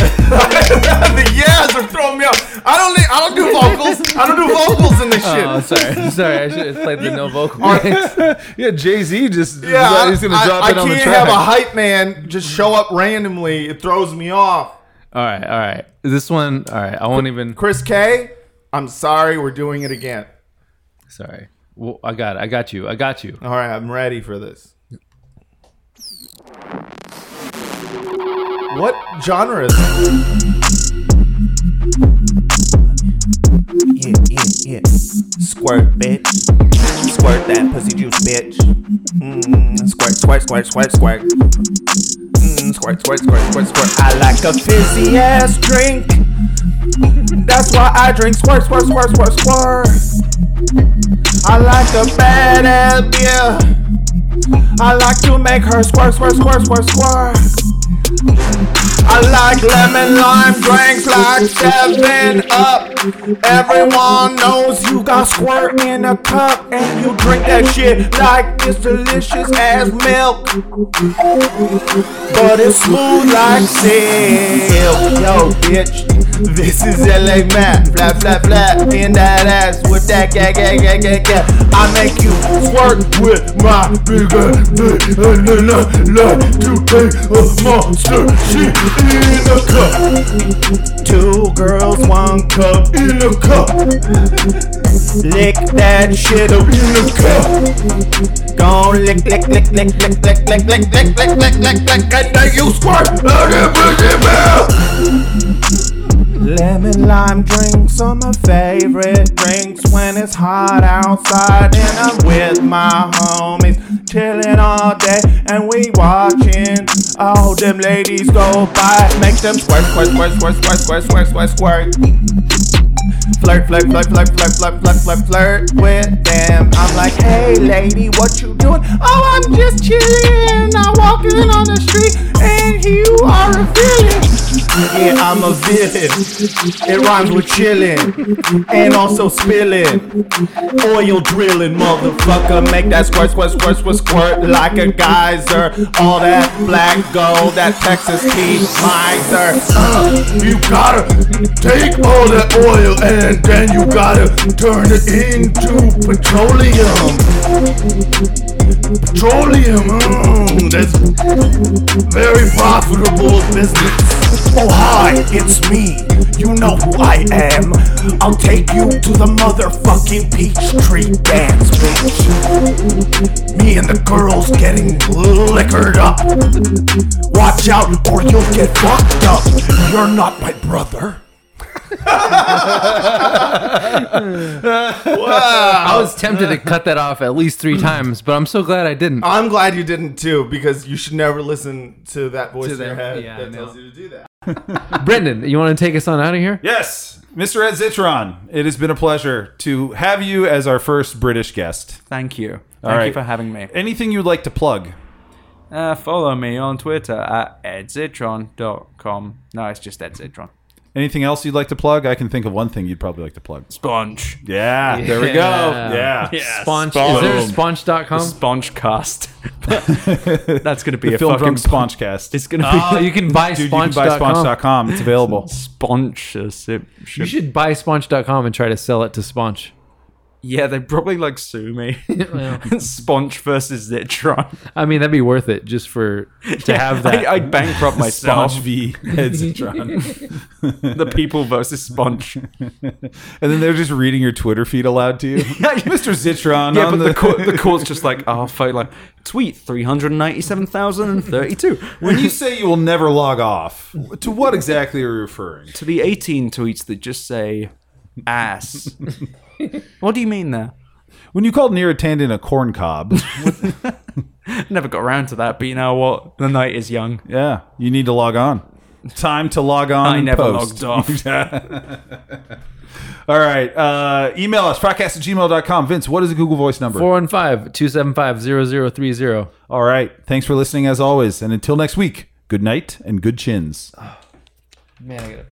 Speaker 3: the yes are throwing me off. I don't. I don't do vocals. I don't do vocals in this shit.
Speaker 1: Oh, sorry, sorry. I should have played the no vocal.
Speaker 4: yeah, Jay Z just
Speaker 3: Yeah,
Speaker 4: he's gonna
Speaker 3: I,
Speaker 4: drop
Speaker 3: I,
Speaker 4: it on the
Speaker 3: I can't
Speaker 4: track.
Speaker 3: have a hype man just show up randomly. It throws me off.
Speaker 1: All right, all right. This one, all right. I won't even.
Speaker 3: Chris K, I'm sorry, we're doing it again.
Speaker 1: Sorry. Well, I got it. I got you. I got
Speaker 4: Oh.
Speaker 1: you.
Speaker 3: All right, I'm ready for this. What genre is that?
Speaker 7: Yeah, yeah, yeah. Squirt, bitch. Squirt that pussy juice, bitch. Mm, squirt, squirt, squirt, squirt, squirt. Mm, squirt, squirt, squirt, squirt, squirt. I like a fizzy ass drink. That's why I drink squirt, squirt, squirt, squirt, squirt. I like the bad ass beer. I like to make her squirt, squirt, squirt, squirt, squirt. I like lemon lime drinks like seven up. Everyone knows you got squirt in a cup, and you drink that shit like it's delicious as milk. But it's smooth like silk. Yo, bitch, this is LA Matt. Flap, flap, flap in that ass with that gag, gag, gag, gag, gag. I make you squirt with my big ass dick. And then I like to play a monster. She in a cup. Two girls, one cup. In a cup. Lick that shit up in a cup. Gon' lick, lick, lick, lick, lick, lick, lick, lick, lick, lick, lick, lick, lick, and then you squirt out of pussy Lemon lime drinks are my favorite drinks when it's hot outside and I'm with my homies chilling all day and we watching all them ladies go by. Make them squirt, squirt, squirt, squirt, squirt, squirt, squirt, squirt, squirt. Flirt, flirt, flirt, flirt, flirt, flirt, flirt, flirt, flirt with them. I'm like, hey lady, what you doing? Oh, I'm just chilling. I'm walking on the street and you are a villain. Yeah, I'm a villain. It rhymes with chillin' and also spillin'. Oil drillin', motherfucker. Make that squirt, squirt, squirt, squirt, squirt like a geyser. All that black gold, that Texas tea miser. Uh, you gotta take all that oil and then you gotta turn it into petroleum.
Speaker 8: Petroleum, mm, that's very profitable business.
Speaker 7: Oh, hi, it's me. You know who I am. I'll take you to the motherfucking peach tree dance, bitch. Me and the girls getting liquored up. Watch out or you'll get fucked up. You're not my brother.
Speaker 1: I was tempted to cut that off at least three times, but I'm so glad I didn't.
Speaker 4: Oh.
Speaker 3: I'm glad you didn't too, because you should never listen to that voice
Speaker 1: To
Speaker 3: in your
Speaker 1: them,
Speaker 3: head
Speaker 1: yeah, I
Speaker 3: that
Speaker 1: know.
Speaker 3: tells you to do that.
Speaker 1: Brendan, you want to take us on out of here?
Speaker 4: Yes, Mr. Ed Zitron, it has been a pleasure to have you as our first British guest.
Speaker 2: Thank you.
Speaker 4: All
Speaker 2: Thank you
Speaker 4: right.
Speaker 2: for having me.
Speaker 4: Anything you'd like to plug?
Speaker 2: Uh, follow me on Twitter at edzitron.com. No, it's just edzitron.
Speaker 4: Anything else you'd like to plug? I can think of one thing you'd probably like to plug.
Speaker 2: Sponge.
Speaker 4: Yeah, there we go. Yeah.
Speaker 1: Sponge. Is there a sponge.com?
Speaker 2: Spongecast. That's going to be
Speaker 4: The
Speaker 2: a
Speaker 4: Film
Speaker 2: fucking
Speaker 4: Drunk Spongecast.
Speaker 2: It's going to
Speaker 1: Oh,
Speaker 2: be.
Speaker 1: you can buy
Speaker 4: Dude, you can buy
Speaker 1: sponge.com.
Speaker 4: sponge.com. It's available.
Speaker 2: Sponsorship.
Speaker 1: You should buy sponge.com and try to sell it to sponge.
Speaker 2: Yeah, they probably like sue me. Sponge versus Zitron.
Speaker 1: I mean, that'd be worth it just for to
Speaker 2: Yeah,
Speaker 1: have that.
Speaker 2: I, I'd bankrupt myself.
Speaker 4: Sponge v. Ed Zitron.
Speaker 2: the people versus Sponge.
Speaker 4: And then they're just reading your Twitter feed aloud to you. Mr. Zitron.
Speaker 2: yeah,
Speaker 4: on
Speaker 2: but the, court, the court's just like, oh, fuck, like, tweet 397,032.
Speaker 4: when you say you will never log off, to what exactly are you referring?
Speaker 2: to the 18 tweets that just say ass. what do you mean there?
Speaker 4: When you called Neera Tanden a corn cob,
Speaker 2: Never got around to that, but you know what? The night is young.
Speaker 4: yeah, you need to log on. Time to log on.
Speaker 2: I
Speaker 4: and
Speaker 2: never
Speaker 4: post.
Speaker 2: logged off.
Speaker 4: All right. Uh, email us, podcast at gmail.com. Vince, what is the Google Voice number?
Speaker 1: 415 275 0030.
Speaker 4: All right. Thanks for listening as always. And until next week, good night and good chins.
Speaker 1: Man, I got